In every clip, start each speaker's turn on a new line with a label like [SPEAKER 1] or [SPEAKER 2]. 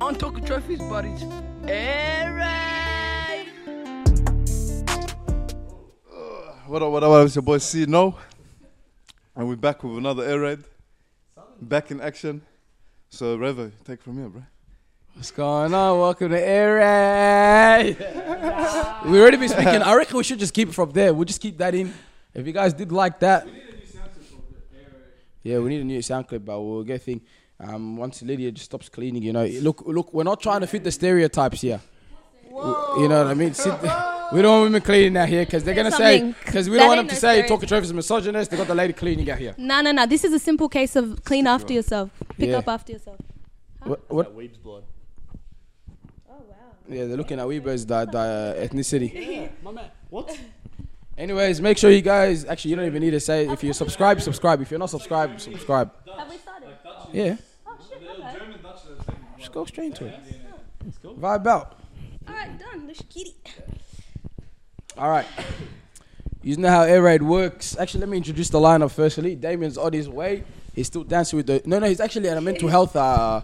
[SPEAKER 1] On Toku Trophies, but it's alright.
[SPEAKER 2] What up, what up, what up? It's your boy C No. And we're back with another air raid. Back in action. So Revo, take it from here, bro.
[SPEAKER 3] What's going on? Welcome to Air Raid. we already been speaking. I reckon we should just keep it from there. We'll just keep that in. If you guys did like that, yeah, we need a new sound clip, but we'll get thing. Um, once Lydia just stops cleaning, you know. Look, look, we're not trying to fit the stereotypes here. W- You know what I mean? Sit we don't want women cleaning out here because they're gonna say
[SPEAKER 4] Something-
[SPEAKER 3] because we
[SPEAKER 4] that
[SPEAKER 3] don't want them
[SPEAKER 4] ain't
[SPEAKER 3] to
[SPEAKER 4] no
[SPEAKER 3] say
[SPEAKER 4] stereotype.
[SPEAKER 3] Talking Trophies misogynist. They got the lady cleaning out here.
[SPEAKER 4] No, no, no. This is a simple case of clean after yourself. Pick
[SPEAKER 3] Yeah.
[SPEAKER 4] up after yourself.
[SPEAKER 3] What? what?
[SPEAKER 5] Weeb's blood.
[SPEAKER 4] Oh, wow.
[SPEAKER 3] Yeah, they're looking at Weebers, the, the ethnicity.
[SPEAKER 5] My man. What?
[SPEAKER 3] Anyways, make sure you guys actually you don't even need to say if you subscribe, subscribe. If you're not subscribed, subscribe.
[SPEAKER 4] Have we started?
[SPEAKER 3] Yeah.
[SPEAKER 4] Oh, shit. Okay.
[SPEAKER 3] Just go straight into it. Vibe out.
[SPEAKER 4] All right, done. Let's get it.
[SPEAKER 3] Alright. You know how air raid works. Actually, let me introduce the lineup firstly. Damien's on his way. He's still dancing with the No no, he's actually at a mental health uh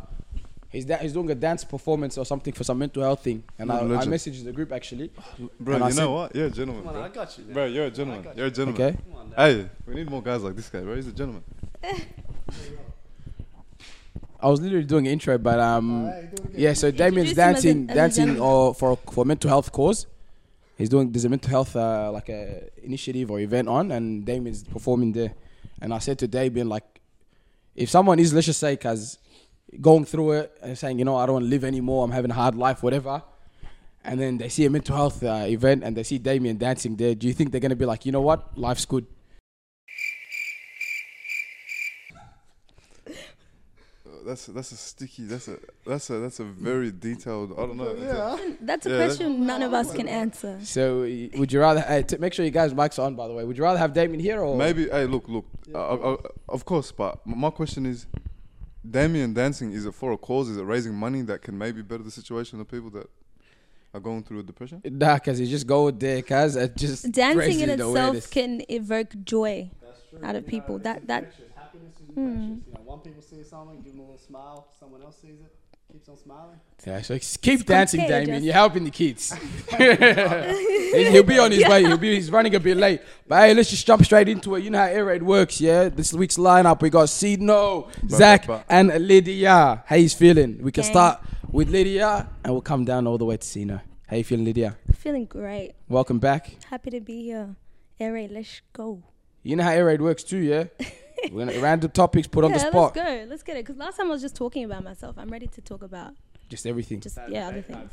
[SPEAKER 3] he's da- he's doing a dance performance or something for some mental health thing. And
[SPEAKER 2] No,
[SPEAKER 3] I, I
[SPEAKER 2] legend.
[SPEAKER 3] messaged the group actually.
[SPEAKER 2] Bro,
[SPEAKER 3] And I
[SPEAKER 2] you
[SPEAKER 3] said-
[SPEAKER 2] know what? You're a gentleman,
[SPEAKER 5] Come on, I
[SPEAKER 2] bro.
[SPEAKER 5] got you.
[SPEAKER 2] Bro, you're a gentleman. You're a gentleman.
[SPEAKER 3] Okay.
[SPEAKER 5] Come on, now.
[SPEAKER 2] Hey, we need more guys like this guy, bro. He's a gentleman.
[SPEAKER 3] I was literally doing an intro, but
[SPEAKER 4] Oh,
[SPEAKER 3] um, yeah. So Damien's
[SPEAKER 4] Introduce him as a-
[SPEAKER 3] dancing,
[SPEAKER 4] as a
[SPEAKER 3] dancing
[SPEAKER 4] gentleman.
[SPEAKER 3] or for for mental health cause. He's doing there's a mental health uh, like a initiative or event on, and Damien's performing there. And I said to Damien like, if someone is let's just say, cause going through it and saying you know I don't want to live anymore, I'm having a hard life, whatever. And then they see a mental health uh, event and they see Damien dancing there. Do you think they're gonna be like, you know what, life's good?
[SPEAKER 2] Uh, That's that's a sticky. That's a that's a that's a very detailed. I don't know. Yeah.
[SPEAKER 4] That's a
[SPEAKER 2] Yeah, that's-
[SPEAKER 4] question none of us can answer.
[SPEAKER 3] So uh, would you rather? Hey, t- make sure you guys mics are on by the way. Would you rather have Damien here or
[SPEAKER 2] Maybe. Hey, look, look. Uh, uh, of course, but m- my question is, Damien dancing is it for a cause? Is it raising money that can maybe better the situation of people that are going through depression?
[SPEAKER 3] Nah, cause you just go there, cause it just
[SPEAKER 4] Dancing
[SPEAKER 3] raises
[SPEAKER 4] in
[SPEAKER 3] the
[SPEAKER 4] itself
[SPEAKER 3] awareness.
[SPEAKER 4] can evoke joy out of people. That Hmm. that
[SPEAKER 5] Happiness is infectious. You know, one people see someone, give them a little smile. Someone else sees it, keeps on smiling.
[SPEAKER 3] Yeah, so just keep dancing,
[SPEAKER 4] contagious.
[SPEAKER 3] Damien. You're helping the kids. He- He'll be on his way. He'll be. He's running a bit late. But hey, let's just jump straight into it. You know how air raid works, yeah. This week's lineup we got Cino, Zach,
[SPEAKER 2] but-
[SPEAKER 3] and Lydia. How he's feeling? We can
[SPEAKER 4] Gang.
[SPEAKER 3] start with Lydia, and we'll come down all the way to Cino. How you feeling, Lydia?
[SPEAKER 4] feeling great.
[SPEAKER 3] Welcome back.
[SPEAKER 4] Happy to be here. Alright, let's go.
[SPEAKER 3] You know how air raid works too, yeah. We're gonna random topics put on
[SPEAKER 4] yeah,
[SPEAKER 3] the spot.
[SPEAKER 4] let's go. Let's get it. Because last time I was just talking about myself. I'm ready to talk about
[SPEAKER 3] Just everything.
[SPEAKER 4] just yeah other things.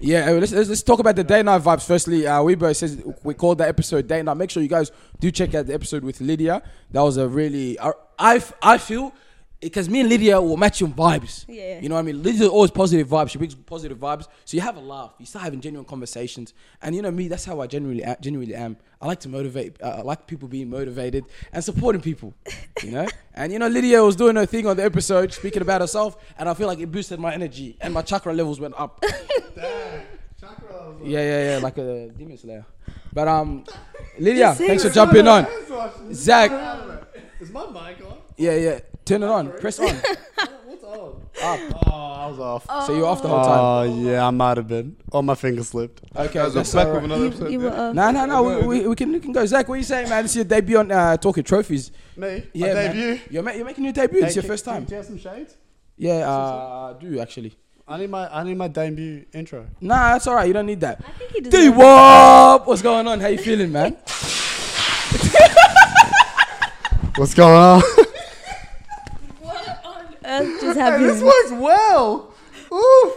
[SPEAKER 3] Yeah, uh, let's, let's, let's talk about the day night vibes. Firstly, uh, Weibo says we called that episode day night. Make sure you guys do check out the episode with Lydia. That was a really, I, I, f- I feel, because me and Lydia were matching vibes.
[SPEAKER 4] Yeah.
[SPEAKER 3] You know what I mean? Lydia's always positive vibes. She brings positive vibes. So you have a laugh. You start having genuine conversations. And you know me, that's how I genuinely, a- genuinely am. I like to motivate. Uh, I like people being motivated and supporting people. You know? and you know, Lydia was doing her thing on the episode, speaking about herself. And I feel like it boosted my energy and my chakra levels went up. Yeah, yeah, yeah, like a demon slayer. But um, Lydia,
[SPEAKER 4] Just say
[SPEAKER 3] thanks for
[SPEAKER 4] it.
[SPEAKER 3] jumping on. Zach,
[SPEAKER 5] Is my mic on?
[SPEAKER 3] yeah, yeah, turn it on, press on.
[SPEAKER 5] What's on?
[SPEAKER 3] Up.
[SPEAKER 5] Oh, I was off.
[SPEAKER 3] So you're off Ah. the whole time.
[SPEAKER 5] Oh, yeah, I might have been. Oh, my finger slipped.
[SPEAKER 3] Okay,
[SPEAKER 2] Guys, we're
[SPEAKER 3] that's
[SPEAKER 2] back
[SPEAKER 3] all
[SPEAKER 2] with
[SPEAKER 3] right.
[SPEAKER 2] another episode.
[SPEAKER 4] You, you were uh,
[SPEAKER 2] yeah.
[SPEAKER 4] off.
[SPEAKER 3] No, no, no, we, we, we can we can go. Zach, what are you saying, man? This is your debut on uh, Talking Trophies.
[SPEAKER 5] Me?
[SPEAKER 3] Yeah,
[SPEAKER 5] My
[SPEAKER 3] man.
[SPEAKER 5] debut.
[SPEAKER 3] You're, ma- you're making your debut.
[SPEAKER 5] Hey,
[SPEAKER 3] It's your
[SPEAKER 5] can-
[SPEAKER 3] first
[SPEAKER 5] can
[SPEAKER 3] time.
[SPEAKER 5] you have some shades?
[SPEAKER 3] Yeah, uh, I do actually.
[SPEAKER 5] I need my I need my debut intro.
[SPEAKER 3] Nah, that's all right. You don't need that.
[SPEAKER 4] I think he
[SPEAKER 3] D
[SPEAKER 4] deserved
[SPEAKER 3] Wop, what's going on? How you feeling, man?
[SPEAKER 5] What's going on?
[SPEAKER 4] Earth just happened.
[SPEAKER 5] works well. Ooh.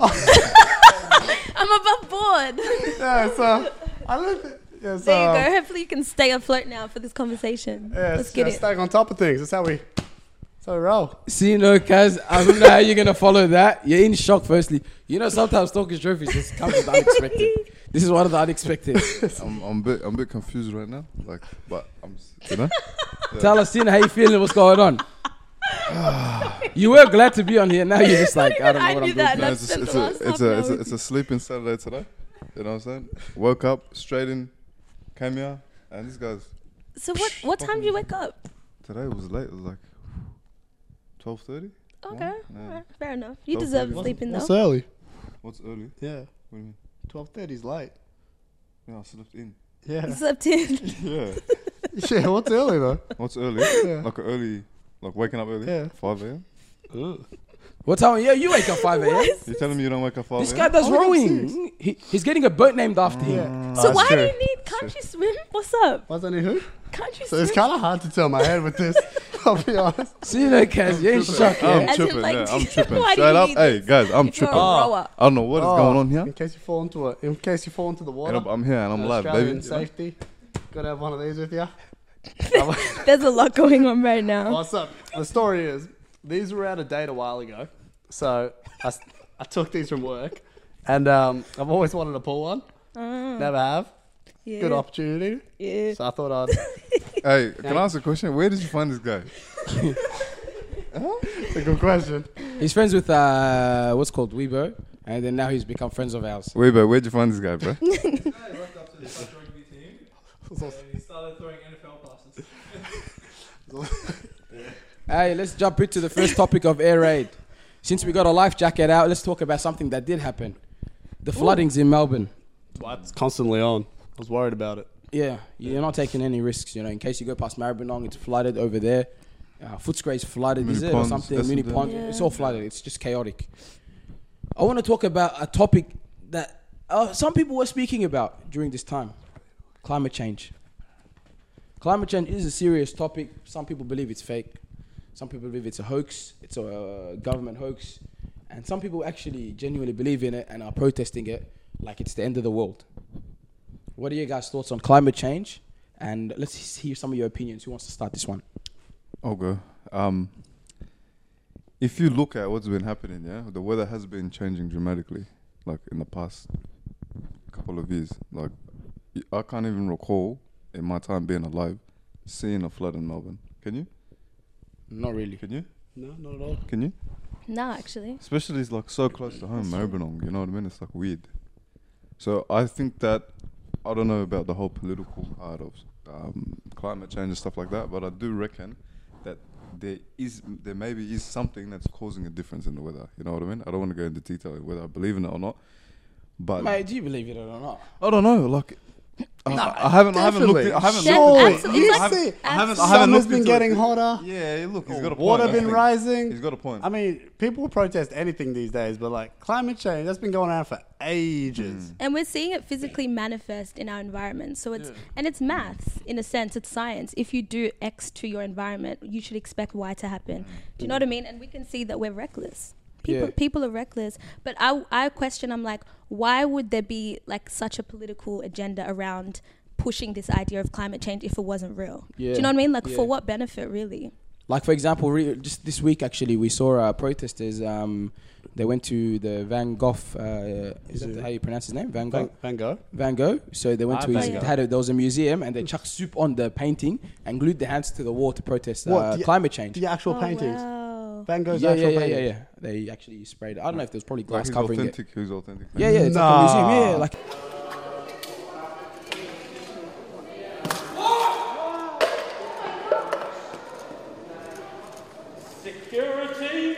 [SPEAKER 4] I'm above board.
[SPEAKER 5] Yeah, so I live. Yeah,
[SPEAKER 3] Oh.
[SPEAKER 5] so
[SPEAKER 4] There you go. Hopefully you can stay afloat now for this conversation.
[SPEAKER 5] Yeah,
[SPEAKER 4] Let's
[SPEAKER 5] Let's
[SPEAKER 4] get it.
[SPEAKER 5] Stack on top of things. That's how we. That's how we roll.
[SPEAKER 3] See, no, Kaz, I don't know how you're gonna follow that. You're in shock. Firstly, you know sometimes talking trophies just comes with the unexpected. This is one of the unexpected.
[SPEAKER 2] I'm I'm a bit I'm a bit confused right now. Like, but I'm s- you know.
[SPEAKER 3] Tell us, Tina, how you feeling? What's going on? you were glad to be on here. Now you're just like, I don't know
[SPEAKER 4] I
[SPEAKER 3] what
[SPEAKER 4] knew
[SPEAKER 3] I'm
[SPEAKER 4] that.
[SPEAKER 3] doing.
[SPEAKER 2] No,
[SPEAKER 4] That's
[SPEAKER 2] it's, just,
[SPEAKER 4] the
[SPEAKER 2] it's,
[SPEAKER 4] last
[SPEAKER 2] a,
[SPEAKER 4] half
[SPEAKER 2] it's,
[SPEAKER 4] an
[SPEAKER 2] a, it's,
[SPEAKER 4] hour
[SPEAKER 2] a, it's a sleeping Saturday today. You know what I'm saying? Woke up, straight in, came here, and this guy's
[SPEAKER 4] So what? What time do you wake up?
[SPEAKER 2] today was late. It was like twelve thirty.
[SPEAKER 4] Okay.
[SPEAKER 2] Yeah.
[SPEAKER 4] alright, Fair enough. You
[SPEAKER 2] Don't
[SPEAKER 4] deserve
[SPEAKER 2] worry.
[SPEAKER 4] sleeping though.
[SPEAKER 5] What's early?
[SPEAKER 2] What's early?
[SPEAKER 5] Yeah,
[SPEAKER 2] What do you mean?
[SPEAKER 5] twelve thirty's late.
[SPEAKER 2] Yeah, I slept in.
[SPEAKER 4] You
[SPEAKER 5] Yeah,
[SPEAKER 4] slept in.
[SPEAKER 2] Yeah.
[SPEAKER 5] yeah. What's early though?
[SPEAKER 2] What's early?
[SPEAKER 5] Yeah.
[SPEAKER 2] Like a early, like waking up early.
[SPEAKER 5] Yeah.
[SPEAKER 2] Five a.m.
[SPEAKER 3] What time? Yeah, you wake up 5 a.m.
[SPEAKER 2] You telling me you don't wake up five
[SPEAKER 3] This guy
[SPEAKER 2] a.m.
[SPEAKER 3] does
[SPEAKER 5] I wake up
[SPEAKER 3] rowing. He, he's getting a boat named after him.
[SPEAKER 2] Mm.
[SPEAKER 5] Yeah.
[SPEAKER 4] so why do
[SPEAKER 2] true.
[SPEAKER 4] you need? Can't you swim? What's up?
[SPEAKER 5] Wasn't it who?
[SPEAKER 4] Can't you
[SPEAKER 5] So
[SPEAKER 4] swim?
[SPEAKER 5] it's kind of hard to tell my head with this. I'll be honest.
[SPEAKER 3] See you later, Kaz. You're in shock.
[SPEAKER 2] I'm
[SPEAKER 3] Yeah?
[SPEAKER 4] As in,
[SPEAKER 2] tripping.
[SPEAKER 4] like,
[SPEAKER 2] yeah, I'm
[SPEAKER 4] why do
[SPEAKER 2] tripping.
[SPEAKER 4] you
[SPEAKER 2] Straight up,
[SPEAKER 4] need
[SPEAKER 2] hey
[SPEAKER 4] this?
[SPEAKER 2] guys, I'm
[SPEAKER 4] If you're a
[SPEAKER 2] tripping.
[SPEAKER 4] rower.
[SPEAKER 2] I don't know what is
[SPEAKER 5] Oh,
[SPEAKER 2] going on here.
[SPEAKER 5] In case you fall into it, in case you fall into the water.
[SPEAKER 2] And I'm, I'm here and I'm live,
[SPEAKER 5] Australian
[SPEAKER 2] baby.
[SPEAKER 5] safety. Gotta have one of these with you. Ah.
[SPEAKER 4] There's a lot going on right now.
[SPEAKER 5] What's up? The story is these were out of date a while ago, so I, s- I took these from work, and um, I've always wanted to pull one. Never have.
[SPEAKER 4] Mm. Yeah.
[SPEAKER 5] Good opportunity.
[SPEAKER 4] Yeah.
[SPEAKER 5] So I thought I'd.
[SPEAKER 2] Hey, can I ask a question? Where did you find this guy?
[SPEAKER 5] It's a good question.
[SPEAKER 3] He's friends with uh, what's called Weibo, and then now he's become friends of ours.
[SPEAKER 2] Wait, but where'd you find this guy, bro?
[SPEAKER 1] I rocked up to this like, rugby team
[SPEAKER 5] It's
[SPEAKER 1] and
[SPEAKER 5] also-
[SPEAKER 1] he started throwing NFL passes.
[SPEAKER 3] Hey, let's jump into the first topic of air raid. Since we got a life jacket out, let's talk about something that did happen: the floodings in Melbourne.
[SPEAKER 5] It's constantly on. I was worried about it.
[SPEAKER 3] Yeah, you're not taking any risks, you know. In case you go past Maribyrnong, it's flooded over there. Uh, Footscray's flooded,
[SPEAKER 2] Mini
[SPEAKER 3] is it
[SPEAKER 2] ponds,
[SPEAKER 3] or something?
[SPEAKER 2] that's
[SPEAKER 3] Mini
[SPEAKER 2] what they-
[SPEAKER 3] pond,
[SPEAKER 4] Yeah.
[SPEAKER 3] it's all flooded. It's just chaotic. I want to talk about a topic that uh, some people were speaking about during this time: climate change. Climate change is a serious topic. Some people believe it's fake. Some people believe it's a hoax. It's a uh, government hoax, and some people actually genuinely believe in it and are protesting it like it's the end of the world. What are your guys' thoughts on climate change? And let's hear some of your opinions. Who wants to start this one?
[SPEAKER 2] Okay. Oh, Um, if you look at what's been happening, yeah, the weather has been changing dramatically, like in the past couple of years. Like, y- I can't even recall in my time being alive seeing a flood in Melbourne. Can you?
[SPEAKER 3] Not really.
[SPEAKER 2] Can you?
[SPEAKER 5] No, not at all.
[SPEAKER 2] Can you?
[SPEAKER 4] No, actually.
[SPEAKER 2] Especially it's like so close to home, Maribyrnong. You know what I mean? It's like weird. So I think that I don't know about the whole political part of um, climate change and stuff like that, but I do reckon that there is there maybe is something that's causing a difference in the weather. You know what I mean? I don't want to go into detail whether I believe in it or not, but
[SPEAKER 3] Mate, do you believe it or not?
[SPEAKER 2] I don't know. Like. I, I haven't. I haven't looked.
[SPEAKER 5] definitely.
[SPEAKER 2] in- I haven't. looked
[SPEAKER 4] Shit,
[SPEAKER 5] Surely.
[SPEAKER 2] in-
[SPEAKER 4] absolutely.
[SPEAKER 5] You
[SPEAKER 4] It's like-
[SPEAKER 5] see,
[SPEAKER 2] I haven't. I
[SPEAKER 4] absolutely.
[SPEAKER 2] haven't
[SPEAKER 5] Sun has
[SPEAKER 2] looked
[SPEAKER 5] been
[SPEAKER 2] into it.
[SPEAKER 5] getting hotter.
[SPEAKER 2] Yeah, look, he's got a point.
[SPEAKER 5] Oh, Water
[SPEAKER 2] I
[SPEAKER 5] been
[SPEAKER 2] think.
[SPEAKER 5] rising.
[SPEAKER 2] He's got a point.
[SPEAKER 5] I mean, people protest anything these days, but like climate change, that's been going on for ages.
[SPEAKER 4] And we're seeing it physically manifest in our environment. So it's and it's maths in a sense. It's science. If you do X to your environment, you should expect Y to happen. Do you know what I mean? And we can see that we're reckless. People
[SPEAKER 3] Yeah.
[SPEAKER 4] people are reckless. But I I question. I'm like, why would there be like such a political agenda around? pushing this idea of climate change if it wasn't real. Do
[SPEAKER 3] Yeah.
[SPEAKER 4] you know what I mean? Like
[SPEAKER 3] Yeah.
[SPEAKER 4] for what benefit really?
[SPEAKER 3] Like, for example, re- just this week, actually, we saw uh, protesters. Um, they went to the Van Gogh. Uh, is it how you pronounce his name? Van
[SPEAKER 5] Van,
[SPEAKER 3] Gogh.
[SPEAKER 5] Van Gogh.
[SPEAKER 3] Van Gogh. So they went
[SPEAKER 5] Ah,
[SPEAKER 3] to his.
[SPEAKER 4] Van Gogh.
[SPEAKER 3] Had a, there was a museum, and they chucked soup on the painting and glued their hands to the wall to protest uh,
[SPEAKER 5] What, the-
[SPEAKER 3] climate change.
[SPEAKER 5] The actual
[SPEAKER 4] Oh,
[SPEAKER 5] paintings.
[SPEAKER 4] wow.
[SPEAKER 5] Van Gogh's
[SPEAKER 3] yeah, yeah,
[SPEAKER 5] actual
[SPEAKER 3] yeah, yeah,
[SPEAKER 5] paintings.
[SPEAKER 3] yeah. They actually sprayed. I don't know if there was probably
[SPEAKER 2] Like,
[SPEAKER 3] glass
[SPEAKER 2] he's
[SPEAKER 3] covering it.
[SPEAKER 2] authentic. He's authentic.
[SPEAKER 3] Yeah, yeah, it's like a museum. Yeah, like
[SPEAKER 1] Security!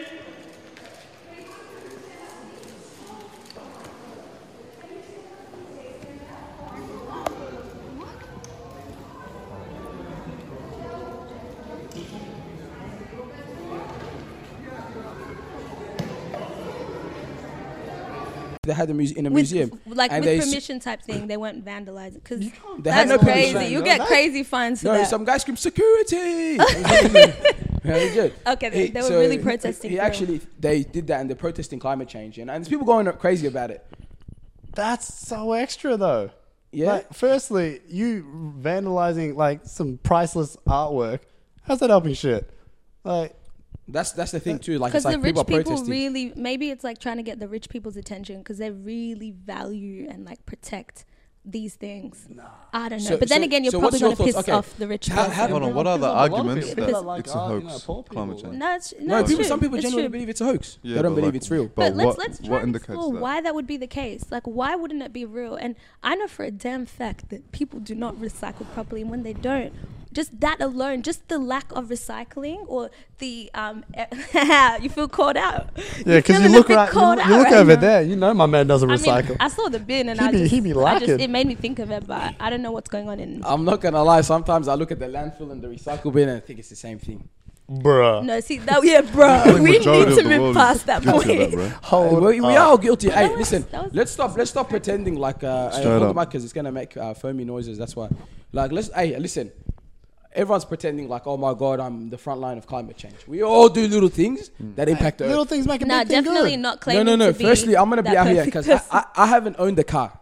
[SPEAKER 3] they had a muse- in a
[SPEAKER 4] With-
[SPEAKER 3] museum.
[SPEAKER 4] like
[SPEAKER 3] and
[SPEAKER 4] with
[SPEAKER 3] they s-
[SPEAKER 4] permission type thing. They weren't vandalizing because
[SPEAKER 3] They had
[SPEAKER 4] that's
[SPEAKER 3] no permission.
[SPEAKER 4] crazy. You
[SPEAKER 5] No,
[SPEAKER 4] get
[SPEAKER 5] that-
[SPEAKER 4] crazy fines for
[SPEAKER 3] No,
[SPEAKER 4] that.
[SPEAKER 3] some guy screamed security. Yeah, he did.
[SPEAKER 4] Okay, they-
[SPEAKER 3] He-
[SPEAKER 4] they were really protesting
[SPEAKER 3] He
[SPEAKER 4] for-
[SPEAKER 3] actually they did that, and they're protesting climate change, you know, and there's people going crazy about it.
[SPEAKER 5] That's so extra, though.
[SPEAKER 3] Yeah.
[SPEAKER 5] Like, firstly, you vandalizing like some priceless artwork. How's that helping shit? Like,
[SPEAKER 3] That's that's the thing too. Like
[SPEAKER 4] because
[SPEAKER 3] it's like
[SPEAKER 4] the rich
[SPEAKER 3] people are
[SPEAKER 4] people,
[SPEAKER 3] protesting.
[SPEAKER 4] really maybe it's like trying to get the rich people's attention because they really value and like protect these things. I don't know,
[SPEAKER 3] So-
[SPEAKER 4] but then
[SPEAKER 3] so-
[SPEAKER 4] again, you're
[SPEAKER 3] so what's
[SPEAKER 4] probably
[SPEAKER 3] your
[SPEAKER 4] gonna
[SPEAKER 3] thoughts?
[SPEAKER 4] piss
[SPEAKER 3] Okay.
[SPEAKER 4] off the rich
[SPEAKER 3] How-
[SPEAKER 4] person.
[SPEAKER 3] how do
[SPEAKER 2] Hold on, what are the
[SPEAKER 5] Because a lot of
[SPEAKER 2] arguments
[SPEAKER 5] people
[SPEAKER 2] that
[SPEAKER 5] are like,
[SPEAKER 2] it's a
[SPEAKER 5] oh, you know,
[SPEAKER 2] hoax?
[SPEAKER 5] poor people,
[SPEAKER 2] climate change.
[SPEAKER 4] no, it's, no,
[SPEAKER 3] no,
[SPEAKER 4] it's
[SPEAKER 3] people.
[SPEAKER 4] true.
[SPEAKER 3] Some people
[SPEAKER 4] It's
[SPEAKER 3] genuinely
[SPEAKER 4] true.
[SPEAKER 3] believe it's a hoax.
[SPEAKER 2] Yeah,
[SPEAKER 3] they don't
[SPEAKER 2] but,
[SPEAKER 3] believe
[SPEAKER 2] like,
[SPEAKER 3] it's real.
[SPEAKER 2] but
[SPEAKER 4] But let's
[SPEAKER 2] what-
[SPEAKER 4] let's
[SPEAKER 2] what
[SPEAKER 4] try and
[SPEAKER 2] indicates
[SPEAKER 4] explore
[SPEAKER 2] that?
[SPEAKER 4] why that would be the case. Like, why wouldn't it be real? And I know for a damn fact that people do not recycle properly, and when they don't, Just that alone, just the lack of recycling or the um, you feel called out.
[SPEAKER 5] Yeah, because you
[SPEAKER 4] feeling a
[SPEAKER 5] look
[SPEAKER 4] bit
[SPEAKER 5] right, you,
[SPEAKER 4] called
[SPEAKER 5] look-
[SPEAKER 4] out
[SPEAKER 5] you look
[SPEAKER 4] right
[SPEAKER 5] over
[SPEAKER 4] now.
[SPEAKER 5] there. You know my man doesn't
[SPEAKER 4] I
[SPEAKER 5] recycle.
[SPEAKER 4] mean, I saw the bin and
[SPEAKER 5] He
[SPEAKER 4] I
[SPEAKER 5] be-
[SPEAKER 4] just,
[SPEAKER 5] he be
[SPEAKER 4] I just
[SPEAKER 5] lacking. Oh.
[SPEAKER 4] it made me think of it, but I don't know what's going on in.
[SPEAKER 3] I'm not gonna lie. Sometimes I look at the landfill and the recycle bin and I think it's the same thing.
[SPEAKER 5] Bruh.
[SPEAKER 4] No, see that yeah, bro. we need
[SPEAKER 2] Majority
[SPEAKER 4] to
[SPEAKER 2] of the
[SPEAKER 4] move
[SPEAKER 2] world
[SPEAKER 4] past that
[SPEAKER 2] guilty of
[SPEAKER 4] point.
[SPEAKER 2] bro.
[SPEAKER 5] Hold
[SPEAKER 3] we, we are all guilty. Hey,
[SPEAKER 4] that was-
[SPEAKER 3] listen.
[SPEAKER 4] that was-
[SPEAKER 3] let's stop. Let's stop pretending like uh, hey,
[SPEAKER 2] Straight
[SPEAKER 3] hold the
[SPEAKER 2] up.
[SPEAKER 3] mic 'cause it's gonna make uh, foamy noises. That's why. Like, let's. Hey, listen. Everyone's pretending like, oh my god, I'm the front line of climate change. We all do little things
[SPEAKER 2] Hmm.
[SPEAKER 3] that impact the
[SPEAKER 5] Little
[SPEAKER 3] earth.
[SPEAKER 5] things make a
[SPEAKER 4] No,
[SPEAKER 5] big thing
[SPEAKER 4] definitely
[SPEAKER 5] good.
[SPEAKER 4] not
[SPEAKER 3] No,
[SPEAKER 4] claiming.
[SPEAKER 3] no, no.
[SPEAKER 4] to be
[SPEAKER 3] Firstly, I'm gonna be
[SPEAKER 4] that
[SPEAKER 3] out here
[SPEAKER 4] perfect
[SPEAKER 3] because I,
[SPEAKER 4] person.
[SPEAKER 3] I, I haven't owned a car.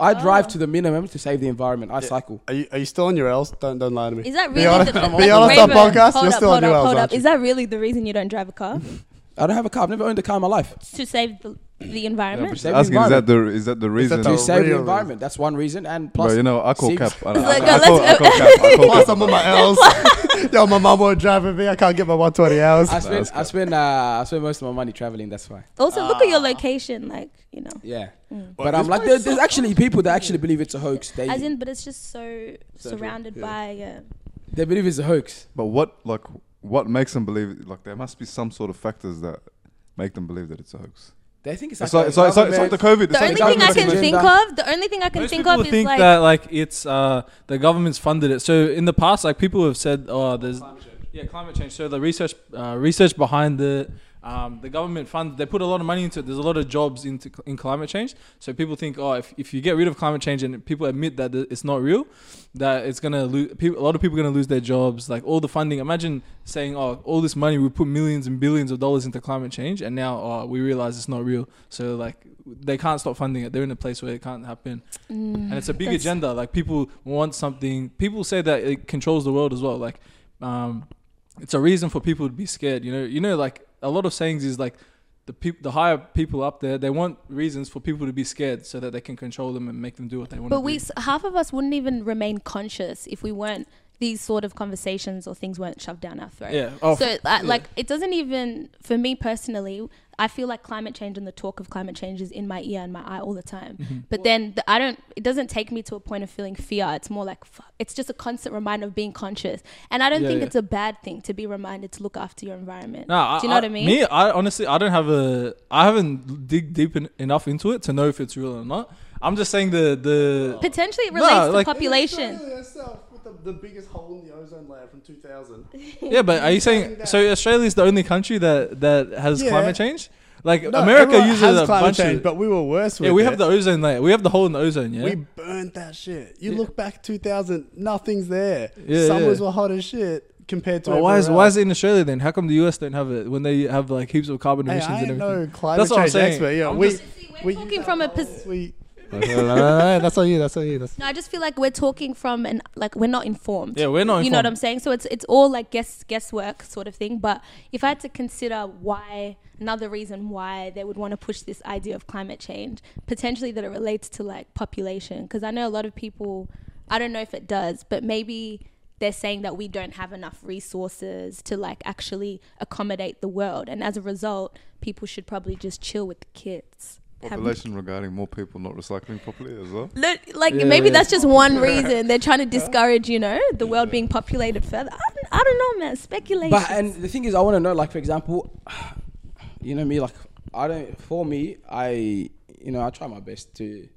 [SPEAKER 3] I drive
[SPEAKER 4] Oh.
[SPEAKER 3] to the minimum to save the environment. I cycle.
[SPEAKER 5] Are you, are you still on your L's? Don't, don't lie to me.
[SPEAKER 4] Is that
[SPEAKER 5] Be
[SPEAKER 4] really
[SPEAKER 5] honest,
[SPEAKER 4] the, the,
[SPEAKER 5] be honest
[SPEAKER 4] Raven,
[SPEAKER 5] on podcast,
[SPEAKER 4] hold
[SPEAKER 5] you're
[SPEAKER 4] up,
[SPEAKER 5] still
[SPEAKER 4] hold
[SPEAKER 5] on your
[SPEAKER 4] up,
[SPEAKER 5] L's,
[SPEAKER 4] hold up.
[SPEAKER 5] aren't you?
[SPEAKER 4] Is that really the reason you don't drive a car?
[SPEAKER 3] I don't have a car. I've never owned a car in my life.
[SPEAKER 4] to save the, the
[SPEAKER 2] Yeah, but
[SPEAKER 4] environment?
[SPEAKER 2] she's
[SPEAKER 3] Save the
[SPEAKER 2] asking, is that
[SPEAKER 3] environment.
[SPEAKER 2] the is that the reason?
[SPEAKER 5] the
[SPEAKER 3] To save
[SPEAKER 5] real
[SPEAKER 3] the environment. That's one reason. And plus,
[SPEAKER 2] Bro, you know, I call
[SPEAKER 3] seems-
[SPEAKER 2] cap. I, I,
[SPEAKER 4] Like,
[SPEAKER 2] I,
[SPEAKER 4] uh,
[SPEAKER 2] call, I
[SPEAKER 4] let's-
[SPEAKER 2] call cap. I call
[SPEAKER 5] Plus,
[SPEAKER 2] cap.
[SPEAKER 5] I'm on my L's. Yo, my mum won't drive with me. I can't get my 120 hours.
[SPEAKER 3] I spend, I spend, uh, I spend most of my money traveling. That's why.
[SPEAKER 4] Also, look at
[SPEAKER 6] Ah.
[SPEAKER 4] your location, like you know.
[SPEAKER 3] Yeah. But I'm like, there, there's actually people that actually believe it's a hoax. They,
[SPEAKER 4] Mm. As in, but it's just so surrounded by. uh, Yeah.
[SPEAKER 3] they believe it's a hoax.
[SPEAKER 2] But what like what makes them believe? Like there must be some sort of factors that make them believe that it's a hoax.
[SPEAKER 3] They think it's like,
[SPEAKER 2] It's like
[SPEAKER 3] a
[SPEAKER 2] it's like, it's like, it's like the COVID.
[SPEAKER 3] government-
[SPEAKER 2] It's
[SPEAKER 4] The
[SPEAKER 2] like the COVID
[SPEAKER 3] only
[SPEAKER 4] only thing I
[SPEAKER 3] government's
[SPEAKER 4] can
[SPEAKER 2] vaccination.
[SPEAKER 4] think
[SPEAKER 3] agenda.
[SPEAKER 4] of, the only thing I can
[SPEAKER 6] Most
[SPEAKER 4] think
[SPEAKER 6] people
[SPEAKER 4] of is
[SPEAKER 6] think
[SPEAKER 4] like,
[SPEAKER 6] that like it's uh, the government's funded it. So in the past, like people have said, oh, there's yeah, climate change. So the research uh, research behind the um, the government fund, they put a lot of money into it. There's a lot of jobs into cl- in climate change. So people think, oh, if, if you get rid of climate change and people admit that th- it's not real, that it's gonna lose people. A lot of people are gonna lose their jobs. Like all the funding. Imagine saying, oh, all this money we put millions and billions of dollars into climate change, and now oh, we realize it's not real. So like they can't stop funding it. They're in a place where it can't happen
[SPEAKER 4] mm,
[SPEAKER 6] and it's a big
[SPEAKER 4] That's-
[SPEAKER 6] agenda. Like people want something. People say that it controls the world as well. Like, um, it's a reason for people to be scared. You know, you know, like a lot of sayings is like the peop- the higher people up there, they want reasons for people to be scared so that they can control them and make them do what they want.
[SPEAKER 4] but
[SPEAKER 6] to
[SPEAKER 4] we
[SPEAKER 6] do.
[SPEAKER 4] s- half of us wouldn't even remain conscious if we weren't these sort of conversations or things weren't shoved down our throat.
[SPEAKER 6] yeah. Oh,
[SPEAKER 4] so
[SPEAKER 6] f-
[SPEAKER 4] uh, like it doesn't even for me personally i feel like climate change and the talk of climate change is in my ear and my eye all the time
[SPEAKER 6] Mm-hmm.
[SPEAKER 4] but then the, i don't it doesn't take me to a point of feeling fear it's more like fu- it's just a constant reminder of being conscious and i don't
[SPEAKER 6] Yeah,
[SPEAKER 4] think
[SPEAKER 6] yeah.
[SPEAKER 4] it's a bad thing to be reminded to look after your environment
[SPEAKER 6] No,
[SPEAKER 4] do you know what i mean
[SPEAKER 6] Me, I honestly, I don't have a, I haven't dig deep en- enough into it to know if it's real or not. I'm just saying the the
[SPEAKER 4] potentially it
[SPEAKER 6] No,
[SPEAKER 4] relates to
[SPEAKER 6] like-
[SPEAKER 4] population
[SPEAKER 5] with the, biggest hole in the ozone layer from 2000.
[SPEAKER 6] Yeah, but are you
[SPEAKER 5] saying
[SPEAKER 6] saying
[SPEAKER 5] that-
[SPEAKER 6] so Australia is the only country that that has
[SPEAKER 5] Yeah.
[SPEAKER 6] climate change? Like America uses a bunch of
[SPEAKER 5] but we were worse with
[SPEAKER 6] yeah, we
[SPEAKER 5] it.
[SPEAKER 6] have the ozone layer. We have the hole in the ozone. Yeah,
[SPEAKER 5] We burnt that shit. You look back 2000, nothing's there.
[SPEAKER 6] Yeah,
[SPEAKER 5] Summers
[SPEAKER 6] yeah.
[SPEAKER 5] were hot as shit compared to.
[SPEAKER 6] But why is
[SPEAKER 5] everywhere
[SPEAKER 6] why
[SPEAKER 5] else.
[SPEAKER 6] is it in Australia then? How come the US don't have it when they have like heaps of carbon
[SPEAKER 5] Hey,
[SPEAKER 6] emissions
[SPEAKER 5] I
[SPEAKER 6] and
[SPEAKER 5] ain't
[SPEAKER 6] everything?
[SPEAKER 5] no climate
[SPEAKER 6] That's what I'm
[SPEAKER 5] change
[SPEAKER 6] saying.
[SPEAKER 5] expert. Yeah,
[SPEAKER 6] I'm
[SPEAKER 5] we,
[SPEAKER 6] just-
[SPEAKER 4] we're talking from a pos-
[SPEAKER 5] we. no, no, no, no, that's on you. That's on you. That's
[SPEAKER 4] No, I just feel like we're talking from an like we're not informed.
[SPEAKER 6] Yeah, we're not
[SPEAKER 4] You know what
[SPEAKER 6] informed.
[SPEAKER 4] I'm saying? So it's it's all like guess guesswork sort of thing. But if I had to consider why another reason why they would want to push this idea of climate change, potentially that it relates to like population, because I know a lot of people. I don't know if it does, but maybe they're saying that we don't have enough resources to like actually accommodate the world, and as a result, people should probably just chill with the kids. Have-
[SPEAKER 2] Population regarding more people not recycling properly as well.
[SPEAKER 4] Look, like
[SPEAKER 6] Yeah,
[SPEAKER 4] maybe
[SPEAKER 6] yeah.
[SPEAKER 4] that's just one reason they're trying to discourage, you know, the world being populated further. I don't, I don't know, man. Speculation.
[SPEAKER 3] But uh, and the thing is, I want to know, like for example, you know me, like I don't. For me, I you know I try my best to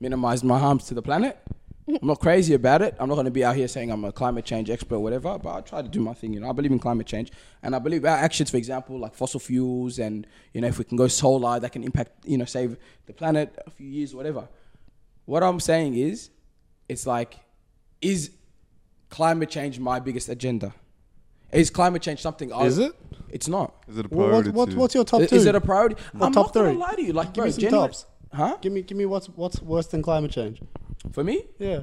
[SPEAKER 3] minimize my harms to the planet. I'm not crazy about it. I'm not going to be out here saying I'm a climate change expert, or whatever. But I try to do my thing. You know, I believe in climate change, and I believe our actions, for example, like fossil fuels, and you know, if we can go solar, that can impact, you know, save the planet a few years, whatever. What I'm saying is, it's like, is climate change my biggest agenda? Is climate change something? I-
[SPEAKER 5] Is it?
[SPEAKER 3] It's not.
[SPEAKER 2] Is it a
[SPEAKER 5] What,
[SPEAKER 2] priority?
[SPEAKER 5] what,
[SPEAKER 2] to you?
[SPEAKER 5] what's your top
[SPEAKER 3] I-
[SPEAKER 5] two?
[SPEAKER 3] Is it a priority?
[SPEAKER 5] Or
[SPEAKER 3] I'm
[SPEAKER 5] top
[SPEAKER 3] not gonna
[SPEAKER 5] three?
[SPEAKER 3] lie to you. Like,
[SPEAKER 5] Give
[SPEAKER 3] bro,
[SPEAKER 5] me some
[SPEAKER 3] genuine-
[SPEAKER 5] tops.
[SPEAKER 3] Huh?
[SPEAKER 5] Give me, give me what's what's worse than climate change?
[SPEAKER 3] For me,
[SPEAKER 5] Yeah.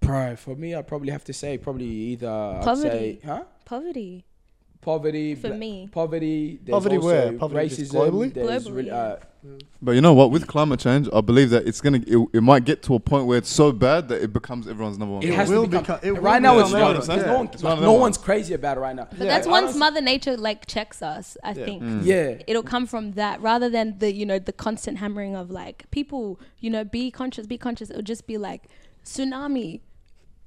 [SPEAKER 3] bro. For me, I probably have to say probably either I'd
[SPEAKER 4] Poverty.
[SPEAKER 3] say, huh?
[SPEAKER 4] Poverty.
[SPEAKER 3] Poverty.
[SPEAKER 4] For
[SPEAKER 3] bla-
[SPEAKER 4] me.
[SPEAKER 3] poverty. There's
[SPEAKER 5] Poverty
[SPEAKER 3] also
[SPEAKER 5] where? Poverty just
[SPEAKER 3] racism.
[SPEAKER 5] globally?
[SPEAKER 3] There's
[SPEAKER 4] Globally,
[SPEAKER 3] really,
[SPEAKER 4] yeah.
[SPEAKER 3] uh,
[SPEAKER 2] But you know what? With climate change, I believe that it's gonna it, it might get to a point where it's so bad that it becomes everyone's number one.
[SPEAKER 3] it
[SPEAKER 2] choice.
[SPEAKER 3] has
[SPEAKER 5] will
[SPEAKER 3] to become.
[SPEAKER 5] become- it will
[SPEAKER 3] right now, it's
[SPEAKER 2] become
[SPEAKER 3] not.
[SPEAKER 2] one of
[SPEAKER 3] there's
[SPEAKER 2] them.
[SPEAKER 3] No, one,
[SPEAKER 2] It's one
[SPEAKER 3] like,
[SPEAKER 2] of
[SPEAKER 3] no
[SPEAKER 2] them
[SPEAKER 3] one's crazy about it right now.
[SPEAKER 4] But that's
[SPEAKER 3] I
[SPEAKER 4] once
[SPEAKER 3] don't-
[SPEAKER 4] Mother Nature like checks us, I think.
[SPEAKER 3] Yeah.
[SPEAKER 4] It'll come from that rather than the, you know, the constant hammering of like people, you know, be conscious, be conscious. It'll just be like tsunami.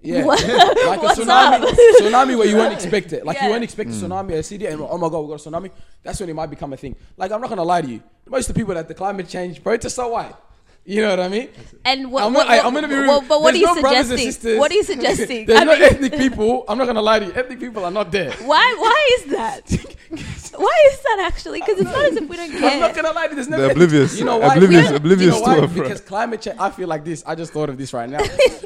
[SPEAKER 3] Yeah,
[SPEAKER 4] What-
[SPEAKER 3] like
[SPEAKER 4] what's
[SPEAKER 3] a tsunami,
[SPEAKER 4] up?
[SPEAKER 3] tsunami where you won't expect it. Like
[SPEAKER 4] Yeah.
[SPEAKER 3] you won't expect
[SPEAKER 2] Hmm.
[SPEAKER 3] a tsunami, a city, and oh my god, we got a tsunami. That's when it might become a thing. Like I'm not gonna lie to you, most of the people that the climate change protests are white. You know what I mean?
[SPEAKER 4] And what?
[SPEAKER 3] I'm,
[SPEAKER 4] what,
[SPEAKER 3] gonna- I-
[SPEAKER 4] what-
[SPEAKER 3] I'm gonna be rude.
[SPEAKER 4] what- but what are
[SPEAKER 3] There's
[SPEAKER 4] you
[SPEAKER 3] no brothers and
[SPEAKER 4] suggesting?
[SPEAKER 3] sisters.
[SPEAKER 4] What are you suggesting?
[SPEAKER 3] There's
[SPEAKER 4] I
[SPEAKER 3] no
[SPEAKER 4] mean,
[SPEAKER 3] ethnic people. I'm not gonna lie to you. Ethnic people are not there.
[SPEAKER 4] why? Why is that? why is that actually? Because it's not as if we don't care.
[SPEAKER 3] I'm not gonna lie to you. There's no
[SPEAKER 2] They're
[SPEAKER 3] ethnic-
[SPEAKER 2] oblivious.
[SPEAKER 3] You know why?
[SPEAKER 2] Oblivious-
[SPEAKER 3] You know
[SPEAKER 2] oblivious to
[SPEAKER 3] why?
[SPEAKER 2] it, bro.
[SPEAKER 3] Because climate change. I feel like this. I just thought of this right now.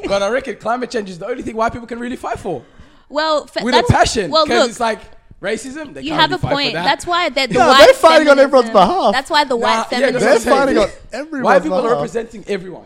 [SPEAKER 3] but I reckon climate change is the only thing white people can really fight for.
[SPEAKER 4] well, fa-
[SPEAKER 3] with a
[SPEAKER 4] that's,
[SPEAKER 3] passion.
[SPEAKER 4] Well,
[SPEAKER 3] Because
[SPEAKER 4] look,
[SPEAKER 3] it's like racism. They
[SPEAKER 4] you
[SPEAKER 3] can't
[SPEAKER 4] have a
[SPEAKER 3] really fight for
[SPEAKER 4] point.
[SPEAKER 3] that.
[SPEAKER 4] That's why that the
[SPEAKER 5] No,
[SPEAKER 4] white
[SPEAKER 5] they're fighting on
[SPEAKER 4] feminism-
[SPEAKER 5] everyone's behalf.
[SPEAKER 4] That's why the
[SPEAKER 3] Nah,
[SPEAKER 4] white
[SPEAKER 3] yeah,
[SPEAKER 4] feminism.
[SPEAKER 3] that's what
[SPEAKER 5] They're
[SPEAKER 3] I'm saying.
[SPEAKER 5] fighting on
[SPEAKER 3] White
[SPEAKER 5] everyone's
[SPEAKER 3] people are
[SPEAKER 5] behalf.
[SPEAKER 3] representing everyone.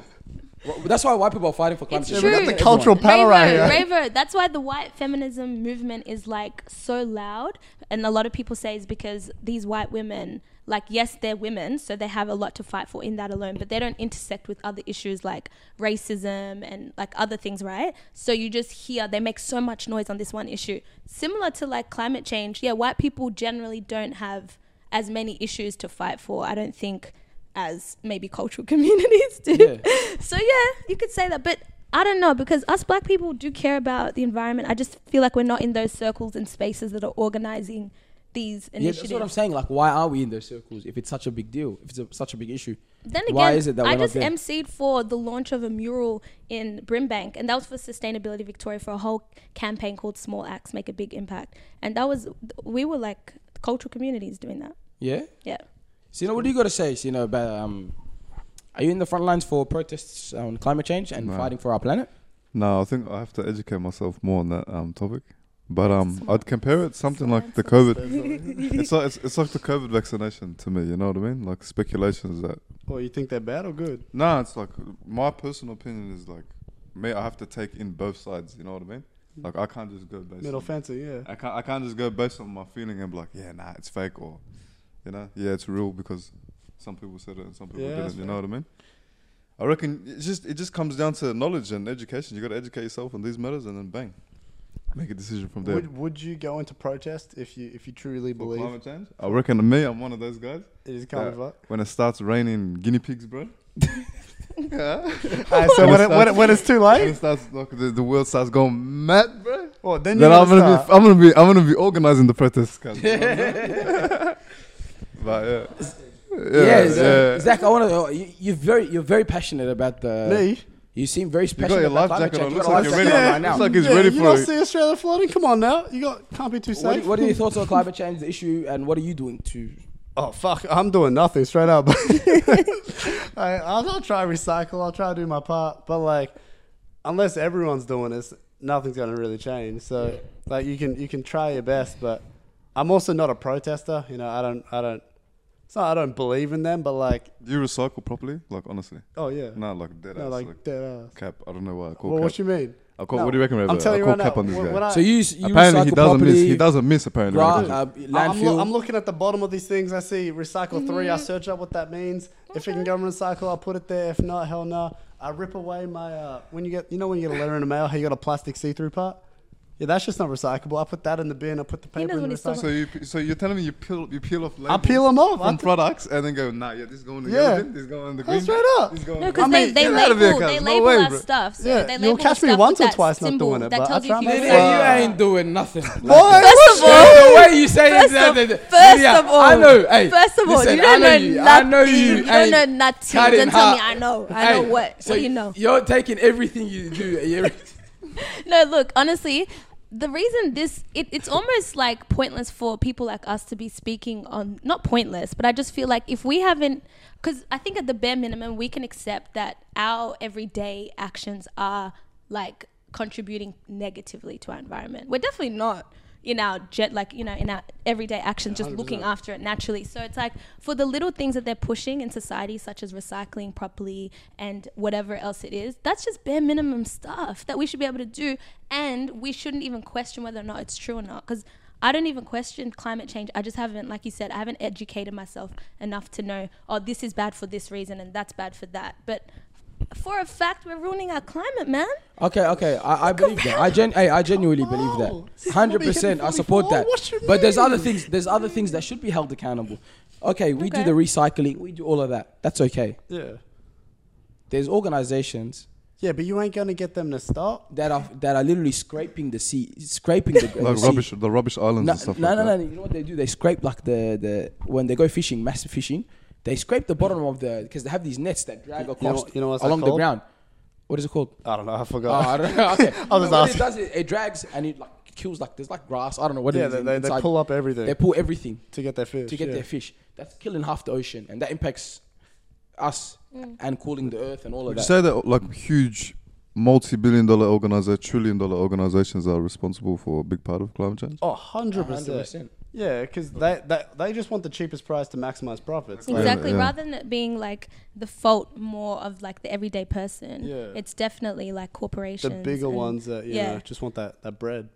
[SPEAKER 3] Wha- That's why white people are fighting for climate
[SPEAKER 4] It's
[SPEAKER 3] change.
[SPEAKER 4] true.
[SPEAKER 5] We got
[SPEAKER 3] Representing
[SPEAKER 5] the cultural
[SPEAKER 3] everyone.
[SPEAKER 5] power out here.
[SPEAKER 4] Raver, Raver, that's why the white feminism movement is like so loud, and a lot of people say is because these white women, like yes, they're women, so they have a lot to fight for in that alone, but they don't intersect with other issues like racism and like other things, right? So you just hear they make so much noise on this one issue, similar to like climate change. Yeah, white people generally don't have as many issues to fight for. I don't think as maybe cultural communities do. So yeah, you could say that, but I don't know because us black people do care about the environment. I just feel like we're not in those circles and spaces that are organizing these
[SPEAKER 3] Yeah, that's
[SPEAKER 4] initiatives.
[SPEAKER 3] what I'm saying. Like, why are we in those circles if it's such a big deal? If it's a, such a big issue?
[SPEAKER 4] then again,
[SPEAKER 3] why is it that
[SPEAKER 4] I
[SPEAKER 3] we're
[SPEAKER 4] just
[SPEAKER 3] not there?
[SPEAKER 4] emceed for the launch of a mural in Brimbank, and that was for Sustainability Victoria for a whole campaign called "Small Acts Make a Big Impact," and that was we were like cultural communities doing that.
[SPEAKER 3] yeah.
[SPEAKER 4] Yeah.
[SPEAKER 3] Sina, what do you got to say, Sina, about um, are you in the front lines for protests on climate change and
[SPEAKER 2] No.
[SPEAKER 3] fighting for our planet?
[SPEAKER 2] No, I think I have to educate myself more on that um, topic. But um, I'd compare it something like the COVID. it's like it's, it's like the COVID vaccination to me. You know what I mean? Like speculations that
[SPEAKER 5] Well, you think they're bad or good?
[SPEAKER 2] Nah, it's like my personal opinion is like, me. I have to take in both sides. You know what I mean? Like I can't just go based.
[SPEAKER 5] Middle
[SPEAKER 2] on,
[SPEAKER 5] fancy, yeah.
[SPEAKER 2] I can't. I can't just go based on my feeling and be like, yeah, nah, it's fake or, you know, yeah, it's real because some people said it and some people
[SPEAKER 5] Yeah, that's
[SPEAKER 2] didn't. You know
[SPEAKER 5] fair.
[SPEAKER 2] what I mean? I reckon it just it just comes down to knowledge and education. You got to educate yourself on these matters and then bang, make a decision from there.
[SPEAKER 5] Would, would you go into protest if you if you truly
[SPEAKER 2] For
[SPEAKER 5] believe
[SPEAKER 2] climate change, I reckon me, I'm one of those guys.
[SPEAKER 5] it is kind of
[SPEAKER 2] Uh,
[SPEAKER 5] like?
[SPEAKER 2] When it starts raining guinea pigs, bro.
[SPEAKER 5] Alright, so
[SPEAKER 2] When
[SPEAKER 5] when
[SPEAKER 2] it
[SPEAKER 5] it, when, it, when it's too
[SPEAKER 2] When it
[SPEAKER 5] late,
[SPEAKER 2] starts, like, the, the world starts going mad, bro.
[SPEAKER 5] well, then you're
[SPEAKER 2] Then I'm
[SPEAKER 5] gonna
[SPEAKER 2] gonna
[SPEAKER 5] start.
[SPEAKER 2] be, I'm gonna be, I'm gonna be organizing the protest. Cause, but yeah, yeah,
[SPEAKER 3] Zach, Zach, I want to. Oh, you, you're very, you're very passionate about the.
[SPEAKER 5] Me?
[SPEAKER 3] You seem very
[SPEAKER 2] You
[SPEAKER 3] passionate
[SPEAKER 2] got your
[SPEAKER 3] about
[SPEAKER 2] life
[SPEAKER 3] climate
[SPEAKER 2] jacket on.
[SPEAKER 3] change.
[SPEAKER 2] Looks
[SPEAKER 3] You got
[SPEAKER 2] like
[SPEAKER 3] a
[SPEAKER 2] you're
[SPEAKER 3] life
[SPEAKER 2] ready.
[SPEAKER 3] jacket on
[SPEAKER 5] Yeah.
[SPEAKER 3] right now.
[SPEAKER 2] Looks like he's
[SPEAKER 5] yeah,
[SPEAKER 2] ready
[SPEAKER 5] you
[SPEAKER 2] for
[SPEAKER 5] don't
[SPEAKER 2] it.
[SPEAKER 5] see Australia flooding? Come on now, you got can't be too safe.
[SPEAKER 3] What, what are your thoughts on climate change, the issue, and what are you doing to?
[SPEAKER 5] Oh fuck! I'm doing nothing straight up. I, I'll, I'll try recycle. I'll try to do my part, but like, unless everyone's doing this, nothing's gonna really change. So like, you can you can try your best, but I'm also not a protester. You know, I don't I don't. It's not I don't believe in them, but like,
[SPEAKER 2] Do you recycle properly? Like honestly,
[SPEAKER 5] oh yeah,
[SPEAKER 2] no, like dead
[SPEAKER 5] no
[SPEAKER 2] ass.
[SPEAKER 5] like,
[SPEAKER 2] Like,
[SPEAKER 5] dead ass.
[SPEAKER 2] cap. I don't know why I call
[SPEAKER 5] Well,
[SPEAKER 2] cap.
[SPEAKER 5] what you mean?
[SPEAKER 2] I call,
[SPEAKER 5] No,
[SPEAKER 2] What do you reckon, Reza?
[SPEAKER 5] I'm telling
[SPEAKER 2] I
[SPEAKER 5] you
[SPEAKER 2] call
[SPEAKER 5] right
[SPEAKER 2] cap
[SPEAKER 5] now,
[SPEAKER 2] on this
[SPEAKER 5] wh-
[SPEAKER 2] guay.
[SPEAKER 5] when I-
[SPEAKER 4] Uh,
[SPEAKER 3] So you, s- you
[SPEAKER 2] apparently
[SPEAKER 3] recycle
[SPEAKER 2] he doesn't
[SPEAKER 3] properly,
[SPEAKER 2] miss. He doesn't miss apparently.
[SPEAKER 3] gra-
[SPEAKER 2] Reza.
[SPEAKER 3] uh,
[SPEAKER 5] I'm,
[SPEAKER 3] landfill.
[SPEAKER 5] loo- I'm looking at the bottom of these things. I see recycle
[SPEAKER 4] Mm-hmm.
[SPEAKER 5] three. I search up what that means. If it can go in recycle, I'll put it there. If not, hell no. I rip away my uh, when you get you know when you get a letter in the mail, how you got a plastic see-through part. Yeah, that's just not recyclable. I put that in the bin. I put the paper
[SPEAKER 4] knows
[SPEAKER 5] in
[SPEAKER 4] what
[SPEAKER 5] the
[SPEAKER 4] he's talking
[SPEAKER 5] recycle.
[SPEAKER 2] so you, so you're telling me you peel, you peel off.
[SPEAKER 5] uh, I
[SPEAKER 2] labels
[SPEAKER 5] peel them off. I
[SPEAKER 2] from
[SPEAKER 5] th-
[SPEAKER 2] products and then go, nah, yeah, this is going in the
[SPEAKER 5] Yeah.
[SPEAKER 2] yellow bin, this is going in the
[SPEAKER 5] That's
[SPEAKER 2] green. bin,
[SPEAKER 5] straight up.
[SPEAKER 2] this is going
[SPEAKER 4] No,
[SPEAKER 2] in the-
[SPEAKER 4] because
[SPEAKER 5] I
[SPEAKER 4] they,
[SPEAKER 5] mean,
[SPEAKER 4] they
[SPEAKER 2] get out
[SPEAKER 4] label,
[SPEAKER 2] of here,
[SPEAKER 4] they
[SPEAKER 2] cuz. No
[SPEAKER 4] label
[SPEAKER 2] way,
[SPEAKER 4] our
[SPEAKER 2] bro.
[SPEAKER 4] stuff. So
[SPEAKER 5] Yeah,
[SPEAKER 4] they
[SPEAKER 5] you'll
[SPEAKER 4] label our
[SPEAKER 5] catch me
[SPEAKER 4] stuff
[SPEAKER 5] once
[SPEAKER 4] with
[SPEAKER 5] or
[SPEAKER 4] that
[SPEAKER 5] twice not
[SPEAKER 4] symbol
[SPEAKER 5] doing it,
[SPEAKER 4] that
[SPEAKER 5] but I
[SPEAKER 4] tells you
[SPEAKER 5] try
[SPEAKER 4] to
[SPEAKER 5] my
[SPEAKER 4] do
[SPEAKER 5] best.
[SPEAKER 3] Lydia,
[SPEAKER 4] that.
[SPEAKER 5] Wow.
[SPEAKER 3] you ain't doing nothing.
[SPEAKER 5] Why?
[SPEAKER 4] First of all,
[SPEAKER 3] the way you say
[SPEAKER 4] First
[SPEAKER 3] it, that-
[SPEAKER 4] of-
[SPEAKER 3] that- that-
[SPEAKER 4] first
[SPEAKER 3] Lydia,
[SPEAKER 4] of all-
[SPEAKER 3] I know. Hey,
[SPEAKER 4] First of all,
[SPEAKER 3] listen,
[SPEAKER 4] you don't know,
[SPEAKER 3] I know you. I know
[SPEAKER 4] nothing.
[SPEAKER 3] you.
[SPEAKER 4] You
[SPEAKER 3] hey,
[SPEAKER 4] don't know nothing.
[SPEAKER 3] cut it
[SPEAKER 4] Don't
[SPEAKER 3] hard.
[SPEAKER 4] tell me I know. I know
[SPEAKER 3] Hey,
[SPEAKER 4] what.
[SPEAKER 3] so
[SPEAKER 4] what do you know?
[SPEAKER 3] You're taking everything you do. you're-
[SPEAKER 4] No, look, honestly, the reason this it, it's almost like pointless for people like us to be speaking on not pointless, but I just feel like if we haven't because I think at the bare minimum we can accept that our everyday actions are like contributing negatively to our environment. We're definitely not in our jet like you know in our everyday actions just looking after it naturally so it's like for the little things that they're pushing in society such as recycling properly and whatever else it is that's just bare minimum stuff that we should be able to do and we shouldn't even question whether or not it's true or not because I don't even question climate change. I just haven't, like you said, I haven't educated myself enough to know, oh, this is bad for this reason and that's bad for that. But for a fact, we're ruining our climate, man.
[SPEAKER 3] Okay, okay, I, I believe that. I gen, hey, I genuinely believe
[SPEAKER 5] Wow.
[SPEAKER 3] that.
[SPEAKER 5] This
[SPEAKER 3] Hundred
[SPEAKER 5] is what we
[SPEAKER 3] percent,
[SPEAKER 5] hit
[SPEAKER 3] I support
[SPEAKER 5] 44.
[SPEAKER 3] that.
[SPEAKER 5] What you
[SPEAKER 3] But there's other
[SPEAKER 5] mean?
[SPEAKER 3] things. There's other things that should be held accountable. Okay, we do
[SPEAKER 4] Okay.
[SPEAKER 3] the recycling. We do all of that. That's okay.
[SPEAKER 5] Yeah.
[SPEAKER 3] There's organizations
[SPEAKER 5] Yeah, but you ain't gonna get them to stop.
[SPEAKER 3] that are that are literally scraping the sea, scraping the, the
[SPEAKER 2] Like
[SPEAKER 3] sea.
[SPEAKER 2] rubbish, the rubbish islands
[SPEAKER 3] No,
[SPEAKER 2] and stuff
[SPEAKER 3] no,
[SPEAKER 2] like
[SPEAKER 3] no,
[SPEAKER 2] that.
[SPEAKER 3] no. You know what they do? They scrape like the the when they go fishing, massive fishing. They scrape the bottom of the because they have these nets that drag
[SPEAKER 5] know
[SPEAKER 3] across
[SPEAKER 5] what- you know what's that
[SPEAKER 3] along the
[SPEAKER 5] called?
[SPEAKER 3] ground. What is it called?
[SPEAKER 5] I don't know. I
[SPEAKER 3] Oh,
[SPEAKER 5] forgot.
[SPEAKER 3] I don't know. Okay.
[SPEAKER 5] I was
[SPEAKER 3] No, what it
[SPEAKER 5] asking.
[SPEAKER 3] does is it drags and it like kills like there's like grass. I don't know what
[SPEAKER 5] yeah,
[SPEAKER 3] it is.
[SPEAKER 5] they,
[SPEAKER 3] in-
[SPEAKER 5] they, they
[SPEAKER 3] inside.
[SPEAKER 5] pull up everything
[SPEAKER 3] They pull everything
[SPEAKER 5] to get their fish.
[SPEAKER 3] to get
[SPEAKER 5] yeah.
[SPEAKER 3] their fish. That's killing half the ocean, and that impacts us
[SPEAKER 4] Mm.
[SPEAKER 3] and cooling the earth and all of
[SPEAKER 2] Would you
[SPEAKER 3] that.
[SPEAKER 2] say that like huge, multi-billion-dollar organizations, trillion-dollar organizations are responsible for a big part of climate change?
[SPEAKER 5] Oh, 100 percent.
[SPEAKER 3] 100%.
[SPEAKER 5] Yeah, because they, they they just want the cheapest price to maximize profits. Like,
[SPEAKER 4] Exactly.
[SPEAKER 2] yeah.
[SPEAKER 4] Rather than it being like the fault more of like the everyday person,
[SPEAKER 5] Yeah.
[SPEAKER 4] it's definitely like
[SPEAKER 5] the
[SPEAKER 4] corporations.
[SPEAKER 5] bigger
[SPEAKER 4] and-
[SPEAKER 5] ones that you
[SPEAKER 4] yeah.
[SPEAKER 5] know just want that, that bread.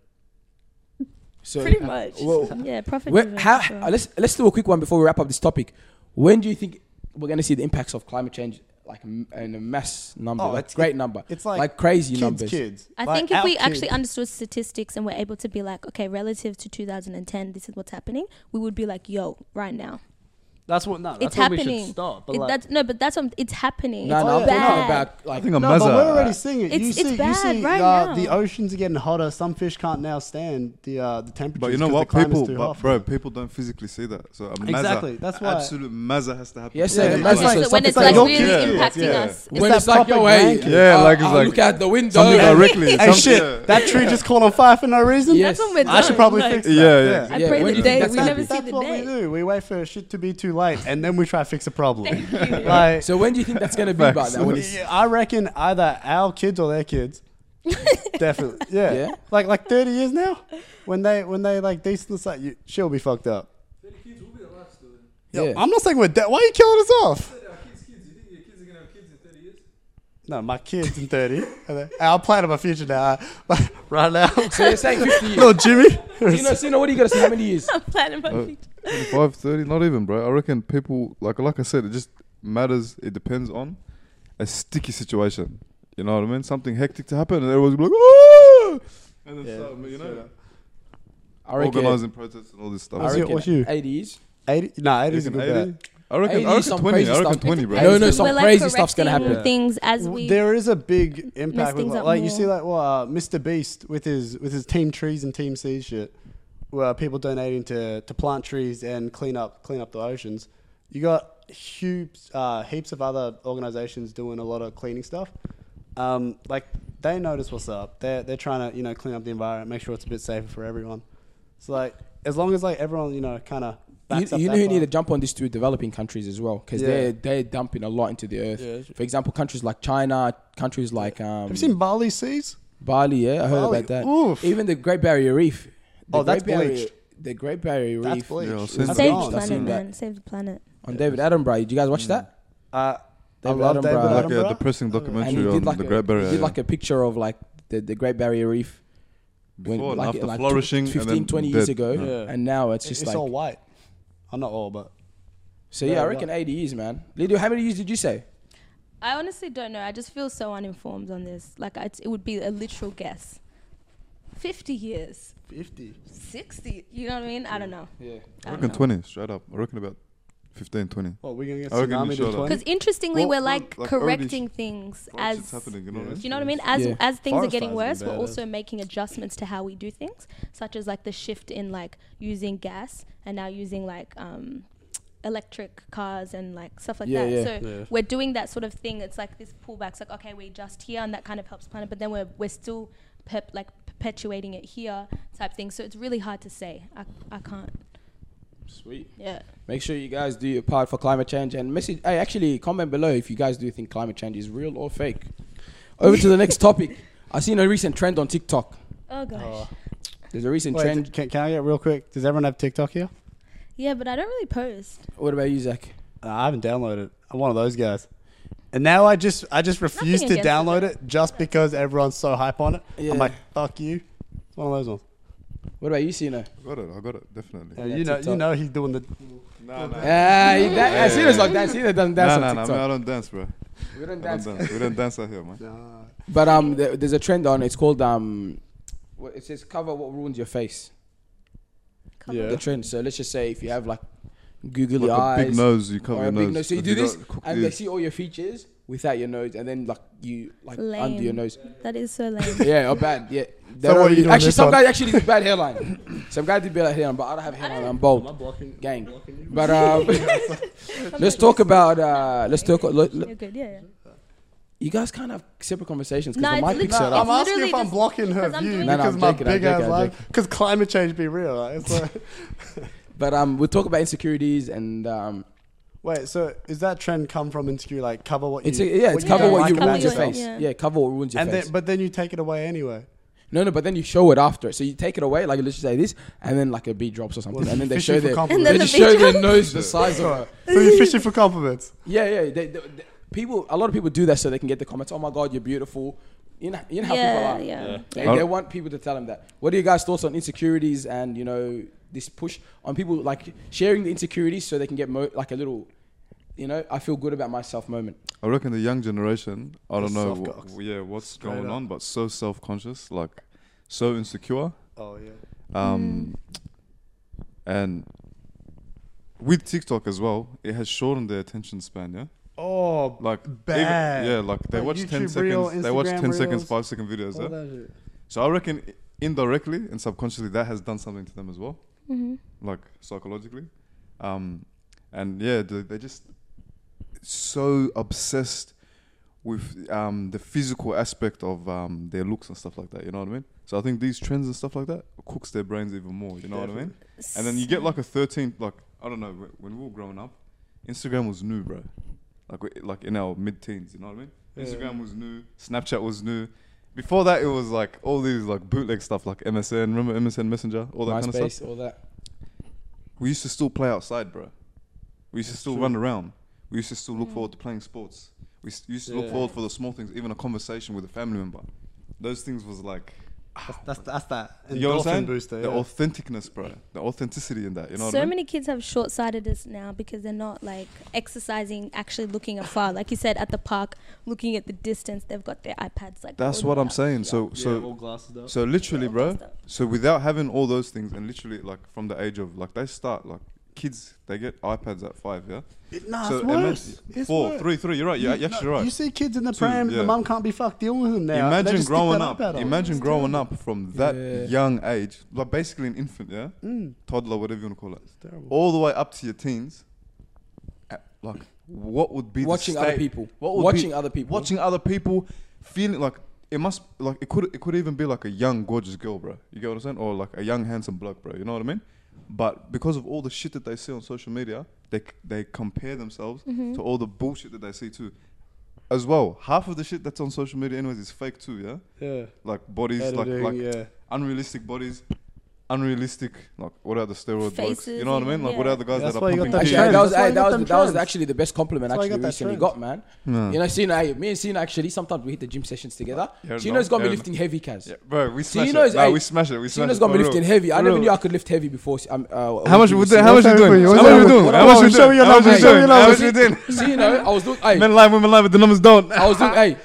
[SPEAKER 3] So uh,
[SPEAKER 4] Pretty much.
[SPEAKER 3] Well,
[SPEAKER 4] yeah, profit.
[SPEAKER 3] Where,
[SPEAKER 4] driven,
[SPEAKER 3] how,
[SPEAKER 4] for sure.
[SPEAKER 3] uh, let's let's do a quick one before we wrap up this topic. When do you think we're going to see the impacts of climate change, like m- in a mass number,
[SPEAKER 5] Oh,
[SPEAKER 3] like
[SPEAKER 5] it's-
[SPEAKER 3] great number,
[SPEAKER 5] It's like
[SPEAKER 3] crazy
[SPEAKER 5] kids,
[SPEAKER 3] numbers?
[SPEAKER 5] kids.
[SPEAKER 4] I
[SPEAKER 5] Like,
[SPEAKER 4] think if
[SPEAKER 5] our
[SPEAKER 4] we
[SPEAKER 5] kids.
[SPEAKER 4] actually understood statistics and were able to be like, okay, relative to 2010, this is what's happening, we would be like, yo, right now.
[SPEAKER 5] that's what no, that's
[SPEAKER 4] it's
[SPEAKER 5] what we
[SPEAKER 4] happening.
[SPEAKER 5] should stop. But
[SPEAKER 4] It-
[SPEAKER 5] like,
[SPEAKER 4] that's, no, but that's what it's happening.
[SPEAKER 3] No,
[SPEAKER 4] it's
[SPEAKER 3] no, I'm talking
[SPEAKER 4] bad.
[SPEAKER 3] about
[SPEAKER 2] I
[SPEAKER 3] like
[SPEAKER 2] think I'm
[SPEAKER 5] no, but
[SPEAKER 2] Mazza.
[SPEAKER 5] we're already seeing it.
[SPEAKER 4] It's-
[SPEAKER 5] you
[SPEAKER 4] it's
[SPEAKER 5] see, you
[SPEAKER 4] bad
[SPEAKER 5] see,
[SPEAKER 4] right
[SPEAKER 5] uh,
[SPEAKER 4] now.
[SPEAKER 5] the oceans are getting hotter. Some fish can't now stand the uh, the temperatures.
[SPEAKER 2] But you know
[SPEAKER 5] 'cause
[SPEAKER 2] what,
[SPEAKER 5] the climate is
[SPEAKER 2] people,
[SPEAKER 5] too
[SPEAKER 2] but
[SPEAKER 5] hot.
[SPEAKER 2] bro, people don't physically see that. So a mazza,
[SPEAKER 5] Exactly, that's why-
[SPEAKER 2] absolute mazza has to happen.
[SPEAKER 3] Yes,
[SPEAKER 5] Yeah,
[SPEAKER 3] sir.
[SPEAKER 5] it's
[SPEAKER 3] Mazza,
[SPEAKER 5] like-
[SPEAKER 3] so
[SPEAKER 4] So when
[SPEAKER 3] something
[SPEAKER 4] it's like
[SPEAKER 5] like-
[SPEAKER 4] really
[SPEAKER 2] Yeah,
[SPEAKER 4] impacting
[SPEAKER 2] yeah.
[SPEAKER 4] us.
[SPEAKER 5] It's
[SPEAKER 3] when
[SPEAKER 5] that
[SPEAKER 3] it's like yo, hey,
[SPEAKER 5] propaganda.
[SPEAKER 2] Yeah,
[SPEAKER 3] I'll-
[SPEAKER 2] like it's
[SPEAKER 3] I'll
[SPEAKER 2] like
[SPEAKER 3] uh, look out the window.
[SPEAKER 2] something directly.
[SPEAKER 5] Hey,
[SPEAKER 2] something-
[SPEAKER 5] shit! That tree just caught on fire for no reason.
[SPEAKER 3] Yes.
[SPEAKER 4] That's what we're
[SPEAKER 5] I should
[SPEAKER 4] doing,
[SPEAKER 5] probably
[SPEAKER 4] like-
[SPEAKER 5] fix that.
[SPEAKER 2] Yeah, yeah.
[SPEAKER 3] Yeah,
[SPEAKER 4] I pray
[SPEAKER 3] when do
[SPEAKER 4] the
[SPEAKER 3] you
[SPEAKER 4] day
[SPEAKER 3] think
[SPEAKER 4] we
[SPEAKER 3] that's
[SPEAKER 4] never see
[SPEAKER 5] That's
[SPEAKER 4] the
[SPEAKER 5] what we
[SPEAKER 4] day.
[SPEAKER 5] do. We wait for shit to be too late, and then we try to fix a problem. like,
[SPEAKER 3] So when do you think that's going to be about
[SPEAKER 2] Facts.
[SPEAKER 3] that? When it's,
[SPEAKER 5] yeah, I reckon either our kids or their kids. Definitely, yeah.
[SPEAKER 3] Yeah?
[SPEAKER 5] Like like thirty years now, when they when they like decent site, you, she'll be fucked up.
[SPEAKER 1] Then kids will be alive still. Then.
[SPEAKER 5] Yo,
[SPEAKER 3] Yeah.
[SPEAKER 5] I'm not saying we're dead. Why are you killing us off?
[SPEAKER 1] Our kids, kids. You think your kids are gonna have kids in 30 years?
[SPEAKER 5] No, my kids in thirty. And they- I'll plan on my future now. right now,
[SPEAKER 3] so you're saying 50 years?
[SPEAKER 5] little Jimmy.
[SPEAKER 3] you know, so you know what are you going to see? How many years?
[SPEAKER 4] I'm planning my
[SPEAKER 2] Uh,
[SPEAKER 4] future.
[SPEAKER 2] 25, 30, not even, bro. I reckon people like like I said, it just matters. It depends on a sticky situation. You know what I mean? Something hectic to happen, and everyone's like, oh! And then
[SPEAKER 5] Yeah,
[SPEAKER 2] start, you know,
[SPEAKER 3] I reckon.
[SPEAKER 2] organizing protests and all this stuff.
[SPEAKER 5] What's
[SPEAKER 3] I
[SPEAKER 5] your-
[SPEAKER 3] reckon
[SPEAKER 5] what's you?
[SPEAKER 3] 80 years.
[SPEAKER 5] Eighty? No,
[SPEAKER 2] You
[SPEAKER 5] eighty's a
[SPEAKER 2] reckon
[SPEAKER 5] good
[SPEAKER 2] 80?
[SPEAKER 5] bet.
[SPEAKER 2] I reckon,
[SPEAKER 3] 80,
[SPEAKER 2] I reckon
[SPEAKER 3] some
[SPEAKER 2] 20.
[SPEAKER 3] crazy
[SPEAKER 2] I reckon
[SPEAKER 3] stuff.
[SPEAKER 2] 20, bro.
[SPEAKER 3] No, no, some
[SPEAKER 4] We're like
[SPEAKER 3] crazy stuff's going to
[SPEAKER 4] correcting
[SPEAKER 3] happen.
[SPEAKER 4] Things as
[SPEAKER 5] W-
[SPEAKER 4] we
[SPEAKER 5] there is a big impact with
[SPEAKER 4] things
[SPEAKER 5] like,
[SPEAKER 4] up
[SPEAKER 5] like you
[SPEAKER 4] more.
[SPEAKER 5] see like well, uh, Mr. Beast with his with his Team Trees and Team Seas shit, where people donating to to plant trees and clean up clean up the oceans. You got heaps uh, heaps of other organizations doing a lot of cleaning stuff. Um, like they notice what's up. They're they're trying to you know clean up the environment, make sure it's a bit safer for everyone. So like as long as like everyone you know kind of
[SPEAKER 3] You,
[SPEAKER 5] backs up
[SPEAKER 3] you
[SPEAKER 5] that
[SPEAKER 3] know who
[SPEAKER 5] part.
[SPEAKER 3] need to jump on this too? Developing countries as well, because
[SPEAKER 5] Yeah.
[SPEAKER 3] they're they're dumping a lot into the earth.
[SPEAKER 5] Yeah, it's-
[SPEAKER 3] For example, countries like China, countries like um,
[SPEAKER 5] Have you seen Bali Seas?
[SPEAKER 3] Bali, yeah, I heard
[SPEAKER 5] Bali,
[SPEAKER 3] about that.
[SPEAKER 5] oof.
[SPEAKER 3] Even the Great Barrier Reef. The
[SPEAKER 5] Oh, that's
[SPEAKER 3] Great Barrier,
[SPEAKER 5] bleached.
[SPEAKER 3] The Great Barrier Reef.
[SPEAKER 5] That's bleached.
[SPEAKER 2] Yeah, I'll
[SPEAKER 5] It's
[SPEAKER 2] send
[SPEAKER 5] gone.
[SPEAKER 4] save
[SPEAKER 3] I've
[SPEAKER 4] the planet,
[SPEAKER 3] seen that.
[SPEAKER 4] man. Save the planet.
[SPEAKER 3] On David Attenborough. Did you guys watch that?
[SPEAKER 5] Uh, I
[SPEAKER 3] David
[SPEAKER 5] love David
[SPEAKER 3] Attenborough.
[SPEAKER 2] Like
[SPEAKER 5] Attenborough.
[SPEAKER 2] a depressing
[SPEAKER 3] And
[SPEAKER 2] documentary
[SPEAKER 3] he
[SPEAKER 2] on
[SPEAKER 3] did like
[SPEAKER 2] um, the
[SPEAKER 3] a,
[SPEAKER 2] Great Barrier.
[SPEAKER 3] he did
[SPEAKER 2] yeah.
[SPEAKER 3] like a picture of like the, the Great Barrier Reef. when-
[SPEAKER 2] Before and
[SPEAKER 3] like-
[SPEAKER 2] after
[SPEAKER 3] like tw-
[SPEAKER 2] flourishing, and
[SPEAKER 3] 15,
[SPEAKER 2] then
[SPEAKER 3] 20
[SPEAKER 2] dead.
[SPEAKER 3] years ago,
[SPEAKER 2] Yeah.
[SPEAKER 5] Yeah.
[SPEAKER 3] and now it's
[SPEAKER 5] It's,
[SPEAKER 3] just
[SPEAKER 5] it's
[SPEAKER 3] like.
[SPEAKER 5] all white. I'm not all, but
[SPEAKER 3] so yeah,
[SPEAKER 5] Yeah,
[SPEAKER 3] I reckon
[SPEAKER 5] right.
[SPEAKER 3] 80 years, man. Lido, how many years did you say?
[SPEAKER 4] I honestly don't know. I just feel so uninformed on this. Like I, it would be a literal guess. Fifty years,
[SPEAKER 5] 50.
[SPEAKER 4] sixty. You know what I mean? I don't know.
[SPEAKER 3] Yeah.
[SPEAKER 2] I reckon 20, straight up. I reckon about 15, 20.
[SPEAKER 5] Well, we're gonna get
[SPEAKER 2] I reckon
[SPEAKER 5] tsunami
[SPEAKER 2] we
[SPEAKER 5] to
[SPEAKER 2] should.
[SPEAKER 4] Because
[SPEAKER 5] 20.
[SPEAKER 4] interestingly,
[SPEAKER 2] Well,
[SPEAKER 4] we're
[SPEAKER 2] well,
[SPEAKER 4] like,
[SPEAKER 2] like already
[SPEAKER 4] correcting things
[SPEAKER 2] Like, shit's
[SPEAKER 4] as.
[SPEAKER 2] happening, you know what
[SPEAKER 5] Yeah.
[SPEAKER 2] I
[SPEAKER 4] Do
[SPEAKER 2] mean?
[SPEAKER 4] you know what I mean? As
[SPEAKER 3] Yeah.
[SPEAKER 4] as things are
[SPEAKER 5] Forest
[SPEAKER 4] getting
[SPEAKER 5] fires
[SPEAKER 4] worse,
[SPEAKER 5] are
[SPEAKER 4] we're
[SPEAKER 5] bad,
[SPEAKER 4] also making adjustments to how we do things, such as like the shift in like using gas and now using like um, electric cars and like stuff like
[SPEAKER 3] Yeah,
[SPEAKER 4] that.
[SPEAKER 3] yeah.
[SPEAKER 4] So
[SPEAKER 5] Yeah.
[SPEAKER 4] we're doing that sort of thing. It's like this pullback. It's like okay, we adjust here, and that kind of helps planet, but then we're we're still pep, like perpetuating it here type thing. So it's really hard to say. I I can't.
[SPEAKER 3] Sweet.
[SPEAKER 4] Yeah.
[SPEAKER 3] Make sure you guys do your part for climate change and message. Hey, actually, comment below if you guys do think climate change is real or fake. Over to the next topic. I seen a recent trend on TikTok.
[SPEAKER 4] Oh gosh.
[SPEAKER 3] There's a recent
[SPEAKER 5] Wait,
[SPEAKER 3] trend.
[SPEAKER 5] can, can I get real quick? Does everyone have TikTok here?
[SPEAKER 4] Yeah, but I don't really post.
[SPEAKER 3] What about you, Zach?
[SPEAKER 5] Uh, I haven't downloaded. it. I'm one of those guys. And now I just I just refuse to
[SPEAKER 4] against
[SPEAKER 5] download it just because everyone's so hype on it.
[SPEAKER 3] Yeah.
[SPEAKER 5] I'm like, fuck you. It's one of those ones.
[SPEAKER 3] What about you, Sino?
[SPEAKER 2] I got it, I got it, definitely.
[SPEAKER 5] Yeah,
[SPEAKER 3] Yeah,
[SPEAKER 5] you know,
[SPEAKER 3] TikTok.
[SPEAKER 5] you know he's doing the.
[SPEAKER 2] Nah, nah.
[SPEAKER 3] Ah, he da-
[SPEAKER 2] Yeah.
[SPEAKER 3] Sino's like that. Sino doesn't dance
[SPEAKER 2] Nah,
[SPEAKER 3] on
[SPEAKER 2] nah, nah,
[SPEAKER 3] TikTok.
[SPEAKER 2] man, I don't dance, bro.
[SPEAKER 3] We don't
[SPEAKER 2] I don't
[SPEAKER 3] dance.
[SPEAKER 2] dance. We don't dance out here, man.
[SPEAKER 3] But um, there, there's a trend on. It's called um, what, it says cover what ruins your face.
[SPEAKER 4] Cover
[SPEAKER 5] Yeah.
[SPEAKER 3] The trend. So let's just say if you have like googly
[SPEAKER 2] Like a
[SPEAKER 3] eyes
[SPEAKER 2] big nose, you cover
[SPEAKER 3] or
[SPEAKER 2] your
[SPEAKER 3] a
[SPEAKER 2] nose.
[SPEAKER 3] big nose, so you
[SPEAKER 2] If
[SPEAKER 3] do this,
[SPEAKER 2] got cooked
[SPEAKER 3] and they
[SPEAKER 2] ears.
[SPEAKER 3] see all your features. without your nose, and then like you like under
[SPEAKER 4] Lame.
[SPEAKER 3] your nose.
[SPEAKER 4] That is so lame.
[SPEAKER 3] Yeah, or bad. Yeah. They
[SPEAKER 5] So what
[SPEAKER 3] don't-
[SPEAKER 5] are you doing
[SPEAKER 3] actually,
[SPEAKER 5] this
[SPEAKER 3] some
[SPEAKER 5] on?
[SPEAKER 3] guys actually did bad hairline. some guy did bad hairline, but I don't have hairline. I'm bald,
[SPEAKER 7] blocking?
[SPEAKER 3] gang. But um, let's talk about uh, let's talk. Look,
[SPEAKER 4] You're good, yeah. yeah.
[SPEAKER 3] you guys can't have separate conversations
[SPEAKER 4] No,
[SPEAKER 3] because
[SPEAKER 4] it's
[SPEAKER 3] the mic picks it
[SPEAKER 4] literally-
[SPEAKER 5] I'm
[SPEAKER 3] up.
[SPEAKER 5] asking
[SPEAKER 4] literally
[SPEAKER 5] if I'm
[SPEAKER 4] just-
[SPEAKER 5] blocking her
[SPEAKER 4] 'cause I'm
[SPEAKER 5] view
[SPEAKER 4] doing-
[SPEAKER 3] No, no,
[SPEAKER 5] because
[SPEAKER 3] I'm
[SPEAKER 5] my
[SPEAKER 3] joking, I'm
[SPEAKER 5] big ass
[SPEAKER 3] joking, I'm
[SPEAKER 5] life. Because climate change be real. Like, it's like,
[SPEAKER 3] But um, we'll talk about insecurities and um,
[SPEAKER 5] wait, so is that trend come from insecure? Like cover what
[SPEAKER 3] it's
[SPEAKER 5] you
[SPEAKER 3] yeah, it's
[SPEAKER 5] you
[SPEAKER 3] cover
[SPEAKER 5] don't
[SPEAKER 3] what
[SPEAKER 5] like
[SPEAKER 3] you
[SPEAKER 5] about
[SPEAKER 3] ruins your
[SPEAKER 5] yourself.
[SPEAKER 3] face.
[SPEAKER 4] Yeah.
[SPEAKER 3] Yeah. cover what ruins your
[SPEAKER 5] And
[SPEAKER 3] face.
[SPEAKER 5] then, but then you take it away anyway.
[SPEAKER 3] No, no, but then you show it after. So you take it away, like you literally say this, and then like a bee drops or something,
[SPEAKER 5] Well,
[SPEAKER 3] and then they
[SPEAKER 5] fishing
[SPEAKER 3] show
[SPEAKER 5] for
[SPEAKER 3] their
[SPEAKER 5] compliments.
[SPEAKER 3] they
[SPEAKER 4] And then
[SPEAKER 3] just
[SPEAKER 4] the
[SPEAKER 3] show
[SPEAKER 4] bee
[SPEAKER 3] their
[SPEAKER 4] drops.
[SPEAKER 3] nose the size of it.
[SPEAKER 5] So you're fishing for compliments.
[SPEAKER 3] Yeah, yeah. They, they, they- people, a lot of people do that so they can get the comments. Oh my god, you're beautiful. You know, you know how
[SPEAKER 4] Yeah,
[SPEAKER 3] people are.
[SPEAKER 4] yeah.
[SPEAKER 3] They,
[SPEAKER 2] Yeah.
[SPEAKER 3] they want people to tell them that. What are your guys' thoughts on insecurities and you know this push on people like sharing the insecurities so they can get mo- like a little, you know, I feel good about myself moment.
[SPEAKER 2] I reckon the young generation, I
[SPEAKER 5] The
[SPEAKER 2] don't know,
[SPEAKER 5] soft
[SPEAKER 2] wha-
[SPEAKER 5] cocks.
[SPEAKER 2] yeah, what's
[SPEAKER 5] Straight
[SPEAKER 2] going
[SPEAKER 5] up.
[SPEAKER 2] on, but so self conscious, like so insecure.
[SPEAKER 5] Oh yeah.
[SPEAKER 2] Um, And with TikTok as well, it has shortened their attention span, yeah?
[SPEAKER 5] Oh,
[SPEAKER 2] Like, even-
[SPEAKER 5] Bad.
[SPEAKER 2] yeah, like they
[SPEAKER 5] Like
[SPEAKER 2] watch 10
[SPEAKER 5] YouTube
[SPEAKER 2] seconds,
[SPEAKER 5] reel,
[SPEAKER 2] they watch 10
[SPEAKER 5] Instagram
[SPEAKER 2] seconds,
[SPEAKER 5] reels.
[SPEAKER 2] 5 second videos,
[SPEAKER 5] all
[SPEAKER 2] yeah?
[SPEAKER 5] that shit.
[SPEAKER 2] So I reckon i- indirectly and subconsciously that has done something to them as well,
[SPEAKER 4] Mm-hmm.
[SPEAKER 2] like psychologically, um, and yeah, they- they're just so obsessed with um, the physical aspect of um, their looks and stuff like that. You know what I mean? So I think these trends and stuff like that cooks their brains even more. You know what I mean? And then you get like a thirteen, like I don't know, wh- when we were growing up, Instagram was new, bro. Like we- like in our mid-teens, you know what I mean? Instagram was new, Snapchat was new. Before that, it was like all these like bootleg stuff, like MSN. Remember MSN Messenger, all that kind of
[SPEAKER 3] MySpace,
[SPEAKER 2] stuff.
[SPEAKER 3] all that.
[SPEAKER 2] We used to still play outside, bro. We used to still
[SPEAKER 5] true. Hmm.
[SPEAKER 2] run around. We used to still look forward to playing sports. We s- used to look
[SPEAKER 5] Yeah.
[SPEAKER 2] forward for the small things, even a conversation with a family member. Those things was like,
[SPEAKER 5] That's that's that.
[SPEAKER 2] you know what I'm saying?
[SPEAKER 5] Endorphin booster.
[SPEAKER 2] The
[SPEAKER 5] yeah.
[SPEAKER 2] authenticness, bro. The authenticity in that. You know what
[SPEAKER 4] so
[SPEAKER 2] I mean?
[SPEAKER 4] many kids have short-sightedness now because they're not like exercising, actually looking afar. Like you said, at the park, looking at the distance, they've got their iPads like.
[SPEAKER 2] That's
[SPEAKER 4] all
[SPEAKER 2] what I'm
[SPEAKER 4] out.
[SPEAKER 2] saying. So so
[SPEAKER 7] glasses up.
[SPEAKER 2] so literally,
[SPEAKER 4] all
[SPEAKER 2] bro.
[SPEAKER 4] messed up.
[SPEAKER 2] So without having all those things, and literally like from the age of like they start like kids, they get iPads at five, yeah.
[SPEAKER 5] Nah,
[SPEAKER 2] so
[SPEAKER 5] Ah, it's
[SPEAKER 2] imagine-
[SPEAKER 5] worse. It's
[SPEAKER 2] four,
[SPEAKER 5] worse.
[SPEAKER 2] three, three. You're right. You're,
[SPEAKER 5] You-
[SPEAKER 2] you're actually
[SPEAKER 5] no,
[SPEAKER 2] right.
[SPEAKER 5] You see kids in the
[SPEAKER 2] Two,
[SPEAKER 5] pram,
[SPEAKER 2] yeah.
[SPEAKER 5] the mum can't be fucked dealing with them now. They
[SPEAKER 2] imagine
[SPEAKER 5] just stick
[SPEAKER 2] growing
[SPEAKER 5] that
[SPEAKER 2] up.
[SPEAKER 5] iPad on.
[SPEAKER 2] Imagine
[SPEAKER 5] It's
[SPEAKER 2] growing
[SPEAKER 5] terrible.
[SPEAKER 2] up from that
[SPEAKER 3] Yeah.
[SPEAKER 2] young age, like basically an infant, yeah, toddler, whatever you want to call it,
[SPEAKER 5] It's Mm. terrible.
[SPEAKER 2] all the way up to your teens. at- Like, what would be the
[SPEAKER 3] Watching other
[SPEAKER 2] state-
[SPEAKER 3] people.
[SPEAKER 2] What would
[SPEAKER 3] Watching
[SPEAKER 2] be-
[SPEAKER 3] other people.
[SPEAKER 2] Watching other people, feeling like it must like it could it could even be like a young gorgeous girl, bro. You get what I'm saying, or like a young handsome bloke, bro. You know what I mean? But because of all the shit that they see on social media, they c- they compare themselves
[SPEAKER 4] Mm-hmm.
[SPEAKER 2] to all the bullshit that they see too. As well, half of the shit that's on social media, anyways, is fake too. Yeah,
[SPEAKER 5] Yeah.
[SPEAKER 2] like bodies,
[SPEAKER 5] Editing,
[SPEAKER 2] like like
[SPEAKER 5] yeah.
[SPEAKER 2] unrealistic bodies, unrealistic like what are the steroid blokes? You
[SPEAKER 4] Faces
[SPEAKER 2] know what I mean?
[SPEAKER 4] and-
[SPEAKER 2] Like what
[SPEAKER 4] yeah.
[SPEAKER 2] are the guys
[SPEAKER 5] That's
[SPEAKER 2] that
[SPEAKER 5] why
[SPEAKER 2] are
[SPEAKER 5] you got
[SPEAKER 2] pumping
[SPEAKER 5] that
[SPEAKER 3] Actually,
[SPEAKER 5] Yeah,
[SPEAKER 3] that was
[SPEAKER 5] that's why
[SPEAKER 3] hey,
[SPEAKER 5] you
[SPEAKER 3] that
[SPEAKER 5] got
[SPEAKER 3] was
[SPEAKER 5] them
[SPEAKER 3] that was
[SPEAKER 5] trends.
[SPEAKER 3] actually the best compliment
[SPEAKER 5] That's why you
[SPEAKER 3] actually
[SPEAKER 5] got
[SPEAKER 3] recently
[SPEAKER 5] that trend.
[SPEAKER 3] got, man.
[SPEAKER 2] Yeah.
[SPEAKER 3] You know, see, now me and Sina actually sometimes we hit the gym sessions together.
[SPEAKER 2] Yeah,
[SPEAKER 3] Sina's
[SPEAKER 2] no,
[SPEAKER 3] gonna be
[SPEAKER 2] yeah.
[SPEAKER 3] lifting heavy, cars.
[SPEAKER 2] Yeah, bro, we
[SPEAKER 3] So you
[SPEAKER 2] smash
[SPEAKER 3] know
[SPEAKER 2] it.
[SPEAKER 3] it's-
[SPEAKER 2] Nah,
[SPEAKER 3] hey,
[SPEAKER 2] we smash it. We smash
[SPEAKER 3] Sina's
[SPEAKER 2] it.
[SPEAKER 3] gonna
[SPEAKER 2] for
[SPEAKER 3] be
[SPEAKER 2] real.
[SPEAKER 3] lifting heavy. I
[SPEAKER 2] For
[SPEAKER 3] never
[SPEAKER 2] real.
[SPEAKER 3] knew I could lift heavy before. Um, uh,
[SPEAKER 2] How much
[SPEAKER 3] we
[SPEAKER 2] we
[SPEAKER 3] did
[SPEAKER 2] doing? How much we
[SPEAKER 5] What's
[SPEAKER 2] doing?
[SPEAKER 5] happening?
[SPEAKER 2] How
[SPEAKER 5] What's
[SPEAKER 2] much we
[SPEAKER 5] happening?
[SPEAKER 2] doing? How much we
[SPEAKER 5] Show me
[SPEAKER 2] doing?
[SPEAKER 5] your
[SPEAKER 2] How much we
[SPEAKER 5] numbers. Show me
[SPEAKER 2] doing?
[SPEAKER 5] your
[SPEAKER 2] How much
[SPEAKER 5] numbers.
[SPEAKER 2] we doing?
[SPEAKER 3] Sina, I was doing. Hey,
[SPEAKER 2] Men lie, women lie, but the numbers don't.
[SPEAKER 3] I was doing. hey,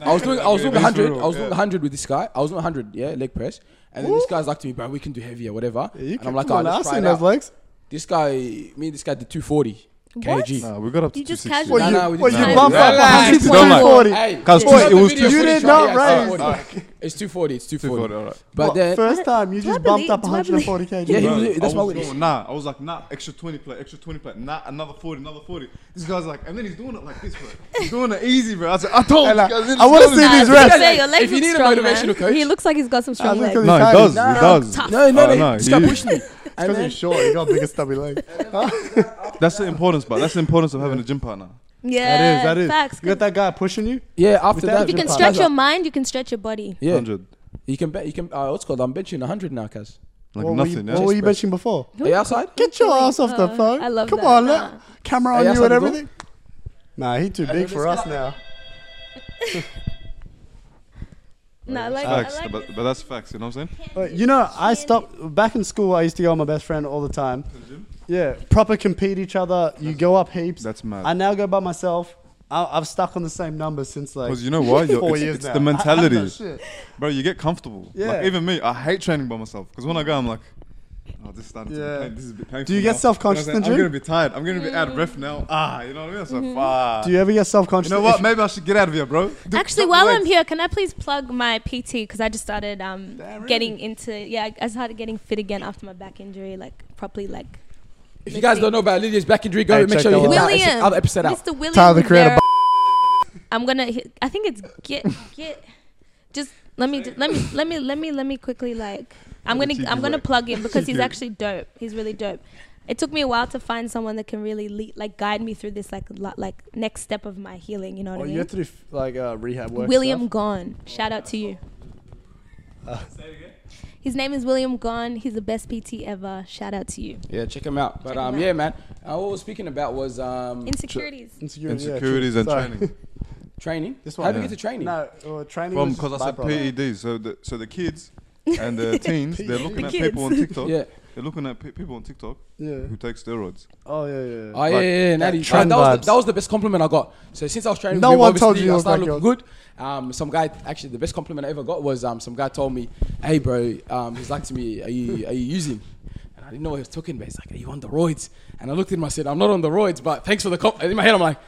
[SPEAKER 3] I was doing. I was doing
[SPEAKER 2] That's
[SPEAKER 3] 100. I
[SPEAKER 2] real,
[SPEAKER 3] was doing
[SPEAKER 2] yeah.
[SPEAKER 3] 100 with this guy. I was doing 100. Yeah, leg press. And then this guy's like to me, bro, we can do heavier, whatever.
[SPEAKER 5] Yeah, you
[SPEAKER 3] and I'm
[SPEAKER 5] can-
[SPEAKER 3] like,
[SPEAKER 5] come
[SPEAKER 3] oh,
[SPEAKER 5] on, I've
[SPEAKER 3] let's try
[SPEAKER 5] seen
[SPEAKER 3] it
[SPEAKER 5] those
[SPEAKER 3] out.
[SPEAKER 5] legs.
[SPEAKER 3] This guy, me and this guy did 240
[SPEAKER 4] What?
[SPEAKER 3] kg.
[SPEAKER 2] Nah, we got up to
[SPEAKER 4] You just
[SPEAKER 2] 260.
[SPEAKER 4] casually-
[SPEAKER 5] Well,
[SPEAKER 4] Nah,
[SPEAKER 5] you,
[SPEAKER 3] nah, we
[SPEAKER 5] well,
[SPEAKER 3] didn't.
[SPEAKER 5] you
[SPEAKER 2] Nah,
[SPEAKER 5] bumped
[SPEAKER 2] we
[SPEAKER 5] up
[SPEAKER 2] didn't.
[SPEAKER 5] behind
[SPEAKER 2] Nah, nah, nah.
[SPEAKER 5] 240.
[SPEAKER 3] Hey,
[SPEAKER 2] Cause
[SPEAKER 3] you
[SPEAKER 2] two-
[SPEAKER 3] got
[SPEAKER 2] it
[SPEAKER 3] the
[SPEAKER 2] was
[SPEAKER 3] video,
[SPEAKER 5] You
[SPEAKER 3] screenshot,
[SPEAKER 5] did not
[SPEAKER 3] yeah, it's
[SPEAKER 5] raise.
[SPEAKER 3] 240. It's 240. It's
[SPEAKER 2] 240,
[SPEAKER 3] 240.
[SPEAKER 2] all right.
[SPEAKER 3] But
[SPEAKER 5] What,
[SPEAKER 3] then
[SPEAKER 5] first time you
[SPEAKER 4] do I
[SPEAKER 5] just bumped
[SPEAKER 4] believe- do
[SPEAKER 5] up
[SPEAKER 4] I believe-
[SPEAKER 5] 140 kg.
[SPEAKER 3] Yeah, he
[SPEAKER 2] Bro,
[SPEAKER 3] was-
[SPEAKER 2] I
[SPEAKER 3] that's why
[SPEAKER 2] was
[SPEAKER 3] we-
[SPEAKER 2] going, nah, I was like, nah, extra 20 plate, extra 20 plate, nah, another 40, another 40. This guy's like, and then he's doing it like this, bro. He's doing it easy, bro. I said, I told
[SPEAKER 5] And
[SPEAKER 2] you
[SPEAKER 5] I-
[SPEAKER 2] guys.
[SPEAKER 5] I wanna
[SPEAKER 2] it's
[SPEAKER 5] see
[SPEAKER 2] gonna
[SPEAKER 5] Nah,
[SPEAKER 2] be-
[SPEAKER 5] these reps.
[SPEAKER 4] Say your legs
[SPEAKER 3] If you
[SPEAKER 4] look
[SPEAKER 3] need a
[SPEAKER 4] strong,
[SPEAKER 3] motivational
[SPEAKER 4] man.
[SPEAKER 3] coach-
[SPEAKER 4] He looks like he's got some strong
[SPEAKER 5] think
[SPEAKER 4] legs.
[SPEAKER 5] he's
[SPEAKER 2] No, it
[SPEAKER 5] Nah,
[SPEAKER 2] does. It
[SPEAKER 3] nah,
[SPEAKER 2] does.
[SPEAKER 4] tough.
[SPEAKER 3] No, no,
[SPEAKER 2] Oh,
[SPEAKER 3] no.
[SPEAKER 2] no,
[SPEAKER 3] this guy
[SPEAKER 2] you-
[SPEAKER 3] pushed me. And
[SPEAKER 5] Because
[SPEAKER 3] then,
[SPEAKER 5] you're short, you got bigger stubby leg.
[SPEAKER 2] That's the importance, but that's the importance of having a gym partner.
[SPEAKER 4] Yeah,
[SPEAKER 5] that is, that
[SPEAKER 4] Facts.
[SPEAKER 5] is. You got that guy pushing you?
[SPEAKER 3] yeah, after
[SPEAKER 5] Without
[SPEAKER 3] that,
[SPEAKER 5] the
[SPEAKER 4] you can
[SPEAKER 5] That's
[SPEAKER 4] stretch your mind, you can stretch your body.
[SPEAKER 3] Yeah,
[SPEAKER 2] 100.
[SPEAKER 3] you can bet. You can. Uh, what's it called? I'm benching 100 now, cuz.
[SPEAKER 2] Like
[SPEAKER 5] what
[SPEAKER 2] nothing,
[SPEAKER 5] were
[SPEAKER 2] yeah.
[SPEAKER 5] you, what were you
[SPEAKER 3] Chest
[SPEAKER 5] benching before?
[SPEAKER 3] Are you outside?
[SPEAKER 5] Get your ass off the
[SPEAKER 4] Uh,
[SPEAKER 5] phone.
[SPEAKER 4] I love
[SPEAKER 5] Come
[SPEAKER 4] that.
[SPEAKER 5] on,
[SPEAKER 4] Nah.
[SPEAKER 5] now. Camera
[SPEAKER 3] Hey,
[SPEAKER 5] on
[SPEAKER 3] that's
[SPEAKER 5] you
[SPEAKER 3] how
[SPEAKER 5] and
[SPEAKER 3] they do
[SPEAKER 5] everything. Nah, he too big for us now.
[SPEAKER 4] No, I like,
[SPEAKER 2] Facts,
[SPEAKER 4] I like
[SPEAKER 2] but, but that's facts, you know what I'm saying?
[SPEAKER 5] But you know, I stopped back in school. I used to go with my best friend all the time. Yeah, proper compete each other. You go up heaps.
[SPEAKER 2] That's mad.
[SPEAKER 5] I now go by myself. I, I've stuck on the same number since like
[SPEAKER 2] Because you know why? You're-
[SPEAKER 5] four
[SPEAKER 2] it's
[SPEAKER 5] years
[SPEAKER 2] it's
[SPEAKER 5] now.
[SPEAKER 2] the
[SPEAKER 5] I- I have that
[SPEAKER 2] mentality.
[SPEAKER 5] shit.
[SPEAKER 2] Bro, you get comfortable.
[SPEAKER 5] Yeah.
[SPEAKER 2] Like, even me, I hate training by myself. Because when I go, I'm like, Oh, this is starting to
[SPEAKER 5] Yeah.
[SPEAKER 2] be pain. This is a bit painful.
[SPEAKER 5] Do you get
[SPEAKER 2] now.
[SPEAKER 5] self-conscious
[SPEAKER 2] And I was
[SPEAKER 5] then,
[SPEAKER 2] like, I'm
[SPEAKER 5] Jim?
[SPEAKER 2] gonna be tired. I'm gonna be out of breath
[SPEAKER 4] Mm-hmm.
[SPEAKER 2] now. Ah, you know what I mean? So fuck.
[SPEAKER 5] Do you ever get self
[SPEAKER 2] You
[SPEAKER 5] conscious?
[SPEAKER 2] know what? Maybe I should get out of here, bro. Do-
[SPEAKER 4] Actually,
[SPEAKER 2] do-
[SPEAKER 4] while
[SPEAKER 2] wait.
[SPEAKER 4] I'm here, can I please plug my PT because I just started um,
[SPEAKER 5] Damn,
[SPEAKER 4] getting into yeah, I started getting fit again after my back injury, like properly like.
[SPEAKER 3] If you guys don't know about Lydia's back injury, go
[SPEAKER 5] Hey,
[SPEAKER 3] and make sure
[SPEAKER 5] check
[SPEAKER 3] you
[SPEAKER 5] that
[SPEAKER 3] hit
[SPEAKER 5] out.
[SPEAKER 3] that
[SPEAKER 4] William,
[SPEAKER 3] other episode out.
[SPEAKER 4] Mr. William
[SPEAKER 5] Tyler, the creator,
[SPEAKER 4] Rivera. I'm gonna. hit- I think it's get get. Just let me let me let me let me let me quickly like. I'm
[SPEAKER 2] What a
[SPEAKER 4] gonna
[SPEAKER 2] cheeky
[SPEAKER 4] I'm gonna
[SPEAKER 2] word.
[SPEAKER 4] plug him because he's
[SPEAKER 2] Cheeky.
[SPEAKER 4] actually dope. He's really dope. It took me a while to find someone that can really lead, like guide me through this like lo- like next step of my healing. You know
[SPEAKER 5] Oh,
[SPEAKER 4] what
[SPEAKER 5] you
[SPEAKER 4] I
[SPEAKER 5] have to do f- like uh, rehab
[SPEAKER 4] mean?
[SPEAKER 5] work.
[SPEAKER 4] William
[SPEAKER 5] stuff?
[SPEAKER 4] Gone. Shout out to you.
[SPEAKER 1] Say it again.
[SPEAKER 4] His name is William Gone. He's the best PT ever. Shout out to you.
[SPEAKER 3] Yeah, check him out. But
[SPEAKER 4] Check 'em
[SPEAKER 3] um,
[SPEAKER 4] out.
[SPEAKER 3] yeah, man. Uh, what we're speaking about was um
[SPEAKER 4] Insecurities.
[SPEAKER 5] Insecurities, yeah,
[SPEAKER 2] Insecurities
[SPEAKER 5] true.
[SPEAKER 2] and
[SPEAKER 5] Sorry.
[SPEAKER 2] training.
[SPEAKER 3] training.
[SPEAKER 5] This
[SPEAKER 3] How
[SPEAKER 5] one,
[SPEAKER 3] do you
[SPEAKER 2] yeah.
[SPEAKER 3] get to training?
[SPEAKER 5] No, well, training.
[SPEAKER 2] From
[SPEAKER 5] was just
[SPEAKER 2] because I said
[SPEAKER 5] byproduct.
[SPEAKER 2] PEDs, so the so the kids and the teens, they're looking
[SPEAKER 4] The
[SPEAKER 2] at people on
[SPEAKER 4] kids.
[SPEAKER 2] TikTok.
[SPEAKER 3] Yeah.
[SPEAKER 2] They're looking at pe- people on TikTok
[SPEAKER 5] Yeah.
[SPEAKER 2] who take steroids.
[SPEAKER 5] Oh yeah, yeah. yeah.
[SPEAKER 3] Oh yeah, yeah, yeah. Natty. Uh,
[SPEAKER 5] trend
[SPEAKER 3] that, was
[SPEAKER 5] vibes.
[SPEAKER 3] the, that was the best compliment I got. So since I was training,
[SPEAKER 5] No
[SPEAKER 3] with him,
[SPEAKER 5] one told
[SPEAKER 3] obviously,
[SPEAKER 5] you
[SPEAKER 3] I
[SPEAKER 5] you
[SPEAKER 3] started
[SPEAKER 5] look like
[SPEAKER 3] looking good. Um, some guy actually the best compliment I ever got was um, some guy told me, "Hey, bro," um, he's like to me, "Are you are you using?" And I didn't know what he was talking about. He's like, "Are you on the roids?" And I looked at him. I said, "I'm not on the roids, but thanks for the comp." And in my head, I'm like,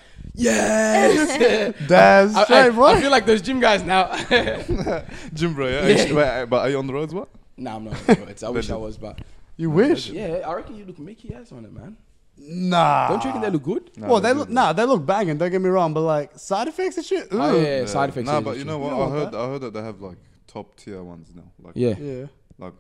[SPEAKER 3] "Yes."
[SPEAKER 5] That's
[SPEAKER 3] I, I,
[SPEAKER 5] straight, boy.
[SPEAKER 3] I feel like those gym guys now.
[SPEAKER 2] Jim, bro, yeah.
[SPEAKER 3] Yeah.
[SPEAKER 2] Actually, wait, uh, but are you on the roads? What?
[SPEAKER 3] nah, I'm not. on the roids. I wish I was, but
[SPEAKER 5] you wish?
[SPEAKER 3] yeah, I reckon you look Mickey ass on it, man.
[SPEAKER 5] Nah.
[SPEAKER 3] Don't you reckon they look good?
[SPEAKER 2] Nah,
[SPEAKER 5] well, they
[SPEAKER 2] they're
[SPEAKER 5] look
[SPEAKER 2] good.
[SPEAKER 5] nah, they look banging. Don't get me wrong, but like side effects and shit.
[SPEAKER 2] Ah.
[SPEAKER 3] Oh,
[SPEAKER 5] ooh.
[SPEAKER 3] yeah, yeah, side effects.
[SPEAKER 2] Nah,
[SPEAKER 3] is
[SPEAKER 2] but you
[SPEAKER 3] interesting.
[SPEAKER 2] know
[SPEAKER 5] You
[SPEAKER 2] what?
[SPEAKER 5] don't
[SPEAKER 2] I
[SPEAKER 5] want
[SPEAKER 2] heard
[SPEAKER 5] that.
[SPEAKER 2] I heard that they have like top tier ones now. Like
[SPEAKER 3] Yeah.
[SPEAKER 5] Yeah.
[SPEAKER 2] like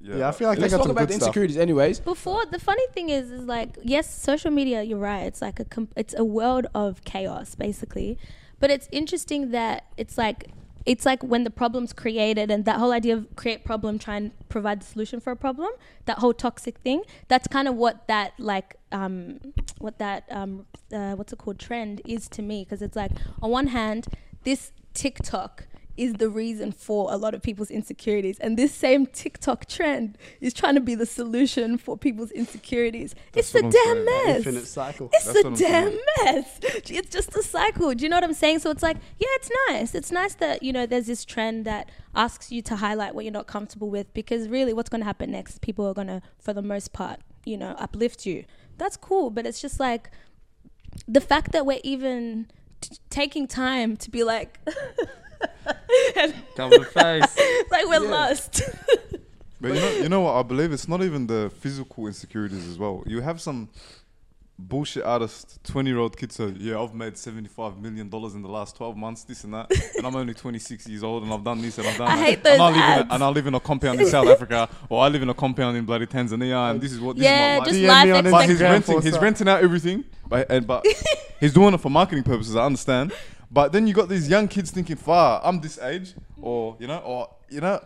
[SPEAKER 2] yeah.
[SPEAKER 5] Yeah, I feel like
[SPEAKER 3] Let's
[SPEAKER 5] they got
[SPEAKER 3] talk
[SPEAKER 5] some
[SPEAKER 3] about
[SPEAKER 5] good
[SPEAKER 3] the
[SPEAKER 5] stuff.
[SPEAKER 3] insecurities, anyways.
[SPEAKER 4] Before the funny thing is, is like yes, social media. You're right. It's like a com- it's a world of chaos basically, but it's interesting that it's like it's like when the problem's created and that whole idea of create problem, try and provide the solution for a problem. That whole toxic thing. That's kind of what that like um what that um uh, what's it called trend is to me because it's like on one hand this TikTok is the reason for a lot of people's insecurities. And this same TikTok trend is trying to be the solution for people's insecurities.
[SPEAKER 2] That's
[SPEAKER 4] it's
[SPEAKER 2] what
[SPEAKER 4] a
[SPEAKER 2] I'm
[SPEAKER 4] damn
[SPEAKER 2] saying.
[SPEAKER 4] mess.
[SPEAKER 5] Infinite cycle.
[SPEAKER 4] It's
[SPEAKER 2] That's
[SPEAKER 4] a
[SPEAKER 2] what I'm
[SPEAKER 4] damn
[SPEAKER 2] saying.
[SPEAKER 4] mess. It's just a cycle. Do you know what I'm saying? So it's like, yeah, it's nice. It's nice that, you know, there's this trend that asks you to highlight what you're not comfortable with because really what's going to happen next, people are going to, for the most part, you know, uplift you. That's cool. But it's just like the fact that we're even t- taking time to be like,
[SPEAKER 6] Cover the face.
[SPEAKER 4] like we're lost.
[SPEAKER 2] But you know, you know what? I believe it's not even the physical insecurities as well. You have some bullshit artist, twenty-year-old kid say, "Yeah, I've made seventy-five million dollars in the last twelve months, this and that, and I'm only twenty-six years old, and I've done this and I've done
[SPEAKER 4] I
[SPEAKER 2] that,
[SPEAKER 4] hate
[SPEAKER 2] and, I live
[SPEAKER 4] those
[SPEAKER 2] in
[SPEAKER 4] ads.
[SPEAKER 2] a, and I live in a compound in South Africa, or I live in a compound in bloody Tanzania, and this is what this
[SPEAKER 4] yeah,
[SPEAKER 2] is my life."
[SPEAKER 4] just
[SPEAKER 5] DM me
[SPEAKER 4] life
[SPEAKER 5] on Instagram.
[SPEAKER 2] but he's
[SPEAKER 4] expectancy.
[SPEAKER 5] Instagram
[SPEAKER 2] renting.
[SPEAKER 5] for
[SPEAKER 2] He's
[SPEAKER 5] stuff.
[SPEAKER 2] renting out everything, but and, but he's doing it for marketing purposes. I understand. But then you got these young kids thinking, "Far, I'm this age, or you know, or you know,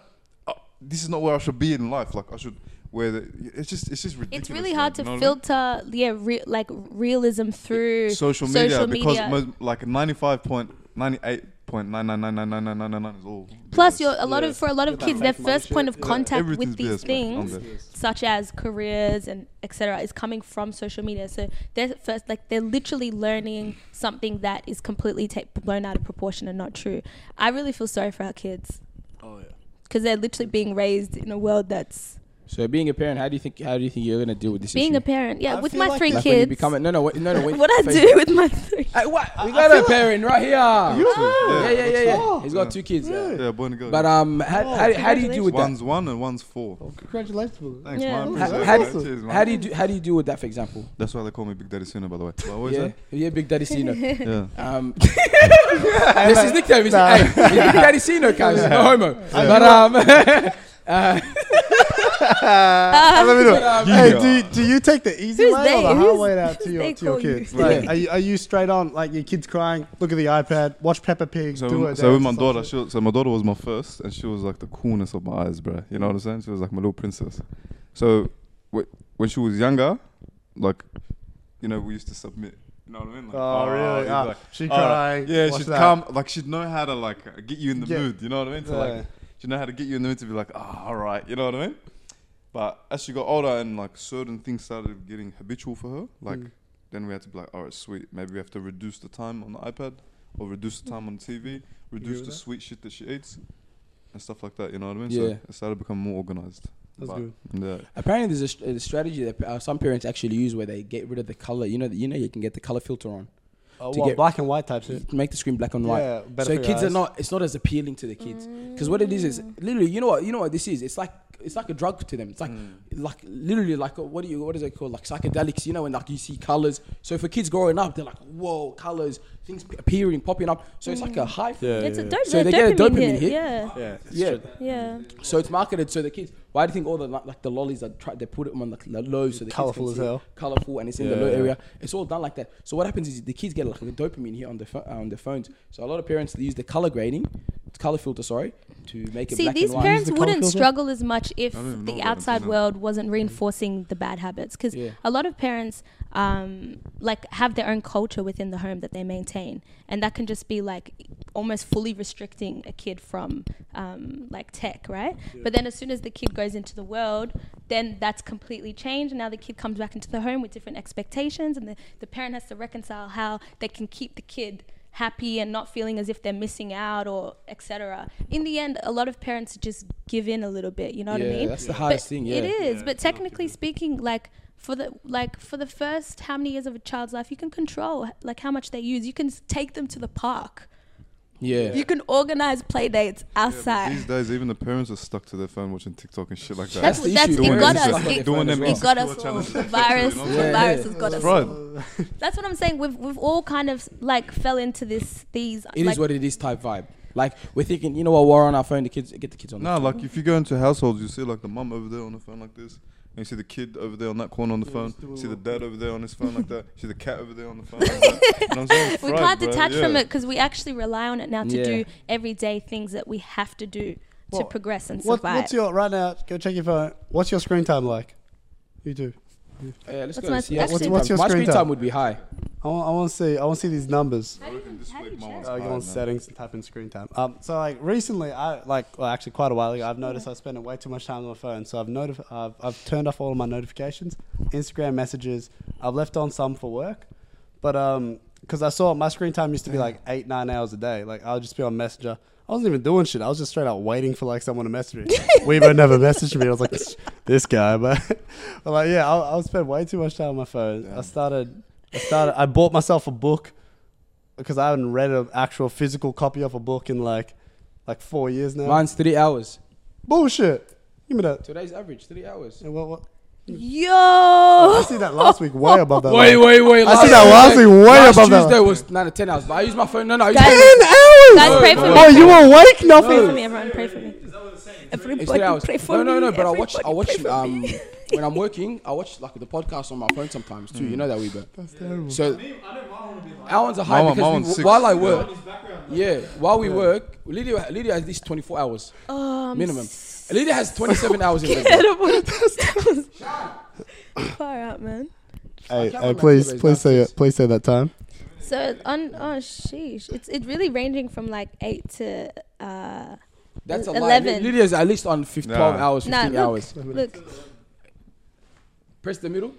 [SPEAKER 2] uh, this is not where I should be in life. Like I should." Where the, it's just it's just ridiculous.
[SPEAKER 4] It's really
[SPEAKER 2] man,
[SPEAKER 4] hard
[SPEAKER 2] you know
[SPEAKER 4] to
[SPEAKER 2] what I mean?
[SPEAKER 4] filter, yeah, re- like realism through
[SPEAKER 2] social media
[SPEAKER 4] social
[SPEAKER 2] because
[SPEAKER 4] media.
[SPEAKER 2] Most, like ninety five point ninety eight point nine nine nine nine nine nine nine nine nine is all.
[SPEAKER 4] Plus,
[SPEAKER 2] BS.
[SPEAKER 4] you're a lot
[SPEAKER 5] Yeah.
[SPEAKER 4] of for a lot of
[SPEAKER 5] Yeah.
[SPEAKER 4] kids, their
[SPEAKER 5] Fake money
[SPEAKER 4] first point
[SPEAKER 5] shit,
[SPEAKER 4] of
[SPEAKER 5] yeah.
[SPEAKER 4] contact
[SPEAKER 2] Everything's
[SPEAKER 4] with these
[SPEAKER 2] BS, man. I'm
[SPEAKER 4] things,
[SPEAKER 2] good.
[SPEAKER 4] such as careers and etc., is coming from social media. So they're first, like they're literally learning something that is completely ta- blown out of proportion and not true. I really feel sorry for our kids
[SPEAKER 5] Oh yeah.
[SPEAKER 4] because they're literally being raised in a world that's
[SPEAKER 3] So being a parent, how do you think how do you think you're gonna deal with this
[SPEAKER 4] being
[SPEAKER 3] issue?
[SPEAKER 4] a parent. Yeah,
[SPEAKER 5] I
[SPEAKER 4] with
[SPEAKER 5] feel
[SPEAKER 4] my
[SPEAKER 5] like
[SPEAKER 4] three
[SPEAKER 3] like when you
[SPEAKER 4] kids,
[SPEAKER 3] become a, no no wait, no no wait,
[SPEAKER 4] what I do with my three.
[SPEAKER 5] Uh,
[SPEAKER 3] Hey, what? We
[SPEAKER 5] I
[SPEAKER 3] got a
[SPEAKER 5] feel like-
[SPEAKER 3] parent right here.
[SPEAKER 2] You too,
[SPEAKER 3] Ah. Yeah yeah yeah
[SPEAKER 5] Oh.
[SPEAKER 3] yeah. He's got two kids. Yeah.
[SPEAKER 2] Yeah, boy and girl.
[SPEAKER 3] But um, how, how, how do you deal with that?
[SPEAKER 2] one's one and one's four.
[SPEAKER 5] Congratulations. brother.
[SPEAKER 2] Thanks,
[SPEAKER 4] Yeah.
[SPEAKER 2] man.
[SPEAKER 5] How-
[SPEAKER 2] Appreciate
[SPEAKER 3] how
[SPEAKER 2] it,
[SPEAKER 3] do-
[SPEAKER 2] man. Cheers, man.
[SPEAKER 3] How do you do, how do you deal with that? For example,
[SPEAKER 2] That's why they call me Big Daddy Sooner, by the way. But what is
[SPEAKER 3] yeah, yeah, Big Daddy Sino.
[SPEAKER 2] that? Yeah.
[SPEAKER 3] Um, this is nickname. Is hey, he's Big Daddy Sino, guys. No homo. But um, uh,
[SPEAKER 5] uh, Let me know.
[SPEAKER 3] but, um,
[SPEAKER 5] Hey,
[SPEAKER 2] Yeah.
[SPEAKER 5] do, do you take the easy
[SPEAKER 4] Who's
[SPEAKER 5] way
[SPEAKER 4] they?
[SPEAKER 5] or the hard
[SPEAKER 4] Who's-
[SPEAKER 5] way out to your,
[SPEAKER 4] they
[SPEAKER 5] to your
[SPEAKER 4] call you?
[SPEAKER 5] kids?
[SPEAKER 2] Yeah.
[SPEAKER 5] Like, are, you, are you straight on? Like your kids crying, look at the iPad, watch Peppa Pig,
[SPEAKER 2] So,
[SPEAKER 5] do
[SPEAKER 2] with-
[SPEAKER 5] it.
[SPEAKER 2] so with my daughter, she, was- so my daughter was my first, and she was like the coolness of my eyes, bruh. You know what I'm saying? She was like my little princess. So wh- when she was younger, like, you know, we used to submit. You know what I mean? Like,
[SPEAKER 5] Oh,
[SPEAKER 2] it's
[SPEAKER 5] really? Ah,
[SPEAKER 2] like,
[SPEAKER 5] she
[SPEAKER 2] all right.
[SPEAKER 5] crying.
[SPEAKER 2] Yeah,
[SPEAKER 5] watch
[SPEAKER 2] she'd
[SPEAKER 5] that.
[SPEAKER 2] come. Like she'd know how to like uh, get you in the
[SPEAKER 5] Get-
[SPEAKER 2] mood. You know what I mean? To
[SPEAKER 5] Yeah.
[SPEAKER 2] like, she'd know how to get you in the mood to be like, ah, all right. You know what I mean? But as she got older and like certain things started getting habitual for her, like
[SPEAKER 5] Mm.
[SPEAKER 2] then we had to be like, all right, sweet. Maybe we have to reduce the time on the iPad or reduce the time on TV, reduce
[SPEAKER 5] with
[SPEAKER 2] the
[SPEAKER 5] that?
[SPEAKER 2] sweet shit that she eats and stuff like that. You know what I mean?
[SPEAKER 3] Yeah.
[SPEAKER 2] So it started to become more organized.
[SPEAKER 5] That's
[SPEAKER 2] But-
[SPEAKER 5] good.
[SPEAKER 2] Yeah.
[SPEAKER 3] Apparently, there's a, st- a strategy that uh, some parents actually use where they get rid of the color. You know, you know, you can get the color filter on.
[SPEAKER 5] Oh,
[SPEAKER 3] To
[SPEAKER 5] well,
[SPEAKER 3] get-
[SPEAKER 5] black and white types. of-
[SPEAKER 3] Make the screen black and white.
[SPEAKER 5] Yeah, better
[SPEAKER 3] so
[SPEAKER 5] for your
[SPEAKER 3] kids are
[SPEAKER 5] eyes.
[SPEAKER 3] not. It's not as appealing to the
[SPEAKER 4] Mm.
[SPEAKER 3] kids because what it is is literally. You know what? You know what this is? It's like it's like a drug to them. It's like
[SPEAKER 5] Mm.
[SPEAKER 3] like literally like uh, what do you what is it called? Like psychedelics. You know, when like you see colors. So for kids growing up, they're like, whoa, colors, things appearing, popping up. So it's like a high.
[SPEAKER 5] Yeah,
[SPEAKER 4] Mm. It's a
[SPEAKER 5] yeah.
[SPEAKER 4] dope,
[SPEAKER 3] uh, So
[SPEAKER 4] a
[SPEAKER 3] they get a
[SPEAKER 4] dopamine,
[SPEAKER 3] dopamine
[SPEAKER 4] hit.
[SPEAKER 3] hit.
[SPEAKER 4] Yeah,
[SPEAKER 5] Yeah.
[SPEAKER 3] Yeah.
[SPEAKER 4] yeah.
[SPEAKER 3] So it's marketed so the kids. Why do you think all the like like the lollies are try, they put them on the, the low so the
[SPEAKER 5] Colourful as
[SPEAKER 3] kids can see
[SPEAKER 5] hell.
[SPEAKER 3] colorful and it's in the low
[SPEAKER 5] Yeah.
[SPEAKER 3] area. It's all done like that. So what happens is the kids get like a dopamine here on the pho- uh, on their phones. So a lot of parents they use the color grading, color filter, sorry, to make it
[SPEAKER 4] See,
[SPEAKER 3] black
[SPEAKER 4] these
[SPEAKER 3] and white.
[SPEAKER 4] parents
[SPEAKER 5] the
[SPEAKER 4] wouldn't
[SPEAKER 5] colour filter?
[SPEAKER 4] struggle as much if
[SPEAKER 2] I don't even know
[SPEAKER 4] the
[SPEAKER 2] about it,
[SPEAKER 4] outside
[SPEAKER 2] you know.
[SPEAKER 4] world wasn't reinforcing the bad habits. Because
[SPEAKER 3] Mm. Yeah.
[SPEAKER 4] a lot of parents, um, like, have their own culture within the home that they maintain, and that can just be like almost fully restricting a kid from um, like tech, right? But then as soon as the kid goes into the world, then that's completely changed. And now the kid comes back into the home with different expectations, and the, the parent has to reconcile how they can keep the kid happy and not feeling as if they're missing out or etc. In the end, a lot of parents just give in a little bit. You know what
[SPEAKER 3] Yeah,
[SPEAKER 4] I mean?
[SPEAKER 3] that's the
[SPEAKER 4] But
[SPEAKER 3] hardest thing, yeah.
[SPEAKER 4] it is.
[SPEAKER 5] Yeah,
[SPEAKER 4] but technically speaking, like for the like for the first how many years of a child's life, you can control like how much they use. You can s- take them to the park.
[SPEAKER 3] yeah.
[SPEAKER 4] You can organize play dates
[SPEAKER 2] But
[SPEAKER 4] outside.
[SPEAKER 2] These days, even the parents are stuck to their phone watching TikTok and shit like that.
[SPEAKER 3] That's
[SPEAKER 4] that's
[SPEAKER 3] the
[SPEAKER 4] that's
[SPEAKER 3] issue,
[SPEAKER 4] it
[SPEAKER 3] doing
[SPEAKER 4] got
[SPEAKER 3] it
[SPEAKER 4] us.
[SPEAKER 3] as well.
[SPEAKER 4] It,
[SPEAKER 2] Doing them
[SPEAKER 4] it got us
[SPEAKER 2] insecure
[SPEAKER 4] all.
[SPEAKER 2] challenges.
[SPEAKER 4] The virus,
[SPEAKER 2] Yeah,
[SPEAKER 4] the
[SPEAKER 3] yeah.
[SPEAKER 4] virus has got us. all.
[SPEAKER 2] Bro,
[SPEAKER 4] That's what I'm saying. We've we've all kind of like fell into this these.
[SPEAKER 3] It is
[SPEAKER 4] like,
[SPEAKER 3] what it is type vibe. Like we're thinking, you know what? We're on our phone. The kids get the kids on.
[SPEAKER 2] nah, like if you go into households, you see like the mum over there on the phone like this, and you see the kid over there on that corner on the phone, you see the dad over there on his phone like that, you see the cat over there on the phone like that. You know what I'm saying?
[SPEAKER 4] we
[SPEAKER 2] Fried,
[SPEAKER 4] can't
[SPEAKER 2] bro,
[SPEAKER 4] detach
[SPEAKER 2] yeah.
[SPEAKER 4] from it because we actually rely on it now to
[SPEAKER 3] Yeah.
[SPEAKER 4] do everyday things that we have to do
[SPEAKER 5] Well,
[SPEAKER 4] to progress and
[SPEAKER 5] What,
[SPEAKER 4] survive.
[SPEAKER 5] what's your right now? Go check your phone. What's your screen time like? You do.
[SPEAKER 3] Yeah, let's
[SPEAKER 4] What's
[SPEAKER 3] go.
[SPEAKER 4] my-
[SPEAKER 3] and see how-
[SPEAKER 4] What's-
[SPEAKER 3] screen
[SPEAKER 5] what's
[SPEAKER 3] time-
[SPEAKER 5] your
[SPEAKER 3] my
[SPEAKER 5] screen
[SPEAKER 3] screen time?
[SPEAKER 5] time?
[SPEAKER 3] would be high.
[SPEAKER 5] I want, I want to see. I want to see these numbers.
[SPEAKER 4] How do you- how do you check?
[SPEAKER 5] Uh, go
[SPEAKER 2] Alright,
[SPEAKER 5] on
[SPEAKER 2] no.
[SPEAKER 5] settings and type in screen time. Um, so like recently, I like well, actually quite a while ago, I've noticed I spend way too much time on my phone. So I've notif- I've, I've turned off all of my notifications, Instagram messages. I've left on some for work, but um, because I saw my screen time used to be like eight nine hours a day. Like I'll just be on Messenger. I wasn't even doing shit. I was just straight out waiting for like someone to message me. Weibo never messaged me. I was like, this guy, but, but like yeah, I, I spent way too much time on my phone. I started, I started, I bought myself a book because I haven't read an actual physical copy of a book in like like four years now.
[SPEAKER 3] Mine's three hours.
[SPEAKER 5] Bullshit. Give me that.
[SPEAKER 3] Today's average three hours.
[SPEAKER 5] Yeah, What, what? I
[SPEAKER 3] Oh,
[SPEAKER 4] Yo,
[SPEAKER 5] see that last week way above that.
[SPEAKER 3] Wait,
[SPEAKER 5] line.
[SPEAKER 3] wait, wait.
[SPEAKER 5] I see that last week way
[SPEAKER 3] last
[SPEAKER 5] above that.
[SPEAKER 3] Tuesday was nine to ten hours, but I used my phone. No, no, I used
[SPEAKER 4] Guys,
[SPEAKER 3] my-
[SPEAKER 5] Ten hours.
[SPEAKER 4] guys, pray for me.
[SPEAKER 5] Oh, you awake?
[SPEAKER 4] Pray
[SPEAKER 5] Nothing.
[SPEAKER 4] for me, everyone. Pray for me.
[SPEAKER 3] It's three hours.
[SPEAKER 4] Everybody pray for
[SPEAKER 3] no,
[SPEAKER 4] me.
[SPEAKER 3] no, no. But I watch. I
[SPEAKER 4] Everybody pray
[SPEAKER 3] watch.
[SPEAKER 4] for
[SPEAKER 3] Um,
[SPEAKER 4] me.
[SPEAKER 3] when I'm working, I watch like the podcast on my phone sometimes too. You know that we but
[SPEAKER 5] That's terrible.
[SPEAKER 3] so
[SPEAKER 6] I know mine wanna be like-
[SPEAKER 3] our ones are high
[SPEAKER 2] My one- my
[SPEAKER 3] because
[SPEAKER 2] one's
[SPEAKER 3] we,
[SPEAKER 2] six.
[SPEAKER 3] while I work,
[SPEAKER 6] His background, like,
[SPEAKER 3] yeah, while we work, Lydia Lydia has at least 24 hours
[SPEAKER 4] Um,
[SPEAKER 3] minimum. Lydia has 27 hours in the day.
[SPEAKER 4] Incredible. Far out, man.
[SPEAKER 5] Hey,
[SPEAKER 3] can't
[SPEAKER 5] hey,
[SPEAKER 3] remember
[SPEAKER 5] please,
[SPEAKER 3] those
[SPEAKER 5] please say
[SPEAKER 3] numbers.
[SPEAKER 5] it. Please say that time.
[SPEAKER 4] So on, oh sheesh, it's it's really ranging from like eight to uh.
[SPEAKER 3] That's a lie.
[SPEAKER 4] 11.
[SPEAKER 3] Lydia's at least on 15, 12
[SPEAKER 2] Nah.
[SPEAKER 3] hours,
[SPEAKER 4] Nah,
[SPEAKER 3] 15 hours.
[SPEAKER 4] look, look.
[SPEAKER 3] Press the middle.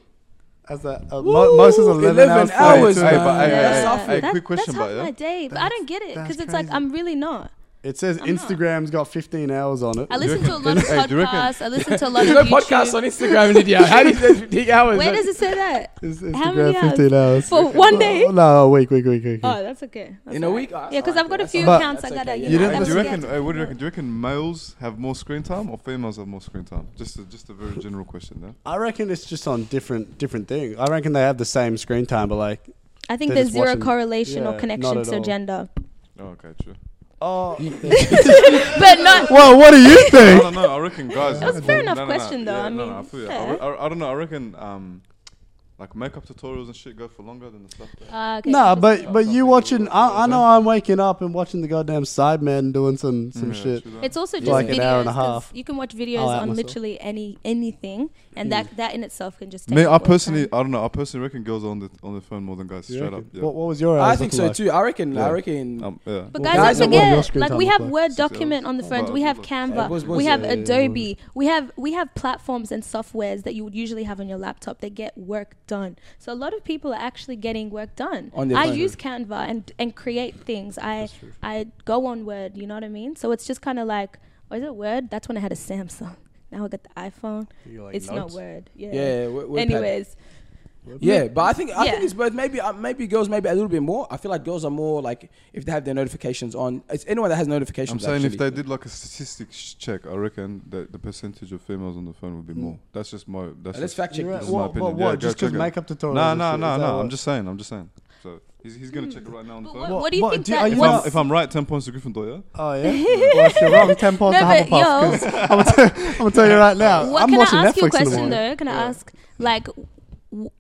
[SPEAKER 5] As that, uh, Mo- Moses
[SPEAKER 3] Ooh,
[SPEAKER 5] 11,
[SPEAKER 3] 11
[SPEAKER 5] hours.
[SPEAKER 3] hours,
[SPEAKER 5] forty two
[SPEAKER 2] Hey, but hey, hey,
[SPEAKER 5] minutes.
[SPEAKER 3] Yeah.
[SPEAKER 2] hey, hey,
[SPEAKER 4] That-
[SPEAKER 2] quick question,
[SPEAKER 4] that's
[SPEAKER 2] but
[SPEAKER 4] half
[SPEAKER 2] yeah.
[SPEAKER 4] my day, but I don't get it because
[SPEAKER 5] that's
[SPEAKER 4] it's like
[SPEAKER 5] crazy.
[SPEAKER 4] I'm really not.
[SPEAKER 5] It says
[SPEAKER 4] I'm not.
[SPEAKER 5] Instagram's got 15 hours on it.
[SPEAKER 4] I listen to a lot of
[SPEAKER 2] Hey, do you reckon-
[SPEAKER 4] podcasts. I listen to a lot
[SPEAKER 3] There's
[SPEAKER 4] of
[SPEAKER 3] no
[SPEAKER 4] YouTube.
[SPEAKER 3] podcast on Instagram, Lydia. How do you say 15 hours?
[SPEAKER 4] Where does it say that?
[SPEAKER 5] It's
[SPEAKER 4] How many
[SPEAKER 5] Instagram
[SPEAKER 4] hours?
[SPEAKER 5] 15 hours.
[SPEAKER 4] For one day?
[SPEAKER 5] Oh, no, wait, wait, wait, wait.
[SPEAKER 4] Oh, that's okay. That's
[SPEAKER 3] in a
[SPEAKER 4] all
[SPEAKER 3] week? Oh,
[SPEAKER 4] Yeah, because I've got a
[SPEAKER 3] that's
[SPEAKER 4] few
[SPEAKER 3] all right.
[SPEAKER 4] accounts I
[SPEAKER 3] That's
[SPEAKER 4] gotta.
[SPEAKER 3] okay,
[SPEAKER 4] use.
[SPEAKER 3] yeah.
[SPEAKER 5] You didn't
[SPEAKER 4] That
[SPEAKER 5] That's
[SPEAKER 2] do you
[SPEAKER 4] was-
[SPEAKER 2] reckon? Hey, what do you reckon? Do you reckon males have more screen time or females have more screen time? Just, a, just a very general question there.
[SPEAKER 5] I reckon it's just on different different things. I reckon they have the same screen time, but like,
[SPEAKER 4] I think
[SPEAKER 5] They're
[SPEAKER 4] there's
[SPEAKER 5] just
[SPEAKER 4] zero
[SPEAKER 5] watching-
[SPEAKER 4] correlation
[SPEAKER 5] Yeah,
[SPEAKER 4] or
[SPEAKER 5] not
[SPEAKER 4] connection
[SPEAKER 5] at
[SPEAKER 4] to
[SPEAKER 5] all.
[SPEAKER 4] gender.
[SPEAKER 2] Oh, okay, true.
[SPEAKER 5] oh,
[SPEAKER 4] But no,
[SPEAKER 5] well, what do you
[SPEAKER 2] I
[SPEAKER 5] think?
[SPEAKER 2] don't know. I reckon guys.
[SPEAKER 4] That was a fair enough question, though,
[SPEAKER 2] Yeah,
[SPEAKER 4] I
[SPEAKER 2] no, no,
[SPEAKER 4] mean,
[SPEAKER 2] I, feel you.
[SPEAKER 4] fair.
[SPEAKER 2] I, I, I don't know. I reckon um, like makeup tutorials and shit go for longer than the stuff. That
[SPEAKER 4] uh, okay,
[SPEAKER 5] Nah,
[SPEAKER 4] so
[SPEAKER 5] but but you
[SPEAKER 2] Something
[SPEAKER 5] watching?
[SPEAKER 2] about
[SPEAKER 5] I, I
[SPEAKER 2] that.
[SPEAKER 5] know I'm waking up and watching the goddamn Sidemen doing some some
[SPEAKER 2] Yeah,
[SPEAKER 5] shit.
[SPEAKER 2] true that.
[SPEAKER 4] It's also just
[SPEAKER 5] Like
[SPEAKER 4] videos.
[SPEAKER 5] an hour and a
[SPEAKER 4] 'cause
[SPEAKER 5] half.
[SPEAKER 4] You can watch videos
[SPEAKER 5] I'll out
[SPEAKER 4] on
[SPEAKER 5] myself.
[SPEAKER 4] literally any anything, and that that in itself can just. Take
[SPEAKER 2] Me,
[SPEAKER 4] up
[SPEAKER 2] I
[SPEAKER 4] all the
[SPEAKER 2] personally,
[SPEAKER 4] time.
[SPEAKER 2] I don't know. I personally reckon girls are on the on the phone more than guys.
[SPEAKER 5] You
[SPEAKER 2] Straight
[SPEAKER 5] reckon?
[SPEAKER 2] up. Yeah.
[SPEAKER 5] What, what was your?
[SPEAKER 3] I
[SPEAKER 5] hours
[SPEAKER 3] think so
[SPEAKER 5] looking
[SPEAKER 3] too. I reckon. I
[SPEAKER 5] Yeah.
[SPEAKER 3] reckon.
[SPEAKER 2] Um, yeah.
[SPEAKER 4] But
[SPEAKER 5] Well,
[SPEAKER 4] guys,
[SPEAKER 5] guys,
[SPEAKER 4] don't
[SPEAKER 5] what would your
[SPEAKER 4] forget,
[SPEAKER 5] screen
[SPEAKER 4] like
[SPEAKER 5] time
[SPEAKER 4] we
[SPEAKER 5] look
[SPEAKER 4] have
[SPEAKER 5] like?
[SPEAKER 4] Word
[SPEAKER 2] Six hours.
[SPEAKER 4] document on the
[SPEAKER 2] Oh,
[SPEAKER 4] phones,
[SPEAKER 2] wow.
[SPEAKER 4] we
[SPEAKER 3] Yeah,
[SPEAKER 4] have
[SPEAKER 3] it was-
[SPEAKER 4] Canva,
[SPEAKER 3] was-
[SPEAKER 4] we have
[SPEAKER 5] yeah, yeah, yeah.
[SPEAKER 4] Adobe, we have we have platforms and softwares that you would usually have on your laptop that get work done. So a lot of people are actually getting work done.
[SPEAKER 3] On their
[SPEAKER 4] I
[SPEAKER 3] phone.
[SPEAKER 4] use Canva and and create things. I I go on Word, you know what I mean? So it's just kind of like, oh, is it Word? That's when I had a Samsung. Now I got the iPhone.
[SPEAKER 5] You like
[SPEAKER 4] it's not
[SPEAKER 5] notes?
[SPEAKER 4] Word. Yeah.
[SPEAKER 3] Yeah. we- we pad.
[SPEAKER 4] Anyways,
[SPEAKER 3] Yeah, but I think I
[SPEAKER 4] Yeah.
[SPEAKER 3] think it's both. Maybe uh, maybe girls maybe a little bit more. I feel like girls are more like if they have their notifications on. It's anyone that has
[SPEAKER 2] I'm
[SPEAKER 3] notifications.
[SPEAKER 2] saying if
[SPEAKER 3] actually.
[SPEAKER 2] they did like a statistics check, I reckon that the percentage of females on the phone would be
[SPEAKER 4] Hmm.
[SPEAKER 2] more. That's just my. That's
[SPEAKER 3] Uh, let's
[SPEAKER 2] just
[SPEAKER 3] fact check
[SPEAKER 5] You're
[SPEAKER 3] this.
[SPEAKER 5] right.
[SPEAKER 2] That's my
[SPEAKER 5] What?
[SPEAKER 2] opinion.
[SPEAKER 5] What?
[SPEAKER 2] Yeah,
[SPEAKER 5] what?
[SPEAKER 2] go
[SPEAKER 5] Just
[SPEAKER 2] check
[SPEAKER 5] because
[SPEAKER 2] it.
[SPEAKER 5] makeup tutorial.
[SPEAKER 2] No, no, no, no. I'm just saying. I'm just saying. So he's, he's gonna check it right now on the
[SPEAKER 4] Hmm. But
[SPEAKER 2] phone.
[SPEAKER 4] what- do you think
[SPEAKER 5] are
[SPEAKER 4] that-
[SPEAKER 2] If
[SPEAKER 5] you
[SPEAKER 2] I'm,
[SPEAKER 4] what's-
[SPEAKER 5] not,
[SPEAKER 2] if I'm right, ten points to Gryffindor. Yeah.
[SPEAKER 5] Oh yeah. well, if you're wrong, ten points to
[SPEAKER 4] No, but
[SPEAKER 5] Hufflepuff. 'cause I'm, t- I'm gonna tell you right now.
[SPEAKER 4] what
[SPEAKER 5] Uh, I'm
[SPEAKER 4] can I
[SPEAKER 5] watching
[SPEAKER 4] ask you a
[SPEAKER 5] Netflix in the
[SPEAKER 4] question
[SPEAKER 5] morning.
[SPEAKER 4] though? Can I ask like, w-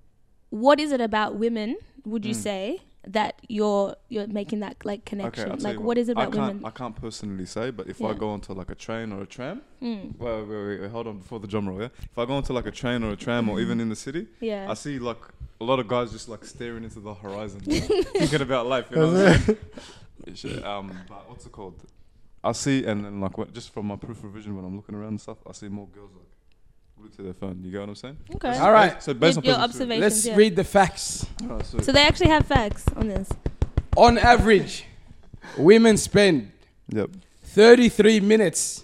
[SPEAKER 4] what is it about women? Would
[SPEAKER 2] Mm.
[SPEAKER 4] you say that you're you're making that like connection?
[SPEAKER 2] I'll tell
[SPEAKER 4] like,
[SPEAKER 2] you
[SPEAKER 4] what is it
[SPEAKER 2] I
[SPEAKER 4] about
[SPEAKER 2] can't,
[SPEAKER 4] women?
[SPEAKER 2] I can't personally say, but if I
[SPEAKER 4] Yeah.
[SPEAKER 2] go onto like a train or a tram,
[SPEAKER 4] Mm,
[SPEAKER 2] wait, wait, wait, wait, hold on before the drum roll, yeah. If I go onto like a train or a tram, or even in the city,
[SPEAKER 4] yeah.
[SPEAKER 2] I see like a lot of guys just like staring into the horizon, like, thinking about life. You know what I'm saying? Shit, um, but what's it called? I see, and then like what, just from my peripheral vision when I'm looking around and stuff, I see more girls like glued to their phone. You get what I'm saying?
[SPEAKER 4] okay.
[SPEAKER 3] All right.
[SPEAKER 2] So
[SPEAKER 4] Your,
[SPEAKER 2] based on
[SPEAKER 4] your
[SPEAKER 2] personal experience-
[SPEAKER 3] Let's
[SPEAKER 4] observations. yeah.
[SPEAKER 3] read the facts.
[SPEAKER 2] Alright, so-
[SPEAKER 4] So they actually have facts on this.
[SPEAKER 3] On average, women spend
[SPEAKER 2] Yep.
[SPEAKER 3] 33 minutes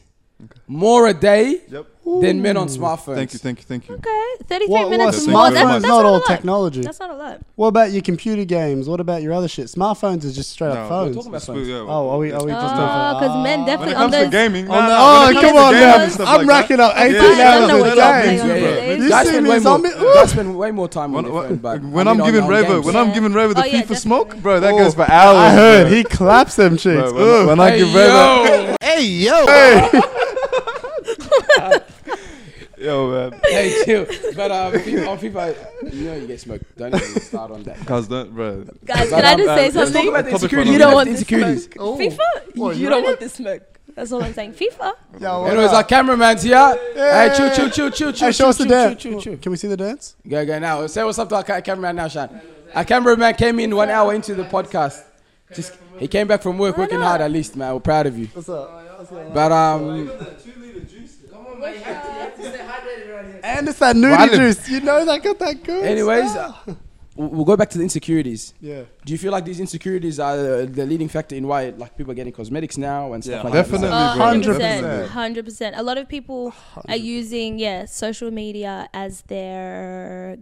[SPEAKER 3] more a day
[SPEAKER 2] Yep.
[SPEAKER 3] than men on smartphones.
[SPEAKER 2] Thank you. Thank you. Thank you.
[SPEAKER 4] Okay, thirty-three
[SPEAKER 5] What? What?
[SPEAKER 4] minutes
[SPEAKER 2] That's
[SPEAKER 4] more.
[SPEAKER 2] incredible.
[SPEAKER 4] That's,
[SPEAKER 2] Smartphones,
[SPEAKER 4] that's
[SPEAKER 5] not
[SPEAKER 4] not,
[SPEAKER 5] all
[SPEAKER 4] a lot.
[SPEAKER 5] technology.
[SPEAKER 4] That's not a lot.
[SPEAKER 5] What about your computer games? What about your other shit? Smartphones is just straight
[SPEAKER 2] No,
[SPEAKER 3] We're
[SPEAKER 5] up phones.
[SPEAKER 3] talking about
[SPEAKER 2] That's-
[SPEAKER 3] phones.
[SPEAKER 2] yeah,
[SPEAKER 5] Oh, are we? Are we just?
[SPEAKER 4] Oh,
[SPEAKER 5] on phone?
[SPEAKER 4] 'cause men
[SPEAKER 5] Ah.
[SPEAKER 2] When it
[SPEAKER 4] definitely- on
[SPEAKER 2] comes to
[SPEAKER 4] those-
[SPEAKER 2] gaming, nah,
[SPEAKER 5] Oh,
[SPEAKER 2] nah,
[SPEAKER 5] no.
[SPEAKER 2] when
[SPEAKER 5] Oh,
[SPEAKER 2] it
[SPEAKER 5] come
[SPEAKER 2] comes to
[SPEAKER 5] on
[SPEAKER 2] gaming and
[SPEAKER 5] now.
[SPEAKER 2] stuff
[SPEAKER 5] I'm
[SPEAKER 2] like that-
[SPEAKER 5] racking up
[SPEAKER 2] Yeah,
[SPEAKER 5] 18
[SPEAKER 2] yeah, yeah.
[SPEAKER 5] hours
[SPEAKER 4] know
[SPEAKER 5] a
[SPEAKER 4] what y'all play
[SPEAKER 5] day.
[SPEAKER 4] on
[SPEAKER 3] Yeah,
[SPEAKER 4] the
[SPEAKER 3] yeah.
[SPEAKER 4] days.
[SPEAKER 5] You
[SPEAKER 3] Guys
[SPEAKER 5] see
[SPEAKER 3] spend
[SPEAKER 5] me,
[SPEAKER 3] way more,
[SPEAKER 5] zombie?
[SPEAKER 3] guys spend way more time
[SPEAKER 2] When,
[SPEAKER 3] on their phone, but
[SPEAKER 2] when
[SPEAKER 3] I
[SPEAKER 2] I'm
[SPEAKER 3] mean, on-
[SPEAKER 2] giving
[SPEAKER 3] on
[SPEAKER 2] Ravo,
[SPEAKER 3] games. Oh,
[SPEAKER 2] when I'm
[SPEAKER 4] Yeah.
[SPEAKER 2] giving Ravo the
[SPEAKER 4] Oh, yeah,
[SPEAKER 2] FIFA smoke,
[SPEAKER 4] definitely.
[SPEAKER 2] bro, that goes for hours.
[SPEAKER 5] I heard
[SPEAKER 2] bro.
[SPEAKER 5] he claps them cheeks.
[SPEAKER 2] Bro, when, when I
[SPEAKER 3] Hey,
[SPEAKER 2] give Ravo,
[SPEAKER 3] yo.
[SPEAKER 2] yo, man,
[SPEAKER 3] hey, chill. But um, FIFA, on FIFA, you know you get smoked. Don't even start on that.
[SPEAKER 2] cause that, bro.
[SPEAKER 4] Guys,
[SPEAKER 3] But um,
[SPEAKER 4] can I
[SPEAKER 3] I'm
[SPEAKER 4] just say
[SPEAKER 2] bad. Let's
[SPEAKER 4] something?
[SPEAKER 2] talk about the Topic insecurities. one.
[SPEAKER 4] You don't want this Oh,
[SPEAKER 3] Insecurities.
[SPEAKER 4] smoke. FIFA,
[SPEAKER 5] What,
[SPEAKER 4] you,
[SPEAKER 5] you
[SPEAKER 4] don't
[SPEAKER 5] ready?
[SPEAKER 4] want this smoke. That's all I'm saying. FIFA.
[SPEAKER 5] Yo, what
[SPEAKER 3] Anyways,
[SPEAKER 5] up?
[SPEAKER 3] our cameraman's here. Hey, chill, chill, chill, chill, chill.
[SPEAKER 5] Hey, show us the
[SPEAKER 3] chill, chill,
[SPEAKER 5] dance.
[SPEAKER 3] chill, chill, chill.
[SPEAKER 5] Can we see the dance?
[SPEAKER 3] Go, go now. Say what's up to our ca- cameraman now, Sean. Our cameraman came in one hour into the podcast. Just he came back from work, working hard at least, man. We're proud of you.
[SPEAKER 5] What's up?
[SPEAKER 3] But um,
[SPEAKER 5] And it's that nudie
[SPEAKER 2] Wildin'.
[SPEAKER 5] juice. You know that got that good.
[SPEAKER 3] anyways,
[SPEAKER 5] stuff.
[SPEAKER 3] uh, we'll we'll go back to the insecurities.
[SPEAKER 5] yeah.
[SPEAKER 3] Do you feel like these insecurities are uh, the leading factor in why like people are getting cosmetics now and stuff
[SPEAKER 5] Yeah,
[SPEAKER 3] like
[SPEAKER 2] definitely.
[SPEAKER 3] that?
[SPEAKER 2] Uh,
[SPEAKER 5] bro. 100%.
[SPEAKER 4] 100%. 100%. A lot of people are using, yeah, social media as their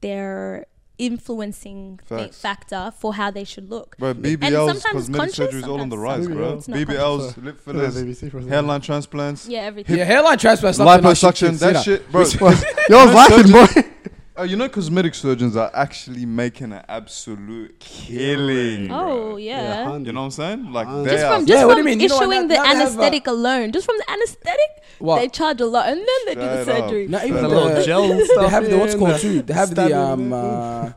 [SPEAKER 4] their influencing thi-
[SPEAKER 2] Facts.
[SPEAKER 4] factor for how they should look.
[SPEAKER 2] Bro,
[SPEAKER 4] sometimes
[SPEAKER 2] BBLs, cosmetic
[SPEAKER 4] conscious,
[SPEAKER 2] surgery is all on the rise,
[SPEAKER 4] sometimes
[SPEAKER 2] bro.
[SPEAKER 4] not. It's not
[SPEAKER 2] BBLs, lip
[SPEAKER 5] Look at that
[SPEAKER 2] fillers,
[SPEAKER 5] BBC for a second.
[SPEAKER 2] hairline transplants,
[SPEAKER 4] Yeah, everything.
[SPEAKER 3] Yeah, hairline transplant. is something I should
[SPEAKER 2] liposuction,
[SPEAKER 3] consider.
[SPEAKER 2] that shit, bro.
[SPEAKER 5] Yo, I was laughing, boy.
[SPEAKER 2] Uh, you know, cosmetic surgeons are actually making an absolute killing.
[SPEAKER 4] Oh,
[SPEAKER 2] bro.
[SPEAKER 4] yeah.
[SPEAKER 2] You know what I'm saying? Like,
[SPEAKER 5] Just
[SPEAKER 2] they
[SPEAKER 4] Just
[SPEAKER 2] are
[SPEAKER 4] from,
[SPEAKER 3] Yeah,
[SPEAKER 4] just
[SPEAKER 3] what do
[SPEAKER 4] from
[SPEAKER 3] you mean? You know what, now-
[SPEAKER 4] issuing the
[SPEAKER 3] now they have,
[SPEAKER 4] anesthetic alone, just from the anesthetic,
[SPEAKER 3] What?
[SPEAKER 4] they charge a lot, and then they do the
[SPEAKER 2] Straight up.
[SPEAKER 4] surgery.
[SPEAKER 3] Not even
[SPEAKER 2] The
[SPEAKER 3] the,
[SPEAKER 5] little gel
[SPEAKER 3] They
[SPEAKER 5] stuff
[SPEAKER 3] have the what's
[SPEAKER 5] in,
[SPEAKER 3] called
[SPEAKER 5] the
[SPEAKER 3] too. They have
[SPEAKER 5] stabbing
[SPEAKER 3] the um.
[SPEAKER 5] in.
[SPEAKER 3] Uh,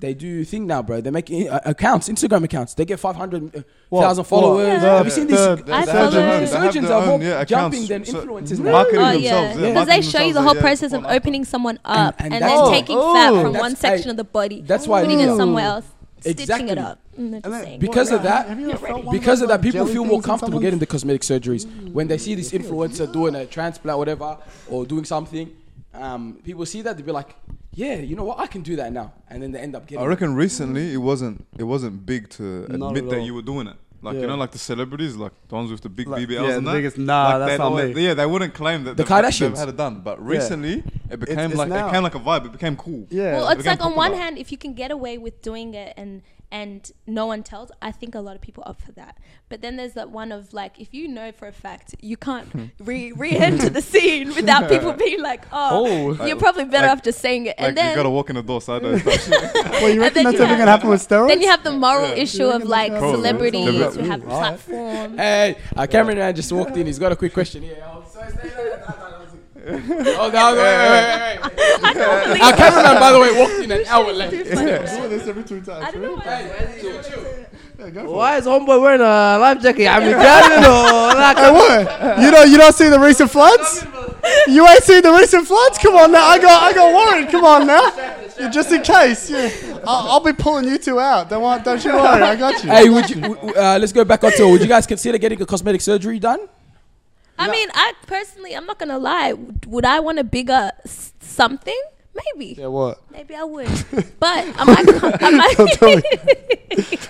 [SPEAKER 3] they do thing now, bro. They make in- uh, accounts, Instagram accounts. They get five hundred uh,
[SPEAKER 5] What?
[SPEAKER 3] thousand
[SPEAKER 5] What?
[SPEAKER 3] followers.
[SPEAKER 4] Yeah.
[SPEAKER 3] Have you seen these?
[SPEAKER 5] The-
[SPEAKER 4] I
[SPEAKER 2] they
[SPEAKER 4] follow-
[SPEAKER 2] have their own- they
[SPEAKER 4] The
[SPEAKER 2] have
[SPEAKER 3] surgeons
[SPEAKER 2] their
[SPEAKER 3] are more
[SPEAKER 2] own, yeah,
[SPEAKER 3] jumping
[SPEAKER 2] accounts.
[SPEAKER 3] than
[SPEAKER 2] So-
[SPEAKER 3] influencers now.
[SPEAKER 2] marketing
[SPEAKER 4] Oh
[SPEAKER 2] themselves.
[SPEAKER 4] yeah,
[SPEAKER 2] yeah,
[SPEAKER 4] because they
[SPEAKER 2] marketing
[SPEAKER 4] show you the
[SPEAKER 2] themselves,
[SPEAKER 4] whole
[SPEAKER 2] yeah,
[SPEAKER 4] process of
[SPEAKER 2] well, that's-
[SPEAKER 4] opening someone up
[SPEAKER 3] and
[SPEAKER 4] and,
[SPEAKER 3] that's
[SPEAKER 4] then
[SPEAKER 3] why-
[SPEAKER 4] taking
[SPEAKER 5] Oh,
[SPEAKER 4] fat from
[SPEAKER 3] that's-
[SPEAKER 4] one section
[SPEAKER 3] I-
[SPEAKER 4] of the body,
[SPEAKER 3] that's why-
[SPEAKER 4] putting
[SPEAKER 5] Ooh.
[SPEAKER 4] it somewhere else, stitching
[SPEAKER 3] Exactly.
[SPEAKER 4] it up. Mm, that's the same.
[SPEAKER 3] because of that,
[SPEAKER 5] Have you ever felt one of
[SPEAKER 3] Oh, because
[SPEAKER 5] those,
[SPEAKER 3] of that,
[SPEAKER 5] like,
[SPEAKER 3] people
[SPEAKER 5] jelly
[SPEAKER 3] feel
[SPEAKER 5] things
[SPEAKER 3] more
[SPEAKER 5] in
[SPEAKER 3] comfortable
[SPEAKER 5] someone's-
[SPEAKER 3] getting the cosmetic surgeries
[SPEAKER 2] Mm.
[SPEAKER 3] when they see this influencer doing a transplant, whatever, or doing something. Um, people see that they be like, "Yeah, you know what? I can do that now," and then they end up getting.
[SPEAKER 2] I reckon recently it wasn't it wasn't big to
[SPEAKER 5] Not
[SPEAKER 2] admit
[SPEAKER 5] at
[SPEAKER 2] that
[SPEAKER 5] all.
[SPEAKER 2] you were doing it. Like
[SPEAKER 5] Yeah.
[SPEAKER 2] you know, like the celebrities, like the ones with the big
[SPEAKER 5] Like,
[SPEAKER 2] BBLs
[SPEAKER 5] yeah,
[SPEAKER 2] and
[SPEAKER 5] the
[SPEAKER 2] that.
[SPEAKER 5] biggest- nah,
[SPEAKER 2] like,
[SPEAKER 5] that's
[SPEAKER 2] they'd
[SPEAKER 5] not
[SPEAKER 2] always-
[SPEAKER 5] me.
[SPEAKER 2] Yeah, they wouldn't claim that
[SPEAKER 3] The
[SPEAKER 2] they've-
[SPEAKER 3] Kardashians.
[SPEAKER 2] they've had it done. But recently, it became
[SPEAKER 5] it's
[SPEAKER 2] like
[SPEAKER 5] now.
[SPEAKER 2] it became like a vibe. It became cool.
[SPEAKER 5] Yeah.
[SPEAKER 4] Well,
[SPEAKER 2] It
[SPEAKER 4] it's
[SPEAKER 2] became
[SPEAKER 4] like on one
[SPEAKER 2] popular.
[SPEAKER 4] hand, if you can get away with doing it and and no one tells, I think a lot of people opt for that. But then there's that one of like, if you know for a fact you
[SPEAKER 5] Hmm.
[SPEAKER 4] can't re re-enter the scene without people being like, oh,
[SPEAKER 2] Oh.
[SPEAKER 4] you're probably better
[SPEAKER 2] Like-
[SPEAKER 4] off just saying it.
[SPEAKER 2] Like
[SPEAKER 4] And then
[SPEAKER 2] you gotta walk in the door sideways. type shit.
[SPEAKER 5] Well,
[SPEAKER 4] And
[SPEAKER 5] you reckon
[SPEAKER 4] then
[SPEAKER 5] that's
[SPEAKER 4] you
[SPEAKER 5] ever
[SPEAKER 4] have-
[SPEAKER 5] gonna happen with steroids?
[SPEAKER 4] then you have the moral issue
[SPEAKER 5] Yeah,
[SPEAKER 4] of like
[SPEAKER 5] probably.
[SPEAKER 4] celebrities
[SPEAKER 2] Yeah,
[SPEAKER 4] who
[SPEAKER 2] but-
[SPEAKER 4] have
[SPEAKER 5] Ooh, alright.
[SPEAKER 4] platform.
[SPEAKER 3] Hey, our cameraman just walked in. He's got a quick question here. Oh, sorry, stay there. Oh, no, wait, wait, wait, wait, wait.
[SPEAKER 4] I can't believe
[SPEAKER 3] Our
[SPEAKER 4] that.
[SPEAKER 3] cameraman, by the way, walked in an hour late.
[SPEAKER 4] Too funny,
[SPEAKER 5] I
[SPEAKER 4] man.
[SPEAKER 5] do this every two times.
[SPEAKER 4] I don't know
[SPEAKER 5] right?
[SPEAKER 4] why.
[SPEAKER 3] Chill, chill.
[SPEAKER 5] Yeah, go for
[SPEAKER 7] Why is homeboy wearing a life jacket? I'm Italian or like
[SPEAKER 5] Hey, what? You don't you don't see the recent floods? You ain't seen the recent floods? Come on now, I got I got worried. Come on now, You- just in case. Yeah, I'll, I'll be pulling you two out. Don't want, don't you worry. I got you.
[SPEAKER 3] Hey, would you, w- w- uh, let's go back onto it. Would you guys consider getting a cosmetic surgery done?
[SPEAKER 4] I mean, I personally, I'm not gonna lie. Would I want a bigger s- something? Maybe.
[SPEAKER 5] Yeah, what?
[SPEAKER 4] Maybe I would. but am I? Am
[SPEAKER 5] Don't tell me.
[SPEAKER 4] I
[SPEAKER 5] night.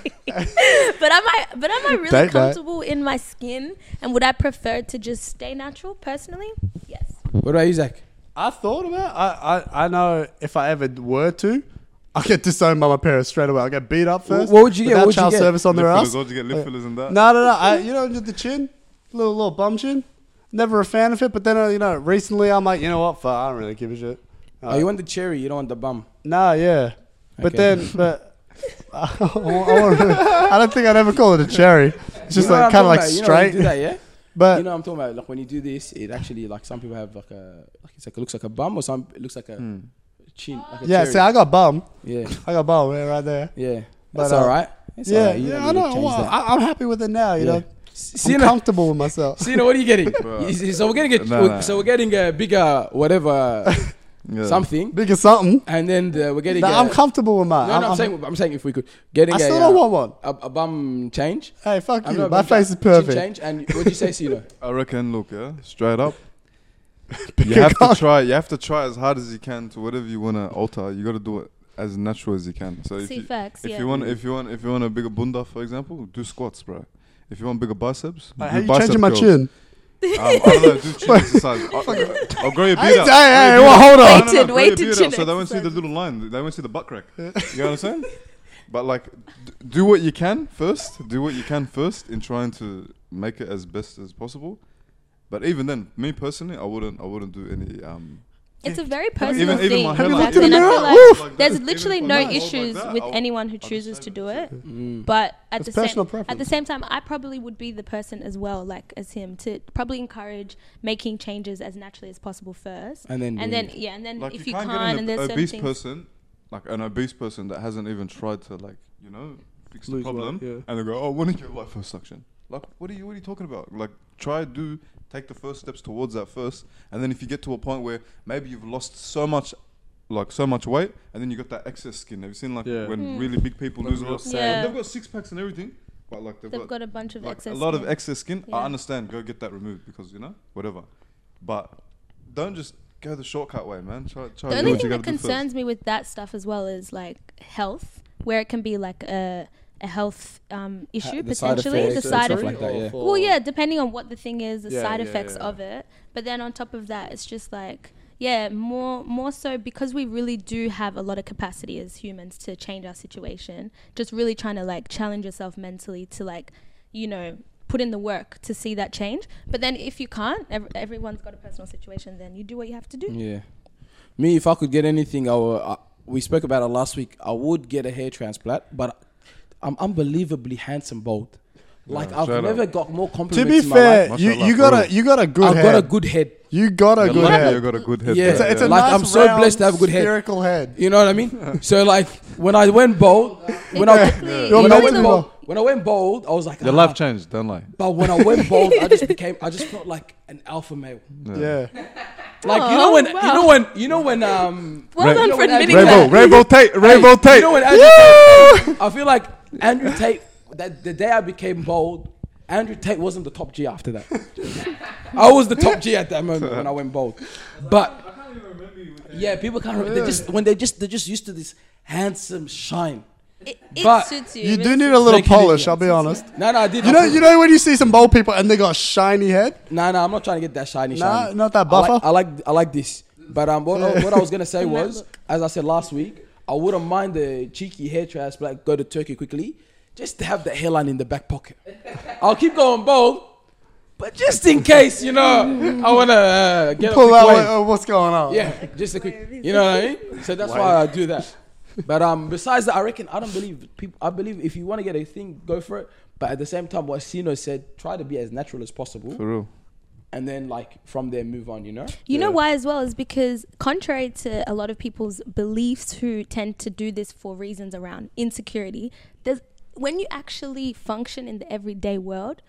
[SPEAKER 4] But am I but am I really
[SPEAKER 5] Date night.
[SPEAKER 4] comfortable in my skin? And would I prefer to just stay natural personally? Yes.
[SPEAKER 3] What about you, Zach?
[SPEAKER 5] I thought about. I, I I know if I ever were to, I get disowned by my parents straight away. I get beat up first.
[SPEAKER 3] what would you get? What
[SPEAKER 5] without
[SPEAKER 3] would you
[SPEAKER 5] child
[SPEAKER 3] get?
[SPEAKER 5] service on their
[SPEAKER 2] Lip
[SPEAKER 5] ass.
[SPEAKER 2] fillers, why'd you get lip fillers and that?
[SPEAKER 5] No, no, no. I, you know, the chin, little little bum chin. Never a fan of it, but then uh, you know, recently I'm like, you know what? Fuck, I don't really give a shit.
[SPEAKER 3] Oh, you want the cherry, you don't want the bum.
[SPEAKER 5] Nah, yeah. But
[SPEAKER 3] Okay.
[SPEAKER 5] then, but I, want I don't think I'd ever call it a cherry. It's just
[SPEAKER 3] You know
[SPEAKER 5] like
[SPEAKER 3] what I'm
[SPEAKER 5] kind of like
[SPEAKER 3] talking about,
[SPEAKER 5] straight. Uh,
[SPEAKER 3] You know, when you do that, yeah.
[SPEAKER 5] but
[SPEAKER 3] you know what I'm talking about. Like when you do this, it actually like some people have like a like it's like it looks like a bum or some it looks like a chin. Like a
[SPEAKER 5] Hmm. yeah,
[SPEAKER 3] cherry.
[SPEAKER 5] see, I got bum.
[SPEAKER 3] yeah,
[SPEAKER 5] I got bum yeah, right there.
[SPEAKER 3] yeah.
[SPEAKER 5] But,
[SPEAKER 3] That's
[SPEAKER 5] uh,
[SPEAKER 3] all right. It's
[SPEAKER 5] yeah,
[SPEAKER 3] all right. You
[SPEAKER 5] yeah.
[SPEAKER 3] don't
[SPEAKER 5] I
[SPEAKER 3] need to
[SPEAKER 5] know.
[SPEAKER 3] change
[SPEAKER 5] Well,
[SPEAKER 3] that.
[SPEAKER 5] I, I'm happy with it now. You
[SPEAKER 3] Yeah.
[SPEAKER 5] know, I'm
[SPEAKER 3] Sina,
[SPEAKER 5] comfortable with myself.
[SPEAKER 3] Sina, what are you getting?
[SPEAKER 2] Bruh.
[SPEAKER 3] You see, so we're gonna get
[SPEAKER 2] No, no.
[SPEAKER 3] so we're getting a bigger whatever
[SPEAKER 2] Yeah.
[SPEAKER 3] something,
[SPEAKER 5] Big as something.
[SPEAKER 3] and then the, we're getting.
[SPEAKER 5] Nah,
[SPEAKER 3] a,
[SPEAKER 5] I'm comfortable with
[SPEAKER 3] no,
[SPEAKER 5] mine.
[SPEAKER 3] no, I'm, saying I'm saying if we could getting
[SPEAKER 5] I
[SPEAKER 3] a,
[SPEAKER 5] still
[SPEAKER 3] uh,
[SPEAKER 5] don't want one.
[SPEAKER 3] a, a bum change.
[SPEAKER 5] Hey, fuck
[SPEAKER 3] I'm
[SPEAKER 5] you.
[SPEAKER 3] not
[SPEAKER 5] My
[SPEAKER 3] gonna-
[SPEAKER 5] face is
[SPEAKER 3] chin
[SPEAKER 5] perfect.
[SPEAKER 3] Change and what'd you say, Sina?
[SPEAKER 2] I reckon. Look, yeah, straight up.
[SPEAKER 5] Pick
[SPEAKER 2] You
[SPEAKER 5] a
[SPEAKER 2] have to
[SPEAKER 5] cock.
[SPEAKER 2] try. You have to try as hard as you can to whatever you wanna alter. You gotta do it as natural as you can. So if
[SPEAKER 4] See
[SPEAKER 2] you,
[SPEAKER 4] facts,
[SPEAKER 2] if
[SPEAKER 4] yeah.
[SPEAKER 2] you want, if you want, if you want a bigger bunda, for example, do squats, bro. If you want bigger biceps,
[SPEAKER 5] Like,
[SPEAKER 2] do
[SPEAKER 5] how you
[SPEAKER 2] bicep
[SPEAKER 5] changing my
[SPEAKER 2] curls.
[SPEAKER 5] chin?
[SPEAKER 2] Um, I don't know, do chin exercise. Oh, I'll, I'll grow your
[SPEAKER 5] Hey,
[SPEAKER 2] beard up.
[SPEAKER 5] hey, hey,
[SPEAKER 2] Grow your
[SPEAKER 5] well,
[SPEAKER 2] beard
[SPEAKER 5] hold
[SPEAKER 2] up.
[SPEAKER 4] Wait.
[SPEAKER 5] on.
[SPEAKER 4] Weighted,
[SPEAKER 2] grow your
[SPEAKER 4] weighted
[SPEAKER 2] beard
[SPEAKER 4] chin
[SPEAKER 2] up So they won't see the
[SPEAKER 4] exercises.
[SPEAKER 2] little line. They won't see the butt crack. You know what I'm saying? But like, d- do what you can first. Do what you can first in trying to make it as best as possible. But even then, me personally, I wouldn't. I wouldn't do any. Um,
[SPEAKER 4] It's a very personal
[SPEAKER 2] even- even
[SPEAKER 4] thing.
[SPEAKER 2] my hairline-
[SPEAKER 4] exactly,
[SPEAKER 5] Have you
[SPEAKER 4] and I feel
[SPEAKER 5] looked in the
[SPEAKER 4] like
[SPEAKER 5] mirror? Oof.
[SPEAKER 2] Like
[SPEAKER 4] there's
[SPEAKER 2] this,
[SPEAKER 4] literally
[SPEAKER 2] even
[SPEAKER 4] no
[SPEAKER 2] if I hold like
[SPEAKER 4] issues
[SPEAKER 2] that,
[SPEAKER 4] with
[SPEAKER 2] I'll-
[SPEAKER 4] anyone who
[SPEAKER 2] just
[SPEAKER 4] chooses
[SPEAKER 2] save
[SPEAKER 4] to
[SPEAKER 2] it
[SPEAKER 4] do
[SPEAKER 2] to
[SPEAKER 4] it.
[SPEAKER 3] Mm,
[SPEAKER 4] But at
[SPEAKER 5] It's
[SPEAKER 4] the
[SPEAKER 5] personal
[SPEAKER 4] same at the
[SPEAKER 5] preference.
[SPEAKER 4] same time, I probably would be the person as well, like as him, to probably encourage making changes as naturally as possible first,
[SPEAKER 3] And then
[SPEAKER 4] and
[SPEAKER 3] doing
[SPEAKER 4] then yeah, and then
[SPEAKER 2] Mm-hmm. like
[SPEAKER 4] if
[SPEAKER 2] you
[SPEAKER 4] you
[SPEAKER 2] can't,
[SPEAKER 4] can't,
[SPEAKER 2] get an
[SPEAKER 4] and
[SPEAKER 2] ob-
[SPEAKER 4] there's certain
[SPEAKER 2] obese
[SPEAKER 4] things.
[SPEAKER 2] person, like an obese person that hasn't even tried to like you know fix
[SPEAKER 5] Lose
[SPEAKER 2] the
[SPEAKER 5] weight,
[SPEAKER 2] problem,
[SPEAKER 5] yeah.
[SPEAKER 2] and they go, "Oh, when is your liposuction?" Like, what are you what are you talking about? Like, try do take the first steps towards that first, and then if you get to a point where maybe you've lost so much. Like so much weight, and then you got that excess skin. Have you seen like
[SPEAKER 5] Yeah.
[SPEAKER 2] when really big people lose a lot?
[SPEAKER 4] sag. Hmm. Yeah.
[SPEAKER 2] They've got six packs and everything, but like they've,
[SPEAKER 4] They've
[SPEAKER 2] got
[SPEAKER 4] got a bunch of
[SPEAKER 2] like
[SPEAKER 4] excess
[SPEAKER 2] a lot of
[SPEAKER 4] skin.
[SPEAKER 2] excess skin. I
[SPEAKER 4] Yeah.
[SPEAKER 2] understand. Go get that removed because you know whatever. But don't just go the shortcut way, man. Try, try
[SPEAKER 4] the
[SPEAKER 2] to do
[SPEAKER 4] only
[SPEAKER 2] what you
[SPEAKER 4] thing that
[SPEAKER 2] gotta do first.
[SPEAKER 4] concerns me with that stuff as well is like health, where it can be like a a health um, issue
[SPEAKER 3] the side
[SPEAKER 4] potentially.
[SPEAKER 3] effects
[SPEAKER 4] the
[SPEAKER 3] and
[SPEAKER 4] side
[SPEAKER 3] stuff
[SPEAKER 4] effects.
[SPEAKER 3] like that, yeah.
[SPEAKER 4] Well, yeah, depending on what the thing is, the
[SPEAKER 5] Yeah,
[SPEAKER 4] side
[SPEAKER 5] yeah,
[SPEAKER 4] effects
[SPEAKER 5] yeah.
[SPEAKER 4] of it. But then on top of that, it's just like, yeah, more more so because we really do have a lot of capacity as humans to change our situation. Just really trying to like challenge yourself mentally to like, you know, put in the work to see that change. But then if you can't, ev- everyone's got a personal situation. Then you do what you have to do.
[SPEAKER 3] Yeah. Me, if I could get anything, I would, I, we spoke about it last week. I would get a hair transplant, but I'm unbelievably handsome bald. Like I've
[SPEAKER 2] straight
[SPEAKER 3] never
[SPEAKER 2] up.
[SPEAKER 3] got more
[SPEAKER 5] To
[SPEAKER 3] compliments.
[SPEAKER 5] be
[SPEAKER 3] in my
[SPEAKER 5] fair,
[SPEAKER 3] life.
[SPEAKER 5] you,
[SPEAKER 2] Mashallah,
[SPEAKER 5] you got a
[SPEAKER 2] bro.
[SPEAKER 5] you got a good
[SPEAKER 3] I've
[SPEAKER 5] head.
[SPEAKER 3] got a good head.
[SPEAKER 5] you got a
[SPEAKER 2] You're
[SPEAKER 5] good
[SPEAKER 2] lucky
[SPEAKER 5] head.
[SPEAKER 2] you got a good head.
[SPEAKER 3] Yeah.
[SPEAKER 2] bro.
[SPEAKER 5] It's a, it's a
[SPEAKER 3] Like,
[SPEAKER 5] nice
[SPEAKER 3] I'm so
[SPEAKER 5] round,
[SPEAKER 3] blessed to have a good head.
[SPEAKER 5] Spherical head.
[SPEAKER 3] You know what I mean? so like when I went bald, when I
[SPEAKER 4] Exactly.
[SPEAKER 5] You're
[SPEAKER 3] when I
[SPEAKER 5] meant
[SPEAKER 3] went
[SPEAKER 5] to be
[SPEAKER 3] bald,
[SPEAKER 5] bald.
[SPEAKER 3] when I went bald, I was like,
[SPEAKER 2] Your
[SPEAKER 3] "Ah."
[SPEAKER 2] life changed, don't lie.
[SPEAKER 3] But when I went bald, I just became, I just felt like an alpha male.
[SPEAKER 5] Yeah.
[SPEAKER 3] Like you know
[SPEAKER 4] Oh,
[SPEAKER 3] when, you
[SPEAKER 4] wow.
[SPEAKER 3] know when, you know when, um,
[SPEAKER 4] Well
[SPEAKER 2] Right.
[SPEAKER 4] done
[SPEAKER 3] You
[SPEAKER 4] for
[SPEAKER 3] know,
[SPEAKER 4] admitting
[SPEAKER 3] Rainbow,
[SPEAKER 4] that.
[SPEAKER 2] Rainbow, Rainbow Tate, Rainbow
[SPEAKER 3] hey,
[SPEAKER 2] Tate.
[SPEAKER 3] You know when Andrew Tate, I feel like Andrew Tate. That the day I became bold, Andrew Tate wasn't the top G after that. I was the top G at that moment when I went bold. But
[SPEAKER 1] I can't even remember you with that.
[SPEAKER 3] yeah, people can't. They just when they just they're just used to this handsome shine.
[SPEAKER 4] It, it
[SPEAKER 3] But
[SPEAKER 4] suits you.
[SPEAKER 5] You
[SPEAKER 4] it
[SPEAKER 5] do
[SPEAKER 4] really
[SPEAKER 5] need a little
[SPEAKER 3] Thank you, Nicky.
[SPEAKER 5] polish. I'll be honest.
[SPEAKER 3] No, no, I did.
[SPEAKER 5] You know, you know when you see some bald people and they got a shiny head.
[SPEAKER 3] No, no, I'm not trying to get that shiny.
[SPEAKER 5] Nah,
[SPEAKER 3] shiny.
[SPEAKER 5] not that
[SPEAKER 3] I like,
[SPEAKER 5] buffer.
[SPEAKER 3] I like, I like this. But um, what, I, what I was gonna say was, as I said last week, I wouldn't mind the cheeky hair transplant. Go to Turkey quickly, just to have that hairline in the back pocket. I'll keep going bold, but just in case, you know, I wanna uh, get a
[SPEAKER 5] Pull
[SPEAKER 3] quick
[SPEAKER 5] out
[SPEAKER 3] wave.
[SPEAKER 5] what- uh, what's going on.
[SPEAKER 3] Yeah, just a quick. You know what I mean? So that's why I do that. But um, besides that, I reckon I don't believe people. I believe if you want to get a thing, go for it. But at the same time, what Sino said, try to be as natural as possible
[SPEAKER 2] For real.
[SPEAKER 3] and then like from there move on, you know?
[SPEAKER 4] You know why as well is because contrary to a lot of people's beliefs who tend to do this for reasons around insecurity, there's when you actually function in the everyday world,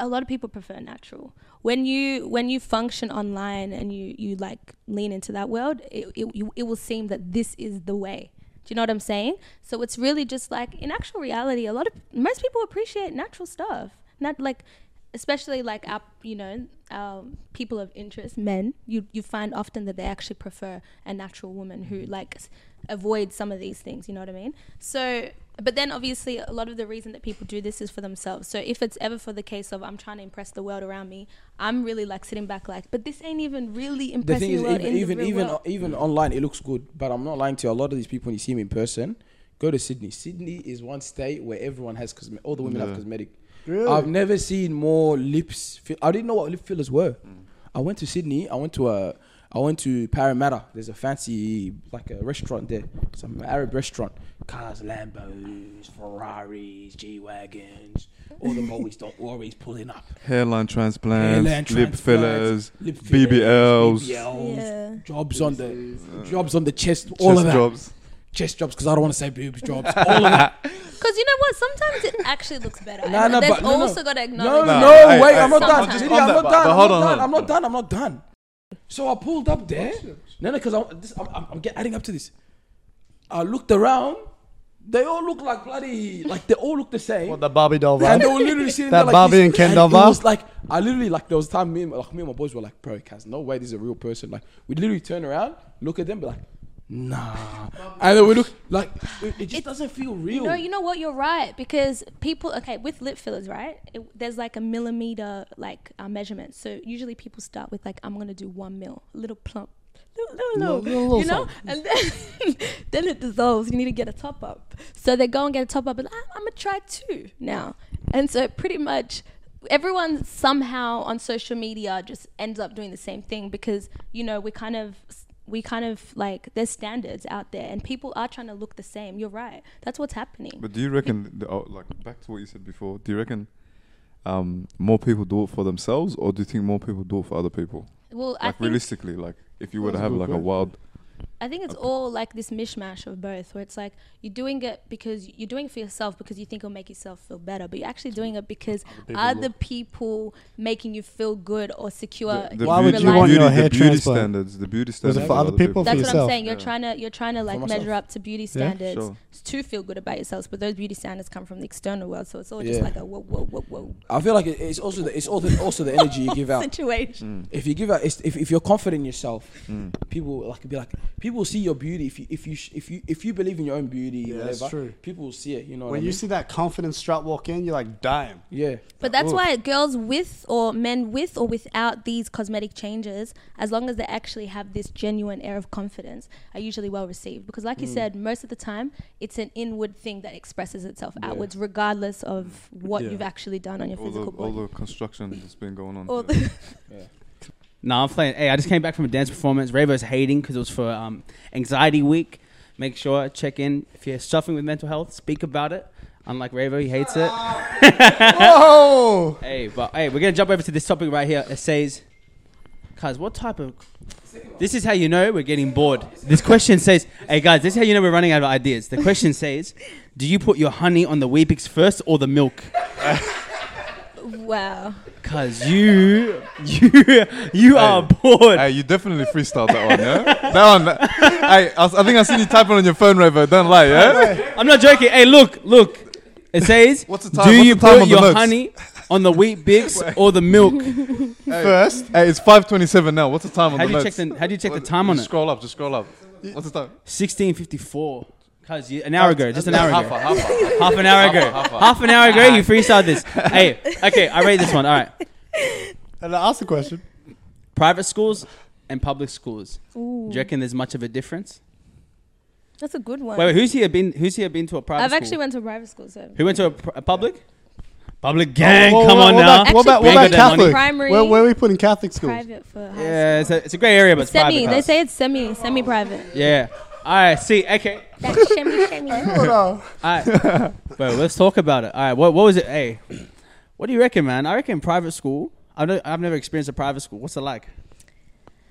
[SPEAKER 4] a lot of people prefer natural. When you when you function online and you you like lean into that world, it it, you, it will seem that this is the way. Do you know what I'm saying? So it's really just like in actual reality, a lot of most people appreciate natural stuff. Not like especially like our you know our people of interest men you you find often that they actually
[SPEAKER 3] Mm-hmm.
[SPEAKER 4] prefer a natural woman who like s- avoids some of these things you know what i mean so But then, obviously, a lot of the reason that people do this is for themselves. So if it's ever for the case of I'm trying to impress the world around me, I'm really like sitting back, like, but this ain't even really
[SPEAKER 3] the
[SPEAKER 4] impressing
[SPEAKER 3] thing
[SPEAKER 4] the,
[SPEAKER 3] is,
[SPEAKER 4] world
[SPEAKER 3] even
[SPEAKER 4] in
[SPEAKER 3] even
[SPEAKER 4] the real
[SPEAKER 3] even,
[SPEAKER 4] world.
[SPEAKER 3] even online, it looks good. But I'm not lying to you. A lot of these people, when you see them in person, go to Sydney. Sydney is one state where everyone has cosme- all the women have
[SPEAKER 2] Yeah.
[SPEAKER 3] cosmetic.
[SPEAKER 5] Really?
[SPEAKER 3] I've never seen more lips. Fill- I didn't know what lip fillers were. I went to Sydney. I went to a. I went to Parramatta. There's a fancy like a restaurant there, some Arab restaurant. Cars, Lambos, Ferraris, G wagons, all the Moe's, don't worries pulling up.
[SPEAKER 2] Hairline transplants,
[SPEAKER 3] Hairline
[SPEAKER 2] lip
[SPEAKER 3] transplants,
[SPEAKER 2] fillers,
[SPEAKER 3] lip fillers,
[SPEAKER 2] BBLs,
[SPEAKER 3] BBLs,
[SPEAKER 4] Yeah.
[SPEAKER 3] jobs on the jobs on the chest, all of
[SPEAKER 2] chest
[SPEAKER 3] that.
[SPEAKER 2] jobs.
[SPEAKER 3] Chest jobs because I don't want to say boobs jobs. All of that.
[SPEAKER 4] Because you know what? Sometimes it actually looks better.
[SPEAKER 3] Nah,
[SPEAKER 4] And
[SPEAKER 3] nah,
[SPEAKER 4] that's
[SPEAKER 3] but- no, no.
[SPEAKER 4] also got to
[SPEAKER 3] No,
[SPEAKER 4] acknowledge.
[SPEAKER 3] no,
[SPEAKER 2] Nah,
[SPEAKER 3] no,
[SPEAKER 2] hey,
[SPEAKER 3] wait,
[SPEAKER 2] hey,
[SPEAKER 3] I'm not
[SPEAKER 4] I'm
[SPEAKER 3] done.
[SPEAKER 4] just
[SPEAKER 3] Diddy,
[SPEAKER 2] on
[SPEAKER 3] I'm
[SPEAKER 2] that,
[SPEAKER 3] not
[SPEAKER 2] but-
[SPEAKER 3] done.
[SPEAKER 2] but
[SPEAKER 3] I'm
[SPEAKER 2] hold
[SPEAKER 3] not
[SPEAKER 2] on,
[SPEAKER 3] done.
[SPEAKER 2] hold
[SPEAKER 3] I'm not done. I'm not done. So I pulled up there. No, no, because I'm, this- I'm, I'm, I'm get- adding up to this. I looked around. They all look like bloody, like they all look the same.
[SPEAKER 5] What the Barbie doll
[SPEAKER 3] and they
[SPEAKER 5] vibe?
[SPEAKER 3] were literally sitting
[SPEAKER 5] That
[SPEAKER 3] there like
[SPEAKER 5] Barbie
[SPEAKER 3] this,
[SPEAKER 5] and Ken
[SPEAKER 3] it
[SPEAKER 5] doll
[SPEAKER 3] was
[SPEAKER 5] vibe?
[SPEAKER 3] like I literally like there was a time me and like me and my boys were like, bro, Kaz, no way this is a real person. Like we literally turn around, look at them, be like, nah, and then we look like it, it just doesn't feel real.
[SPEAKER 4] No, you know what? You're right because people. Okay, with lip fillers, right? It, there's like a millimeter like uh, measurement. So usually people start with like I'm gonna do one mil, a little plump, little, little, little, you know, and then then it dissolves. You need to get a top up. So they go and get a top up, and I'm, I'm gonna try two now. And so pretty much everyone somehow on social media just ends up doing the same thing because you know we kind of we kind of like there's standards out there and people are trying to look the same you're right that's what's happening
[SPEAKER 2] But do you reckon, the, oh, like back to what you said before, do you reckon um, more people do it for themselves, or do you think more people do it for other people?
[SPEAKER 4] well i
[SPEAKER 2] Like
[SPEAKER 4] think
[SPEAKER 2] realistically, like if you were to
[SPEAKER 5] That's a
[SPEAKER 2] have
[SPEAKER 5] good
[SPEAKER 2] like a
[SPEAKER 5] question.
[SPEAKER 2] wild,
[SPEAKER 4] I think it's all like this mishmash of both, where it's like you're doing it because you're doing it for yourself because you think it'll make yourself feel better, but you're actually doing it because other people making you feel good or secure.
[SPEAKER 2] the, the
[SPEAKER 5] Why
[SPEAKER 2] beauty,
[SPEAKER 5] would you want
[SPEAKER 2] beauty,
[SPEAKER 5] your
[SPEAKER 2] the
[SPEAKER 5] hair
[SPEAKER 2] beauty
[SPEAKER 5] transplant?
[SPEAKER 2] standards, the beauty
[SPEAKER 5] it
[SPEAKER 2] standards
[SPEAKER 5] for
[SPEAKER 2] of
[SPEAKER 5] other people or for
[SPEAKER 4] That's what I'm
[SPEAKER 5] yourself?
[SPEAKER 4] saying. You're trying to you're trying to like
[SPEAKER 3] myself.
[SPEAKER 4] measure up to beauty standards
[SPEAKER 2] sure.
[SPEAKER 4] to feel good about yourselves, but those beauty standards come from the external world, so it's all just
[SPEAKER 3] Yeah.
[SPEAKER 4] like a whoa whoa whoa whoa
[SPEAKER 3] I feel like it, it's also the, it's all the, also the energy you give out.
[SPEAKER 2] Hmm.
[SPEAKER 4] situation.
[SPEAKER 3] If you give out, it's, if, if you're confident in yourself,
[SPEAKER 5] Hmm.
[SPEAKER 3] people will, like be like people will see your beauty. If you if you sh- if you if you believe in your own beauty,
[SPEAKER 5] Yeah,
[SPEAKER 3] whatever,
[SPEAKER 5] that's true.
[SPEAKER 3] people will see it. You know what
[SPEAKER 5] When
[SPEAKER 3] I
[SPEAKER 5] you
[SPEAKER 3] mean?
[SPEAKER 5] see that confident strut walk in, you're like, damn.
[SPEAKER 3] yeah,
[SPEAKER 4] But that's why girls with or men with or without these cosmetic changes, as long as they actually have this genuine air of confidence, are usually well received. Because,
[SPEAKER 8] Mm.
[SPEAKER 4] like you said, most of the time it's an inward thing that expresses itself outwards, regardless of what
[SPEAKER 6] Yeah.
[SPEAKER 4] you've actually done on your
[SPEAKER 2] all the,
[SPEAKER 4] physical
[SPEAKER 2] all
[SPEAKER 4] body.
[SPEAKER 2] the construction that's been going on.
[SPEAKER 4] All
[SPEAKER 2] yeah.
[SPEAKER 4] the-
[SPEAKER 8] No, I'm playing. Hey, I just came back from a dance performance. Ravo's hating because it was for um, anxiety week. Make sure check in if you're suffering with mental health. Speak about it. Unlike Ravo, he hates it.
[SPEAKER 5] Oh!
[SPEAKER 8] Hey, but hey, we're gonna jump over to this topic right here. It says, "Cuz, what type of? This is how you know we're getting bored." This question says, "Hey guys, this is how you know we're running out of ideas." The question says, "Do you put your honey on the Weepix first or the milk?"
[SPEAKER 4] wow.
[SPEAKER 8] Cuz you, you, you are bored.
[SPEAKER 2] Hey, you definitely freestyled that one, yeah? that one. that- hey, I, s- I think I seen you typing on your phone, Revo. Don't lie, yeah?
[SPEAKER 8] I'm not joking. Hey, look, look. It says,
[SPEAKER 2] What's the time-
[SPEAKER 8] "Do
[SPEAKER 2] what's
[SPEAKER 8] you
[SPEAKER 2] the time
[SPEAKER 8] put
[SPEAKER 2] on the
[SPEAKER 8] your
[SPEAKER 2] milks?"
[SPEAKER 8] honey on the wheat bix or the milk?"
[SPEAKER 5] First,
[SPEAKER 2] hey, it's 5.27 now. What's the time on
[SPEAKER 8] How
[SPEAKER 2] the
[SPEAKER 8] do you check
[SPEAKER 2] notes?
[SPEAKER 8] the How do you check the
[SPEAKER 2] What-
[SPEAKER 8] time on
[SPEAKER 2] just
[SPEAKER 8] it?
[SPEAKER 2] Scroll up, just scroll up. What's the time?
[SPEAKER 8] 16:54. Cuz you- an hour ago, just an hour ago.
[SPEAKER 2] Half hour, half hour.
[SPEAKER 8] half an hour ago. Half an hour ago, you freestyled this. Hey, okay, I rate this one. All right.
[SPEAKER 5] and I asked the question.
[SPEAKER 8] Private schools and public schools.
[SPEAKER 4] Ooh.
[SPEAKER 8] Do you reckon there's much of a difference?
[SPEAKER 4] That's a good one.
[SPEAKER 8] Wait, wait who's here been who's here been to a private
[SPEAKER 4] I've
[SPEAKER 8] school?
[SPEAKER 4] actually went to private school, so.
[SPEAKER 8] Who went to a, pr- a public? Public gang,
[SPEAKER 5] Whoa, whoa,
[SPEAKER 8] come
[SPEAKER 5] whoa,
[SPEAKER 8] on
[SPEAKER 5] what
[SPEAKER 8] now.
[SPEAKER 5] About, what about, what
[SPEAKER 8] Actually,
[SPEAKER 5] about
[SPEAKER 8] bigger than money.
[SPEAKER 5] Catholic?
[SPEAKER 4] Primary-
[SPEAKER 5] Where, where are we putting Catholic schools?
[SPEAKER 4] Private for high
[SPEAKER 8] yeah, it's a, it's a great area, but it's
[SPEAKER 4] school. Semi.
[SPEAKER 8] private.
[SPEAKER 4] They
[SPEAKER 8] class.
[SPEAKER 4] say it's semi, semi private.
[SPEAKER 8] yeah. All right, see, okay.
[SPEAKER 4] That's semi, semi.
[SPEAKER 5] Hold on.
[SPEAKER 8] All right. Bro, let's talk about it. All right, what, what was it? Hey, what do you reckon, man? I reckon private school. I don't, I've never experienced a private school. What's it like?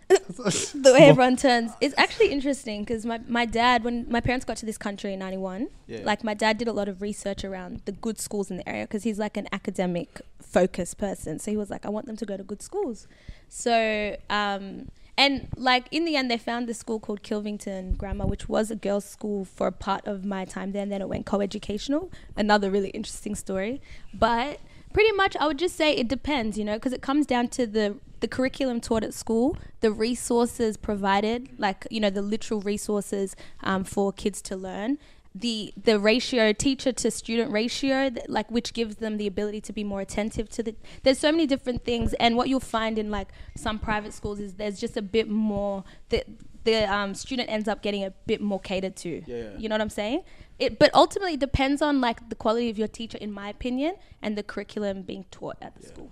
[SPEAKER 4] the way everyone turns. It's actually interesting because my, my dad, when my parents got to this country in 91,
[SPEAKER 8] Yeah.
[SPEAKER 4] like my dad did a lot of research around the good schools in the area because he's like an academic focused person. So he was like, I want them to go to good schools. So, um, and like in the end, they found this school called Kilvington Grammar, which was a girls' school for a part of my time there, and then it went co educational. Another really interesting story. But pretty much i would just say it depends you know because it comes down to the the curriculum taught at school the resources provided like you know the literal resources um, for kids to learn the the ratio teacher to student ratio th- like which gives them the ability to be more attentive to the there's so many different things and what you'll find in like some private schools is there's just a bit more that the um, student ends up getting a bit more catered to
[SPEAKER 6] Yeah, yeah.
[SPEAKER 4] you know what i'm saying it but ultimately it depends on like the quality of your teacher in my opinion and the curriculum being taught at the school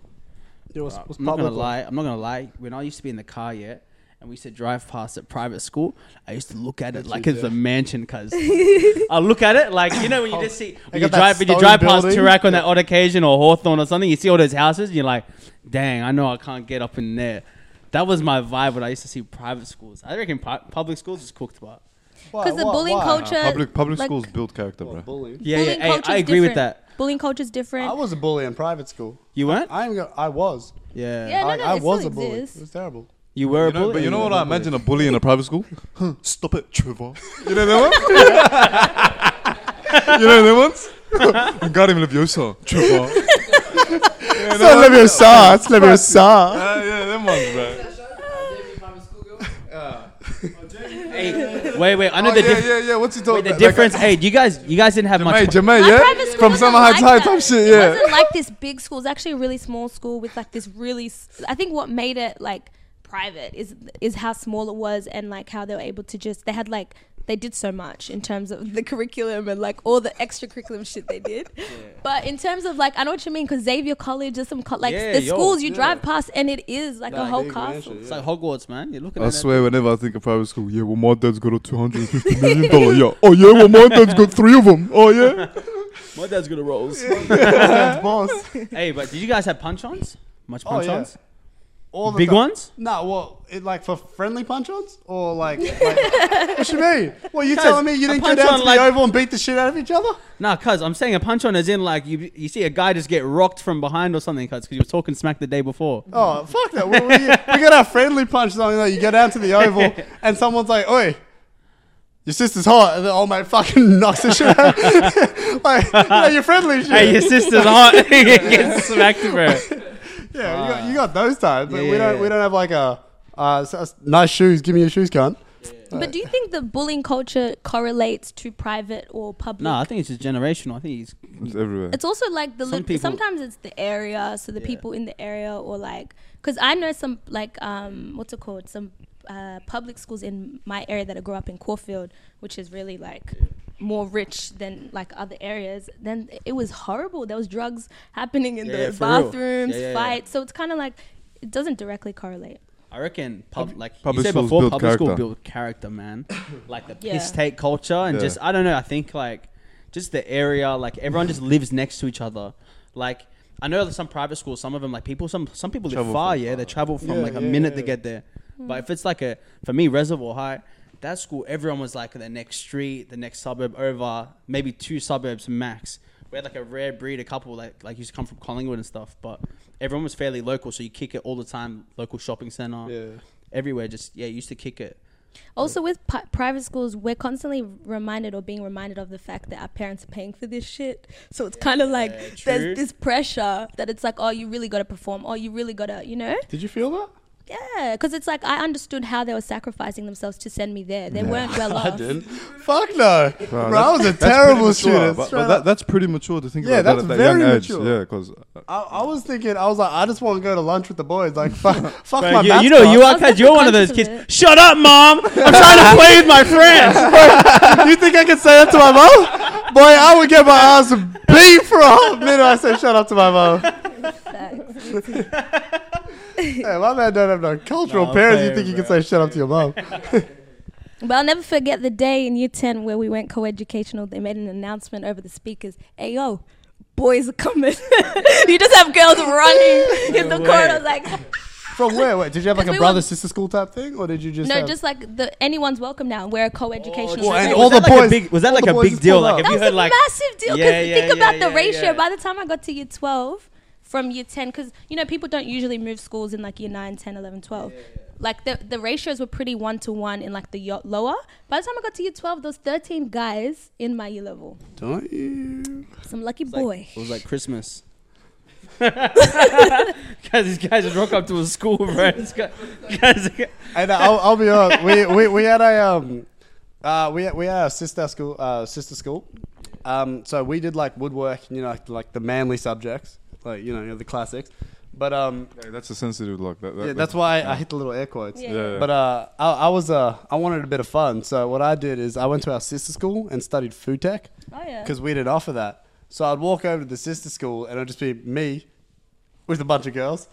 [SPEAKER 5] Yo, what's- what's
[SPEAKER 8] I'm not
[SPEAKER 5] public
[SPEAKER 8] gonna
[SPEAKER 5] like?
[SPEAKER 8] lie. I'm not gonna lie. When I used to be in the car yet, and we used to drive past a private school, I used to look at it like it's a mansion. Cause I look at it like you know
[SPEAKER 2] Oh,
[SPEAKER 8] when you just see when
[SPEAKER 5] got
[SPEAKER 8] you
[SPEAKER 5] that
[SPEAKER 8] drive when you
[SPEAKER 5] stone
[SPEAKER 8] drive past
[SPEAKER 5] building.
[SPEAKER 8] Turak on that odd occasion or Hawthorne or something, you see all those houses, and you're like, dang, I know I can't get up in there. That was my vibe when I used to see private schools. I reckon pu- public schools is cooked, but
[SPEAKER 5] Why-
[SPEAKER 4] because the
[SPEAKER 5] why-
[SPEAKER 4] bullying
[SPEAKER 5] why?
[SPEAKER 4] culture
[SPEAKER 2] Public public
[SPEAKER 4] like,
[SPEAKER 2] schools build character,
[SPEAKER 5] Well,
[SPEAKER 2] bro.
[SPEAKER 5] bullying.
[SPEAKER 8] yeah,
[SPEAKER 4] bullying
[SPEAKER 8] yeah, hey,
[SPEAKER 4] culture
[SPEAKER 8] I
[SPEAKER 4] is
[SPEAKER 8] agree with
[SPEAKER 4] different.
[SPEAKER 8] that.
[SPEAKER 4] bullying culture is different
[SPEAKER 5] I was a bully in private school.
[SPEAKER 8] You weren't?
[SPEAKER 5] I ain't gonna, I was.
[SPEAKER 8] yeah.
[SPEAKER 4] Yeah. no,
[SPEAKER 5] I,
[SPEAKER 4] no,
[SPEAKER 5] I
[SPEAKER 4] it
[SPEAKER 5] was
[SPEAKER 4] still
[SPEAKER 5] a bully.
[SPEAKER 4] exists.
[SPEAKER 5] It was terrible.
[SPEAKER 8] You were
[SPEAKER 2] You
[SPEAKER 8] a
[SPEAKER 2] know,
[SPEAKER 8] bully.
[SPEAKER 2] but you know what I imagine a bully in a private school? Huh, Stop it, Trevor. You know that one? you know that ones? Got him Leviosa, Trevor.
[SPEAKER 5] It's not Leviosa. It's Leviosa.
[SPEAKER 2] Ah, yeah, them ones, bro.
[SPEAKER 8] Hey, wait, wait. I know
[SPEAKER 2] Oh,
[SPEAKER 8] the
[SPEAKER 2] yeah,
[SPEAKER 8] diff-
[SPEAKER 2] yeah, yeah. What's he talking
[SPEAKER 8] the
[SPEAKER 2] about?
[SPEAKER 8] difference. Hey, you guys, you guys didn't have
[SPEAKER 2] Like,
[SPEAKER 8] much.
[SPEAKER 2] Jermaine, Jermaine,
[SPEAKER 4] My
[SPEAKER 2] yeah?
[SPEAKER 4] private school
[SPEAKER 2] From
[SPEAKER 4] wasn't
[SPEAKER 2] Summer Heights High
[SPEAKER 4] like
[SPEAKER 2] type
[SPEAKER 4] that.
[SPEAKER 2] shit,
[SPEAKER 4] It
[SPEAKER 2] yeah.
[SPEAKER 4] wasn't like this big school. It's actually a really small school with like this really. s- I think what made it like private is is how small it was and like how they were able to just they had like they did so much in terms of the curriculum and like all the extracurriculum shit they did. But in terms of like I know what you mean because Xavier College or some co- like
[SPEAKER 8] Yeah,
[SPEAKER 4] the
[SPEAKER 8] yo,
[SPEAKER 4] schools you drive past and it is like a
[SPEAKER 8] Like
[SPEAKER 4] whole
[SPEAKER 5] big
[SPEAKER 4] castle.
[SPEAKER 5] mansion,
[SPEAKER 8] It's like Hogwarts, man. You're looking
[SPEAKER 2] I
[SPEAKER 8] at it.
[SPEAKER 2] swear, whenever I think of private school, yeah, well, my dad's got a two hundred and fifty million dollar yacht. Oh yeah, well, my dad's got three of them. Oh yeah.
[SPEAKER 8] My dad's gonna rolls.
[SPEAKER 5] That's boss.
[SPEAKER 8] hey, but did you guys have punch-ons? Much
[SPEAKER 5] Oh, yeah.
[SPEAKER 8] punch-ons?
[SPEAKER 5] All the
[SPEAKER 8] Big
[SPEAKER 5] ti-
[SPEAKER 8] ones?
[SPEAKER 5] Nah, well, it, like for friendly punch-ons or like, like- what you mean? What you
[SPEAKER 8] Guys,
[SPEAKER 5] telling me you
[SPEAKER 8] a
[SPEAKER 5] didn't go down
[SPEAKER 8] punch-on,
[SPEAKER 5] to
[SPEAKER 8] like-
[SPEAKER 5] the oval and beat the shit out of each other?
[SPEAKER 8] Nah, cuz I'm saying a punch-on is in like you you see a guy just get rocked from behind or something, cuz because you were talking smack the day before.
[SPEAKER 5] Oh fuck that! We, we, we got our friendly punch on. Like you go down to the oval and someone's like, "Oi, your sister's hot," and the old mate fucking knocks the shit out. like you know, you're friendly. Shit.
[SPEAKER 8] Hey, your sister's hot. You get smacked, bro.
[SPEAKER 5] yeah, you got, you got those times, but
[SPEAKER 8] Yeah,
[SPEAKER 5] we
[SPEAKER 8] yeah,
[SPEAKER 5] don't. We
[SPEAKER 8] yeah.
[SPEAKER 5] don't have like a uh, s- s- nice shoes. Give me your shoes, cunt.
[SPEAKER 4] But do you think the bullying culture correlates to private or public?
[SPEAKER 8] Nah, I think it's just generational. I think he's
[SPEAKER 2] It's everywhere.
[SPEAKER 4] It's also like the
[SPEAKER 8] Some
[SPEAKER 4] lit-
[SPEAKER 8] people-
[SPEAKER 4] sometimes it's the area, so the
[SPEAKER 8] Yeah.
[SPEAKER 4] people in the area or like because I know some like um what's it called some uh, public schools in my area that I grew up in Caulfield, which is really like more rich than like other areas. Then it was horrible. There was drugs happening in
[SPEAKER 8] Yeah,
[SPEAKER 4] the
[SPEAKER 8] for real.
[SPEAKER 4] bathrooms,
[SPEAKER 8] Yeah, yeah, yeah.
[SPEAKER 4] fights. So it's kind of like it doesn't directly correlate.
[SPEAKER 8] I reckon pub, like
[SPEAKER 2] public
[SPEAKER 8] you said
[SPEAKER 2] schools
[SPEAKER 8] before,
[SPEAKER 2] build
[SPEAKER 8] public school
[SPEAKER 2] character.
[SPEAKER 8] build character, man. like the
[SPEAKER 4] Yeah.
[SPEAKER 8] piss take culture and
[SPEAKER 2] Yeah.
[SPEAKER 8] just I don't know. I think like just the area, like everyone just lives next to each other. Like I know some private schools, some of them like people, some some people live
[SPEAKER 2] Travel
[SPEAKER 8] far.
[SPEAKER 2] from-
[SPEAKER 8] Yeah, they travel from
[SPEAKER 5] Yeah,
[SPEAKER 8] like a
[SPEAKER 5] yeah,
[SPEAKER 8] minute to
[SPEAKER 5] yeah, yeah.
[SPEAKER 8] get there. But
[SPEAKER 5] Hmm.
[SPEAKER 8] if it's like a for me Reservoir High, that school, everyone was like the next street, the next suburb over, maybe two suburbs max. We had like a rare breed, a couple like like used to come from Collingwood and stuff, but everyone was fairly local, so you kick it all the time. Local shopping center, everywhere. Just yeah, used to kick it.
[SPEAKER 4] Also, with pi- private schools, we're constantly reminded or being reminded of the fact that our parents are paying for this shit. So it's kind of like
[SPEAKER 8] true.
[SPEAKER 4] there's this pressure that it's like, oh, you really got to perform. Oh, you really got to, you know?
[SPEAKER 5] Did you feel that?
[SPEAKER 4] Yeah. Because it's like, I understood how they were sacrificing themselves to send me there. They weren't well off.
[SPEAKER 5] I didn't. Fuck no,
[SPEAKER 2] Wow,
[SPEAKER 5] bro. I was a terrible student.
[SPEAKER 2] But,
[SPEAKER 5] straight
[SPEAKER 2] but that,
[SPEAKER 5] up.
[SPEAKER 2] that's pretty mature to think
[SPEAKER 5] Yeah,
[SPEAKER 2] about
[SPEAKER 5] that's
[SPEAKER 2] that at that
[SPEAKER 5] very
[SPEAKER 2] young age.
[SPEAKER 5] mature.
[SPEAKER 2] Yeah, uh, because
[SPEAKER 5] I, I was thinking. I was like, I just want to go to lunch with the boys. Like, fuck, fuck
[SPEAKER 8] Bro,
[SPEAKER 5] my
[SPEAKER 8] you,
[SPEAKER 5] maths
[SPEAKER 8] you know
[SPEAKER 5] class.
[SPEAKER 8] you are
[SPEAKER 4] I'm
[SPEAKER 8] because you're one of those
[SPEAKER 4] definitely
[SPEAKER 8] kids.
[SPEAKER 4] conscious of
[SPEAKER 8] Shut up, mom! I'm trying to play with my friends.
[SPEAKER 5] you think I can say that to my mom? Boy, I would get my ass beat for a whole minute. I said, shut up to my mom. hey, my man don't have no cultural
[SPEAKER 8] Nah,
[SPEAKER 5] parents.
[SPEAKER 8] fair,
[SPEAKER 5] you think you can
[SPEAKER 8] bro.
[SPEAKER 5] say shut up to your mom?
[SPEAKER 4] But I'll never forget the day in year 10 where we went co educational. They made an announcement over the speakers Hey, yo, boys are coming. you just have girls running in the
[SPEAKER 8] way.
[SPEAKER 4] corner, like,
[SPEAKER 5] From where? Wait, did you have like
[SPEAKER 4] Because we
[SPEAKER 5] a brother
[SPEAKER 4] were-
[SPEAKER 5] sister school type thing, or did you just
[SPEAKER 4] no,
[SPEAKER 5] have-
[SPEAKER 4] just like the anyone's welcome now. We're a co-educational.
[SPEAKER 5] Oh,
[SPEAKER 4] school.
[SPEAKER 5] and
[SPEAKER 8] Was
[SPEAKER 5] all
[SPEAKER 8] that
[SPEAKER 5] the
[SPEAKER 8] like a
[SPEAKER 5] boys-
[SPEAKER 8] big- was that
[SPEAKER 5] all
[SPEAKER 8] like
[SPEAKER 5] the
[SPEAKER 8] a
[SPEAKER 5] boys
[SPEAKER 8] big
[SPEAKER 5] just
[SPEAKER 8] deal?
[SPEAKER 5] pulled
[SPEAKER 8] Like,
[SPEAKER 5] up.
[SPEAKER 8] have
[SPEAKER 4] that
[SPEAKER 8] you
[SPEAKER 4] was
[SPEAKER 8] heard
[SPEAKER 4] a
[SPEAKER 8] like?
[SPEAKER 4] massive deal because
[SPEAKER 8] Yeah, yeah,
[SPEAKER 4] think about
[SPEAKER 8] yeah,
[SPEAKER 4] the
[SPEAKER 8] yeah,
[SPEAKER 4] ratio.
[SPEAKER 8] yeah.
[SPEAKER 4] By the time I got to year 12 from year 10, because, you know, people don't usually move schools in like year 9, 10, 11, 12. Like the, the ratios were pretty one to one in like the yo- lower. By the time I got to year 12, there was 13 guys in my year level.
[SPEAKER 5] Don't you?
[SPEAKER 4] Some lucky
[SPEAKER 8] like-
[SPEAKER 4] boy.
[SPEAKER 8] It was like Christmas. Guys, these guys just rock up to a school, bro. This guy, guys,
[SPEAKER 5] And I'll, I'll be honest, we, we we had a um, Uh, we we had a sister school, uh, sister school. Um, so we did like woodwork, you know, like, like the manly subjects, like you know, you know, the classics. But um,
[SPEAKER 2] Yeah, that's a sensitive look. That, that,
[SPEAKER 5] yeah, that's why I hit the little air quotes.
[SPEAKER 4] Yeah. Yeah,
[SPEAKER 2] yeah.
[SPEAKER 5] But uh, I, I was uh, I wanted a bit of fun, so what I did is I went to our sister school and studied food tech
[SPEAKER 4] Oh yeah.
[SPEAKER 5] because we didn't offer that. So I'd walk over to the sister school and it'd just be me with a bunch of girls.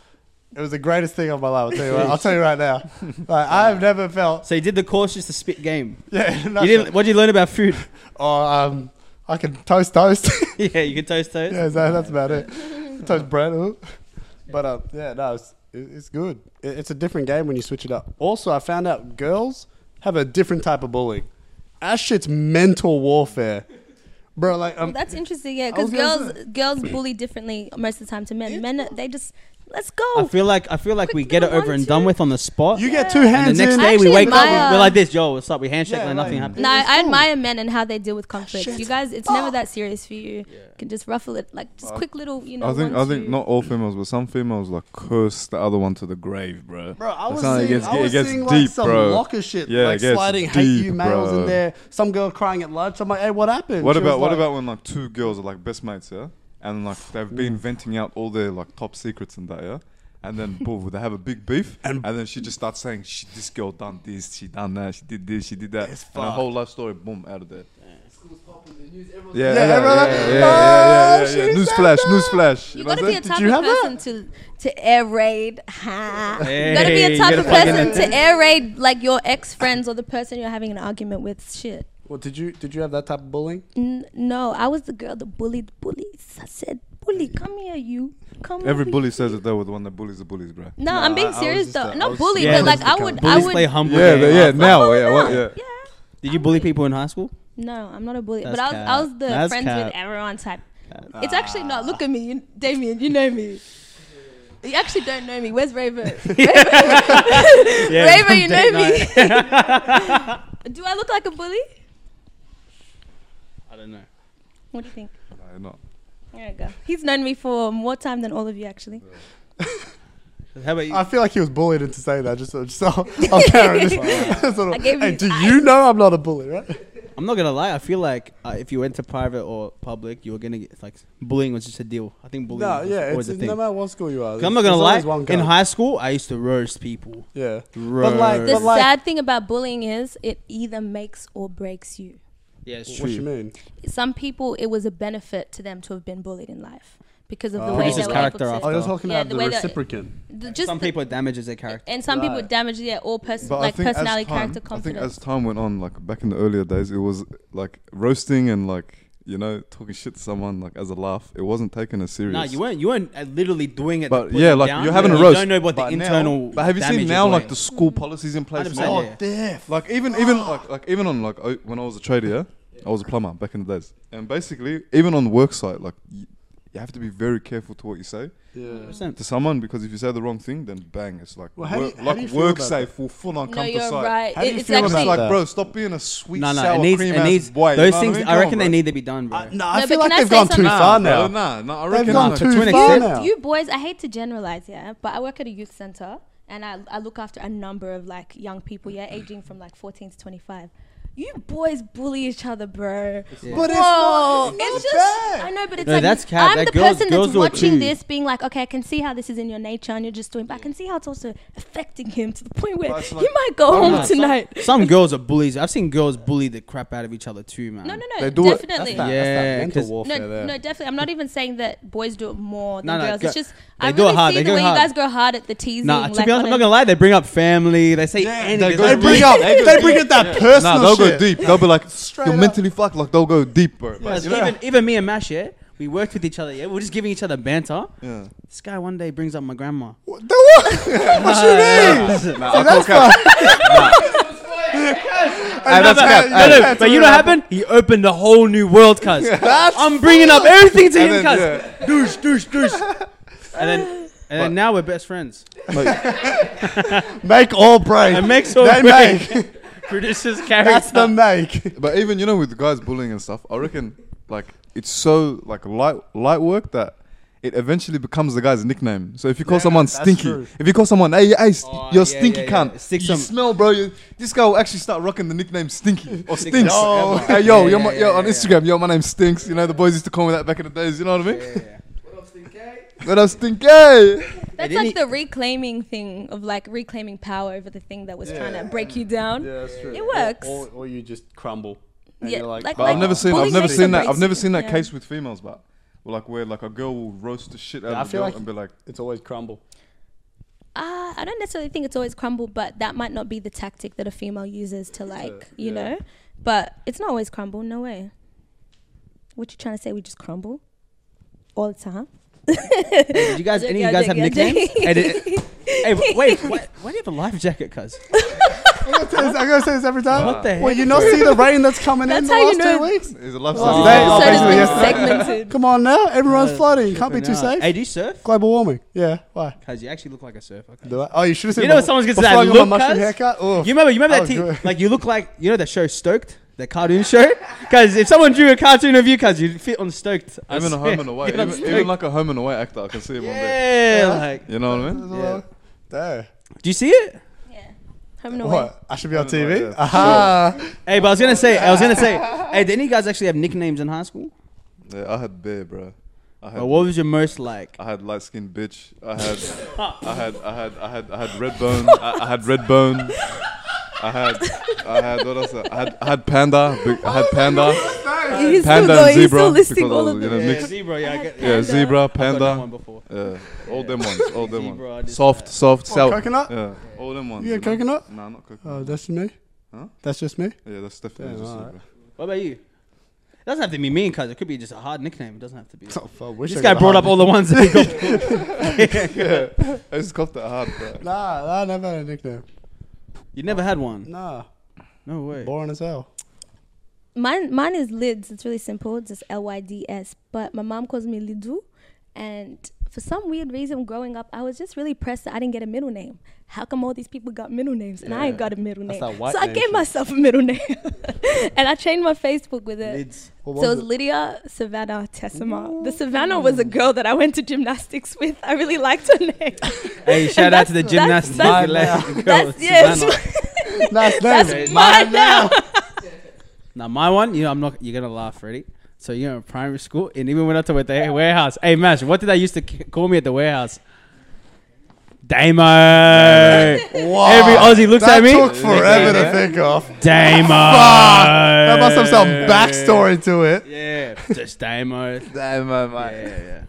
[SPEAKER 5] It was the greatest thing of my life. I'll tell you, what- I'll tell you right now. Like, I've never felt.
[SPEAKER 8] So you did the course just to spit game.
[SPEAKER 5] Yeah,
[SPEAKER 8] You didn't. What did you learn about food?
[SPEAKER 5] Oh, um, I can toast toast.
[SPEAKER 8] yeah, you can toast toast.
[SPEAKER 5] yeah, so that's about it. Toast bread. huh? But uh, yeah, no, it's, it- it's good. It- It's a different game when you switch it up. Also, I found out girls have a different type of bullying. That shit's mental warfare, bro. Like,
[SPEAKER 4] Well,
[SPEAKER 5] um,
[SPEAKER 4] that's interesting, yeah,
[SPEAKER 5] I
[SPEAKER 4] because
[SPEAKER 5] was gonna
[SPEAKER 4] girls girls bully differently most of the time to men. Men, they just let's go.
[SPEAKER 8] I feel like I feel like
[SPEAKER 4] Quick
[SPEAKER 8] we get it
[SPEAKER 4] little
[SPEAKER 8] over and
[SPEAKER 4] one,
[SPEAKER 8] done
[SPEAKER 4] two.
[SPEAKER 8] with on the spot.
[SPEAKER 5] you get two
[SPEAKER 8] and
[SPEAKER 5] hands
[SPEAKER 8] the next
[SPEAKER 5] in.
[SPEAKER 8] day we
[SPEAKER 4] actually uh,
[SPEAKER 8] wake up,
[SPEAKER 4] admire-
[SPEAKER 8] we- we're like this, Joe. What's up? We handshake
[SPEAKER 5] Yeah,
[SPEAKER 8] like nothing
[SPEAKER 5] like-
[SPEAKER 8] happened.
[SPEAKER 4] no, I
[SPEAKER 5] It's cool.
[SPEAKER 4] admire men and how they deal with conflict.
[SPEAKER 5] Shit.
[SPEAKER 4] You guys, it's never that serious for you. You can just ruffle it, like just quick little, you know.
[SPEAKER 2] I think
[SPEAKER 4] one,
[SPEAKER 2] I think
[SPEAKER 4] two.
[SPEAKER 2] not all females, but some females like curse the other one to the grave, bro.
[SPEAKER 5] Bro, I
[SPEAKER 2] That's
[SPEAKER 5] was
[SPEAKER 2] how
[SPEAKER 5] seeing,
[SPEAKER 2] it gets,
[SPEAKER 5] I was
[SPEAKER 2] it gets
[SPEAKER 5] seeing
[SPEAKER 2] deep,
[SPEAKER 5] like some
[SPEAKER 2] bro.
[SPEAKER 5] locker shit,
[SPEAKER 2] Yeah,
[SPEAKER 5] like
[SPEAKER 2] it gets
[SPEAKER 5] sliding
[SPEAKER 2] deep,
[SPEAKER 5] hate you males
[SPEAKER 2] bro.
[SPEAKER 5] in there. Some girl crying at lunch. I'm like, hey, what happened?
[SPEAKER 2] What
[SPEAKER 5] She was
[SPEAKER 2] about what
[SPEAKER 5] like-
[SPEAKER 2] about when like two girls are like best mates, yeah, and like they've been
[SPEAKER 5] Mm.
[SPEAKER 2] venting out all their like top secrets and that, yeah, and then boom, they have a big beef, and, then she just starts saying, she, "This girl done this, she done that, she did this, she did that,"
[SPEAKER 5] It's
[SPEAKER 2] and her
[SPEAKER 5] fucked.
[SPEAKER 2] whole life story, boom, out of there. Yeah,
[SPEAKER 5] Yeah,
[SPEAKER 2] yeah, yeah,
[SPEAKER 5] everyone-
[SPEAKER 2] yeah, yeah, yeah,
[SPEAKER 5] Oh,
[SPEAKER 2] yeah, yeah,
[SPEAKER 5] she
[SPEAKER 2] News
[SPEAKER 5] said
[SPEAKER 2] flash,
[SPEAKER 5] that.
[SPEAKER 2] news flash.
[SPEAKER 4] You
[SPEAKER 2] know what
[SPEAKER 4] gotta
[SPEAKER 2] I'm
[SPEAKER 4] be
[SPEAKER 2] saying?
[SPEAKER 4] a type
[SPEAKER 5] you
[SPEAKER 4] of
[SPEAKER 5] have that?
[SPEAKER 4] person to to air raid. Ha. you gotta be
[SPEAKER 8] Hey,
[SPEAKER 4] a
[SPEAKER 8] you
[SPEAKER 4] type
[SPEAKER 8] gotta
[SPEAKER 4] of
[SPEAKER 8] plug in
[SPEAKER 4] person
[SPEAKER 8] that-
[SPEAKER 4] to air raid like your ex friends or the person you're having an argument with. Shit.
[SPEAKER 5] Well, did you did you have that type of bullying?
[SPEAKER 4] N- no, I was the girl that bullied bullies. I said, "Bully, come here, you. Come."
[SPEAKER 2] Every
[SPEAKER 4] over
[SPEAKER 2] bully
[SPEAKER 4] here."
[SPEAKER 2] says it though, with the one that bullies the bullies, bro.
[SPEAKER 4] No,
[SPEAKER 5] No,
[SPEAKER 4] I'm being
[SPEAKER 5] I- I was
[SPEAKER 4] serious
[SPEAKER 5] just
[SPEAKER 4] though.
[SPEAKER 5] a- I
[SPEAKER 4] Not
[SPEAKER 5] was
[SPEAKER 4] bully,
[SPEAKER 8] just
[SPEAKER 4] but
[SPEAKER 8] a-
[SPEAKER 4] like I
[SPEAKER 5] Bullies
[SPEAKER 4] would, I
[SPEAKER 8] Bullies play
[SPEAKER 4] would.
[SPEAKER 8] humble.
[SPEAKER 2] Yeah,
[SPEAKER 8] game.
[SPEAKER 2] yeah, yeah. Now, yeah, what, yeah.
[SPEAKER 4] Yeah.
[SPEAKER 8] Did you bully people in high school?
[SPEAKER 4] No, I'm not a bully,
[SPEAKER 8] That's
[SPEAKER 4] but I was, I
[SPEAKER 8] cap.
[SPEAKER 4] was the
[SPEAKER 8] That's
[SPEAKER 4] friends
[SPEAKER 8] cap.
[SPEAKER 4] with everyone type. It's actually not. Look at me, you, Damien. You know me. You actually don't know me. Where's Raver? Raver, you know me. do I look like a bully?
[SPEAKER 8] I don't know.
[SPEAKER 4] What do you think?
[SPEAKER 2] No, you're not.
[SPEAKER 4] There you go. He's known me for more time than all of you, actually.
[SPEAKER 8] How about you?
[SPEAKER 5] I feel like he was bullied into saying that. Just, just I'll, I'll carry this. sort of,
[SPEAKER 4] I gave
[SPEAKER 5] hey,
[SPEAKER 4] you-
[SPEAKER 5] do
[SPEAKER 4] I-
[SPEAKER 5] you know I'm not a bully, right?
[SPEAKER 8] I'm not gonna lie. I feel like uh, if you went to private or public, you were gonna get like bullying was just a deal. I think bullying
[SPEAKER 5] No,
[SPEAKER 8] was
[SPEAKER 5] yeah,
[SPEAKER 8] always
[SPEAKER 5] it's,
[SPEAKER 8] a thing.
[SPEAKER 5] no matter what school you are.
[SPEAKER 8] 'Cause I'm not
[SPEAKER 5] there's
[SPEAKER 8] gonna
[SPEAKER 5] always
[SPEAKER 8] lie.
[SPEAKER 5] one guy.
[SPEAKER 8] In high school, I used to roast people.
[SPEAKER 5] yeah,
[SPEAKER 8] Roast.
[SPEAKER 5] like,
[SPEAKER 4] The
[SPEAKER 5] But like-
[SPEAKER 4] sad thing about bullying is it either makes or breaks you.
[SPEAKER 8] yeah, it's
[SPEAKER 5] what
[SPEAKER 8] true.
[SPEAKER 5] you mean?
[SPEAKER 4] Some people, it was a benefit to them to have been bullied in life because of the
[SPEAKER 5] Oh.
[SPEAKER 4] way they
[SPEAKER 8] Produces
[SPEAKER 4] were
[SPEAKER 8] character
[SPEAKER 4] able to.
[SPEAKER 8] after.
[SPEAKER 5] Oh, you're talking
[SPEAKER 4] Yeah,
[SPEAKER 5] about
[SPEAKER 4] the
[SPEAKER 5] the,
[SPEAKER 4] way that-
[SPEAKER 5] reciprocant.
[SPEAKER 4] the- just
[SPEAKER 8] Some
[SPEAKER 4] the-
[SPEAKER 8] people it damages their character.
[SPEAKER 4] and some people
[SPEAKER 5] Right.
[SPEAKER 4] damage their all person
[SPEAKER 2] But
[SPEAKER 4] like
[SPEAKER 2] I think as
[SPEAKER 4] personality,
[SPEAKER 2] time-
[SPEAKER 4] character,
[SPEAKER 2] I think as
[SPEAKER 4] confidence.
[SPEAKER 2] time went on, like back in the earlier days, it was like roasting and like you know talking shit to someone like as a laugh. It wasn't taken as serious.
[SPEAKER 8] No, you weren't. You weren't uh, literally doing it. to
[SPEAKER 2] But
[SPEAKER 8] put
[SPEAKER 2] yeah,
[SPEAKER 8] them
[SPEAKER 2] like
[SPEAKER 8] down.
[SPEAKER 2] you're having a
[SPEAKER 8] You
[SPEAKER 2] roast.
[SPEAKER 8] don't know what the
[SPEAKER 2] but now-
[SPEAKER 8] internal.
[SPEAKER 2] But have you
[SPEAKER 8] damage
[SPEAKER 2] seen
[SPEAKER 8] is
[SPEAKER 2] now
[SPEAKER 8] doing.
[SPEAKER 2] like the school policies in place?
[SPEAKER 8] 100%,
[SPEAKER 5] Oh,
[SPEAKER 2] now?
[SPEAKER 8] yeah.
[SPEAKER 5] Death.
[SPEAKER 2] Like even even like like even on like o- when I was a trader, yeah, I was a plumber back in the days, and basically even on work site, like you, you have to be very careful to what you say
[SPEAKER 5] Yeah.
[SPEAKER 8] 100%.
[SPEAKER 2] to someone because if you say the wrong thing, then bang, it's like
[SPEAKER 5] Well, how do
[SPEAKER 2] work,
[SPEAKER 5] you- how do you
[SPEAKER 2] like
[SPEAKER 5] feel
[SPEAKER 2] work
[SPEAKER 5] about
[SPEAKER 2] safe will full on
[SPEAKER 4] no,
[SPEAKER 2] come to
[SPEAKER 4] you're
[SPEAKER 2] site.
[SPEAKER 4] right.
[SPEAKER 5] How do
[SPEAKER 4] It-
[SPEAKER 5] you
[SPEAKER 4] it's
[SPEAKER 5] feel about
[SPEAKER 2] It's
[SPEAKER 4] actually
[SPEAKER 5] that?
[SPEAKER 2] like,
[SPEAKER 5] Like
[SPEAKER 2] bro, stop being a sweet,
[SPEAKER 8] No, no,
[SPEAKER 2] sour
[SPEAKER 8] it needs.
[SPEAKER 2] cream
[SPEAKER 8] It needs
[SPEAKER 2] ass boy.
[SPEAKER 8] those
[SPEAKER 2] you know what
[SPEAKER 8] things.
[SPEAKER 2] mean?
[SPEAKER 8] I
[SPEAKER 2] Come
[SPEAKER 8] reckon
[SPEAKER 2] on,
[SPEAKER 8] they
[SPEAKER 2] bro. Uh,
[SPEAKER 8] need to be done, bro.
[SPEAKER 5] I, no, I
[SPEAKER 4] No, but
[SPEAKER 5] feel like
[SPEAKER 4] can I
[SPEAKER 5] they've
[SPEAKER 4] say
[SPEAKER 5] gone too
[SPEAKER 4] something?
[SPEAKER 5] far
[SPEAKER 2] Bro,
[SPEAKER 5] now.
[SPEAKER 2] nah, nah, I
[SPEAKER 5] They've
[SPEAKER 2] reckon
[SPEAKER 5] gone
[SPEAKER 2] like-
[SPEAKER 5] too
[SPEAKER 8] to an
[SPEAKER 5] far
[SPEAKER 8] extent.
[SPEAKER 5] now.
[SPEAKER 4] You boys, I hate to generalize, yeah, but I work at a youth center and I, I look after a number of like young people, yeah, aging from like 14 to 25. You boys bully each other, bro.
[SPEAKER 5] But it's
[SPEAKER 4] Whoa,
[SPEAKER 5] not- it's not
[SPEAKER 4] just
[SPEAKER 5] bad.
[SPEAKER 4] I know, but it's
[SPEAKER 8] No,
[SPEAKER 4] like
[SPEAKER 8] that's cap.
[SPEAKER 4] I'm
[SPEAKER 8] That
[SPEAKER 4] the
[SPEAKER 8] girls-
[SPEAKER 4] person
[SPEAKER 8] girls do it
[SPEAKER 4] that's
[SPEAKER 8] too.
[SPEAKER 4] watching this, being like, okay, I can see how this is in your nature, and you're just doing, but I can see how it's also affecting him to the point where
[SPEAKER 2] But it's
[SPEAKER 4] he
[SPEAKER 2] like-
[SPEAKER 4] might go home tonight.
[SPEAKER 8] Some girls are bullies. I've seen girls bully the crap out of each other too, man.
[SPEAKER 4] No, no, no,
[SPEAKER 5] They do it.
[SPEAKER 4] definitely.
[SPEAKER 8] that- Yeah,
[SPEAKER 5] mental
[SPEAKER 8] 'cause-
[SPEAKER 5] warfare
[SPEAKER 4] No,
[SPEAKER 5] there.
[SPEAKER 4] no, definitely. I'm not even saying that boys do it more
[SPEAKER 8] No,
[SPEAKER 4] than
[SPEAKER 8] no,
[SPEAKER 4] girls.
[SPEAKER 8] go-
[SPEAKER 4] it's just
[SPEAKER 8] they
[SPEAKER 4] I
[SPEAKER 8] do it
[SPEAKER 4] really
[SPEAKER 8] hard.
[SPEAKER 4] see
[SPEAKER 8] They
[SPEAKER 4] the
[SPEAKER 8] go
[SPEAKER 4] way
[SPEAKER 8] hard.
[SPEAKER 4] you guys go hard at the teasing.
[SPEAKER 8] Nah, to
[SPEAKER 4] like,
[SPEAKER 8] be
[SPEAKER 4] on
[SPEAKER 8] honest, I'm
[SPEAKER 4] a-
[SPEAKER 8] not gonna lie. They bring up family. They say anything. They
[SPEAKER 5] They
[SPEAKER 8] bring-
[SPEAKER 5] bring up. They bring up that personal
[SPEAKER 2] Nah, they'll go
[SPEAKER 5] shit.
[SPEAKER 2] deep. They'll be like,
[SPEAKER 5] Straight
[SPEAKER 2] you're
[SPEAKER 5] up.
[SPEAKER 2] mentally fucked. Like they'll go deep, bro. Like,
[SPEAKER 8] Guys, even, even me and Mash, yeah, we worked with each other. Yeah, we we're just giving each other banter.
[SPEAKER 2] yeah.
[SPEAKER 8] This guy one day brings up my grandma.
[SPEAKER 5] What the what? What you mean?
[SPEAKER 2] Nah, I that's cap. Hey, that's cap.
[SPEAKER 5] No,
[SPEAKER 2] Hey,
[SPEAKER 5] no,
[SPEAKER 2] that's
[SPEAKER 8] but you know what happened? He opened a whole new world, cuz. I'm bringing up everything to
[SPEAKER 2] And
[SPEAKER 8] him,
[SPEAKER 2] then,
[SPEAKER 8] cuz. Douche, douche, douche. And then, and then now we're best friends.
[SPEAKER 5] Make or break.
[SPEAKER 8] It makes or
[SPEAKER 5] they
[SPEAKER 8] break.
[SPEAKER 5] make.
[SPEAKER 8] Produces character.
[SPEAKER 5] That's the make.
[SPEAKER 2] uh, But even you know with guys bullying and stuff, I reckon like it's so like light light work that it eventually becomes the guy's nickname. So if you call
[SPEAKER 5] Yeah,
[SPEAKER 2] someone
[SPEAKER 5] that's
[SPEAKER 2] stinky,
[SPEAKER 5] true.
[SPEAKER 2] if you call someone, hey, hey, st-
[SPEAKER 8] Oh,
[SPEAKER 2] you're
[SPEAKER 8] yeah,
[SPEAKER 2] stinky
[SPEAKER 8] yeah, yeah.
[SPEAKER 2] cunt.
[SPEAKER 8] Stick
[SPEAKER 2] you
[SPEAKER 8] some-
[SPEAKER 2] smell, bro. You, this guy will actually start rocking the nickname Stinky or
[SPEAKER 8] Stick
[SPEAKER 2] Stinks.
[SPEAKER 8] some- Oh.
[SPEAKER 2] Hey,
[SPEAKER 8] Yeah,
[SPEAKER 2] yo, yo,
[SPEAKER 8] yeah,
[SPEAKER 2] my,
[SPEAKER 8] yeah,
[SPEAKER 2] yo,
[SPEAKER 8] yeah,
[SPEAKER 2] on
[SPEAKER 8] yeah.
[SPEAKER 2] Instagram, yo, my name Stinks. You know, the boys used to call me that back in the days. You know what I mean? But I'm Stinky.
[SPEAKER 4] That's
[SPEAKER 8] didn't
[SPEAKER 4] like the reclaiming thing of like reclaiming power over the thing that was trying to break you down.
[SPEAKER 5] Yeah, that's true.
[SPEAKER 4] It works.
[SPEAKER 5] Or, or, or you just crumble. And
[SPEAKER 4] Yeah,
[SPEAKER 5] you're like,
[SPEAKER 4] like-
[SPEAKER 2] But I've never seen, I've
[SPEAKER 4] bullying
[SPEAKER 2] never
[SPEAKER 4] makes
[SPEAKER 2] seen
[SPEAKER 4] or
[SPEAKER 2] that, I've
[SPEAKER 4] breaks
[SPEAKER 2] never
[SPEAKER 4] you.
[SPEAKER 2] seen that
[SPEAKER 4] Yeah.
[SPEAKER 2] case with females, but like where like a girl will roast the shit out
[SPEAKER 5] Yeah, I
[SPEAKER 2] of a
[SPEAKER 5] feel
[SPEAKER 2] girl
[SPEAKER 5] like-
[SPEAKER 2] and be like,
[SPEAKER 5] it's always crumble.
[SPEAKER 4] Uh, I don't necessarily think it's always crumble, but that might not be the tactic that a female uses to like, you
[SPEAKER 5] yeah.
[SPEAKER 4] know. But it's not always crumble, no way. What you trying to say? We just crumble all the time.
[SPEAKER 8] Did you guys, any of you guys have nicknames? hey, did- hey, wait, why, why do you have a life jacket, cuz?
[SPEAKER 5] I gotta say this every time.
[SPEAKER 8] What the
[SPEAKER 5] Well,
[SPEAKER 8] heck?
[SPEAKER 5] you not see the rain that's coming in
[SPEAKER 4] That's
[SPEAKER 5] the
[SPEAKER 4] how
[SPEAKER 5] last
[SPEAKER 4] you
[SPEAKER 5] two
[SPEAKER 4] know-
[SPEAKER 5] weeks?
[SPEAKER 2] "Is a lifestyle."
[SPEAKER 5] Last
[SPEAKER 8] Oh.
[SPEAKER 5] day,
[SPEAKER 8] So it's
[SPEAKER 5] oh, basically
[SPEAKER 8] been
[SPEAKER 5] yesterday.
[SPEAKER 4] segmented.
[SPEAKER 5] Come on now, everyone's flooding. Can't be
[SPEAKER 8] Flipping
[SPEAKER 5] too
[SPEAKER 8] hell.
[SPEAKER 5] safe.
[SPEAKER 8] Hey, do you surf?
[SPEAKER 5] Global warming. Yeah, why?
[SPEAKER 8] Cuz you actually look like a surfer. cuz.
[SPEAKER 5] Do I? Oh, you should have seen.
[SPEAKER 8] You know
[SPEAKER 5] my-
[SPEAKER 8] when someone's gonna say
[SPEAKER 5] before
[SPEAKER 8] that
[SPEAKER 5] I got
[SPEAKER 8] look,
[SPEAKER 5] my mushroom
[SPEAKER 8] cuz?
[SPEAKER 5] haircut. Oh,
[SPEAKER 8] You remember, you remember
[SPEAKER 5] I
[SPEAKER 8] that
[SPEAKER 5] was
[SPEAKER 8] team?
[SPEAKER 5] good.
[SPEAKER 8] Like you look like you know that show Stoked, that cartoon show. Because if someone drew a cartoon of you, cuz you'd fit on Stoked. I
[SPEAKER 2] Even a
[SPEAKER 8] swear.
[SPEAKER 2] home and away,
[SPEAKER 8] Get on
[SPEAKER 2] even,
[SPEAKER 8] Stoked.
[SPEAKER 2] even like a home and away actor, I can see him on there.
[SPEAKER 8] yeah,
[SPEAKER 5] Yeah.
[SPEAKER 8] like
[SPEAKER 2] You know what I mean?
[SPEAKER 8] Yeah.
[SPEAKER 5] There.
[SPEAKER 8] do you see it?
[SPEAKER 4] Yeah, home and away.
[SPEAKER 5] What? I should be on
[SPEAKER 2] I don't know,
[SPEAKER 5] TV.
[SPEAKER 2] yeah.
[SPEAKER 5] Aha!
[SPEAKER 8] Hey, but I was gonna say, I was gonna say, hey, did any of you guys actually have nicknames in high school?
[SPEAKER 2] Yeah, I had bear, bro. I had
[SPEAKER 8] Or Oh, what was your most like?
[SPEAKER 2] I had light skinned bitch. I had, I had, I had, I had, I had red bone. I, I had red bone. I had, I had what else? I had, I had panda. Big- I had panda,
[SPEAKER 4] He's still
[SPEAKER 2] panda
[SPEAKER 4] going.
[SPEAKER 2] and
[SPEAKER 4] He's still
[SPEAKER 2] zebra.
[SPEAKER 4] listing
[SPEAKER 2] because
[SPEAKER 4] all
[SPEAKER 2] I
[SPEAKER 4] of
[SPEAKER 2] was, you
[SPEAKER 4] them.
[SPEAKER 2] know, mixed.
[SPEAKER 8] zebra.
[SPEAKER 4] I
[SPEAKER 8] Yeah, I
[SPEAKER 4] had
[SPEAKER 2] Yeah,
[SPEAKER 4] panda.
[SPEAKER 2] zebra,
[SPEAKER 8] I've done that one
[SPEAKER 2] panda.
[SPEAKER 8] before.
[SPEAKER 2] Yeah, all them ones. All them
[SPEAKER 8] Zebra, I
[SPEAKER 2] ones.
[SPEAKER 8] just-
[SPEAKER 2] Soft, soft, sour.
[SPEAKER 5] coconut?
[SPEAKER 2] Yeah, all them ones.
[SPEAKER 5] You get coconut?
[SPEAKER 2] No, not coconut.
[SPEAKER 5] Oh, that's just me.
[SPEAKER 2] Huh?
[SPEAKER 5] That's just me.
[SPEAKER 2] yeah, that's definitely
[SPEAKER 5] Damn,
[SPEAKER 2] just it,
[SPEAKER 5] alright.
[SPEAKER 2] bro.
[SPEAKER 8] What about you? It doesn't have to be mean, cuz it could be just a hard nickname. It doesn't have to be.
[SPEAKER 5] Oh, I wish
[SPEAKER 8] This
[SPEAKER 5] I
[SPEAKER 8] guy
[SPEAKER 5] could
[SPEAKER 8] brought
[SPEAKER 5] hide
[SPEAKER 8] up all the ones that he got.
[SPEAKER 2] Yeah, I just coughed that hard,
[SPEAKER 5] it.
[SPEAKER 2] bro.
[SPEAKER 5] Nah, nah, I never had a nickname.
[SPEAKER 8] You never had one.
[SPEAKER 5] Nah,
[SPEAKER 8] No way.
[SPEAKER 5] boring as hell.
[SPEAKER 4] Mine, mine is lids. It's really simple. It's just L Y D S. But my mom calls me Lidu, and for some weird reason, growing up, I was just really pressed that I didn't get a middle name. How come all these people got middle names and I ain't got a middle
[SPEAKER 5] That's
[SPEAKER 4] name?
[SPEAKER 5] that white
[SPEAKER 4] so I
[SPEAKER 5] name
[SPEAKER 4] gave
[SPEAKER 5] shit.
[SPEAKER 4] myself a middle name, and I changed my Facebook with it.
[SPEAKER 8] Lids.
[SPEAKER 5] What
[SPEAKER 4] So it
[SPEAKER 5] was
[SPEAKER 4] was Lydia Savannah Tessima. The Savannah was a girl that I went to gymnastics with. I really liked her name.
[SPEAKER 8] Hey, shout out to the
[SPEAKER 4] that's-
[SPEAKER 8] gymnastics.
[SPEAKER 4] that's-
[SPEAKER 8] girl,
[SPEAKER 4] That's yeah,
[SPEAKER 8] Savannah.
[SPEAKER 5] it? Nice name.
[SPEAKER 4] that's mine now.
[SPEAKER 8] Now my one, you know, I'm not. You're gonna laugh, ready? So you know, in primary school, and even when I went to the warehouse. Hey, Mash, what did I used to c- call me at the warehouse? Damo.
[SPEAKER 5] Wow.
[SPEAKER 8] Every Aussie looks
[SPEAKER 5] that
[SPEAKER 8] at me.
[SPEAKER 5] took forever to think of. Fuck!
[SPEAKER 8] Damo.
[SPEAKER 5] That must have some backstory to it.
[SPEAKER 8] Yeah, just Damo.
[SPEAKER 2] Damn,
[SPEAKER 8] Yeah, yeah, yeah.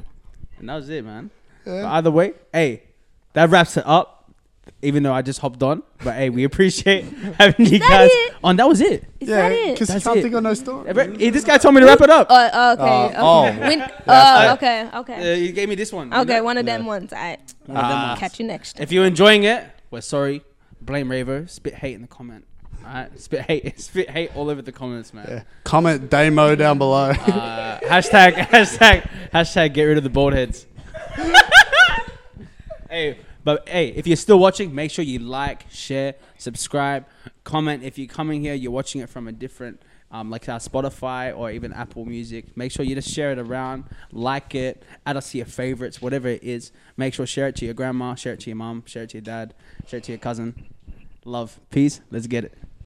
[SPEAKER 8] And that was it, man. But either way, hey, that wraps it up. Even though I just hopped on, but hey, we appreciate having you
[SPEAKER 4] that
[SPEAKER 8] guys
[SPEAKER 4] it?
[SPEAKER 8] on. That was it.
[SPEAKER 4] Is
[SPEAKER 5] Yeah,
[SPEAKER 4] that it?
[SPEAKER 5] because you
[SPEAKER 8] That's
[SPEAKER 5] can't
[SPEAKER 8] it.
[SPEAKER 5] think of no story.
[SPEAKER 8] Every- hey, this guy told me to wrap it up.
[SPEAKER 4] Oh, oh, okay.
[SPEAKER 5] Uh,
[SPEAKER 4] okay.
[SPEAKER 5] oh.
[SPEAKER 4] Win- oh, okay.
[SPEAKER 8] Uh,
[SPEAKER 4] Okay.
[SPEAKER 8] you gave me this one.
[SPEAKER 4] Okay, one of them ones. I
[SPEAKER 8] One of them ones.
[SPEAKER 4] catch you next. Time.
[SPEAKER 8] If you're enjoying it, we're sorry. Blame Raver. Spit hate in the comment. Alright, spit hate, spit hate all over the comments, man.
[SPEAKER 5] Comment Damo down below.
[SPEAKER 8] Uh, hashtag, hashtag, hashtag. Get rid of the bald heads. hey, but hey, if you're still watching, make sure you like, share, subscribe, comment. If you're coming here, you're watching it from a different, um, like our Spotify or even Apple Music. Make sure you just share it around, like it, add us to your favorites, whatever it is. Make sure share it to your grandma, share it to your mom, share it to your dad, share it to your cousin. Love, peace. Let's get it.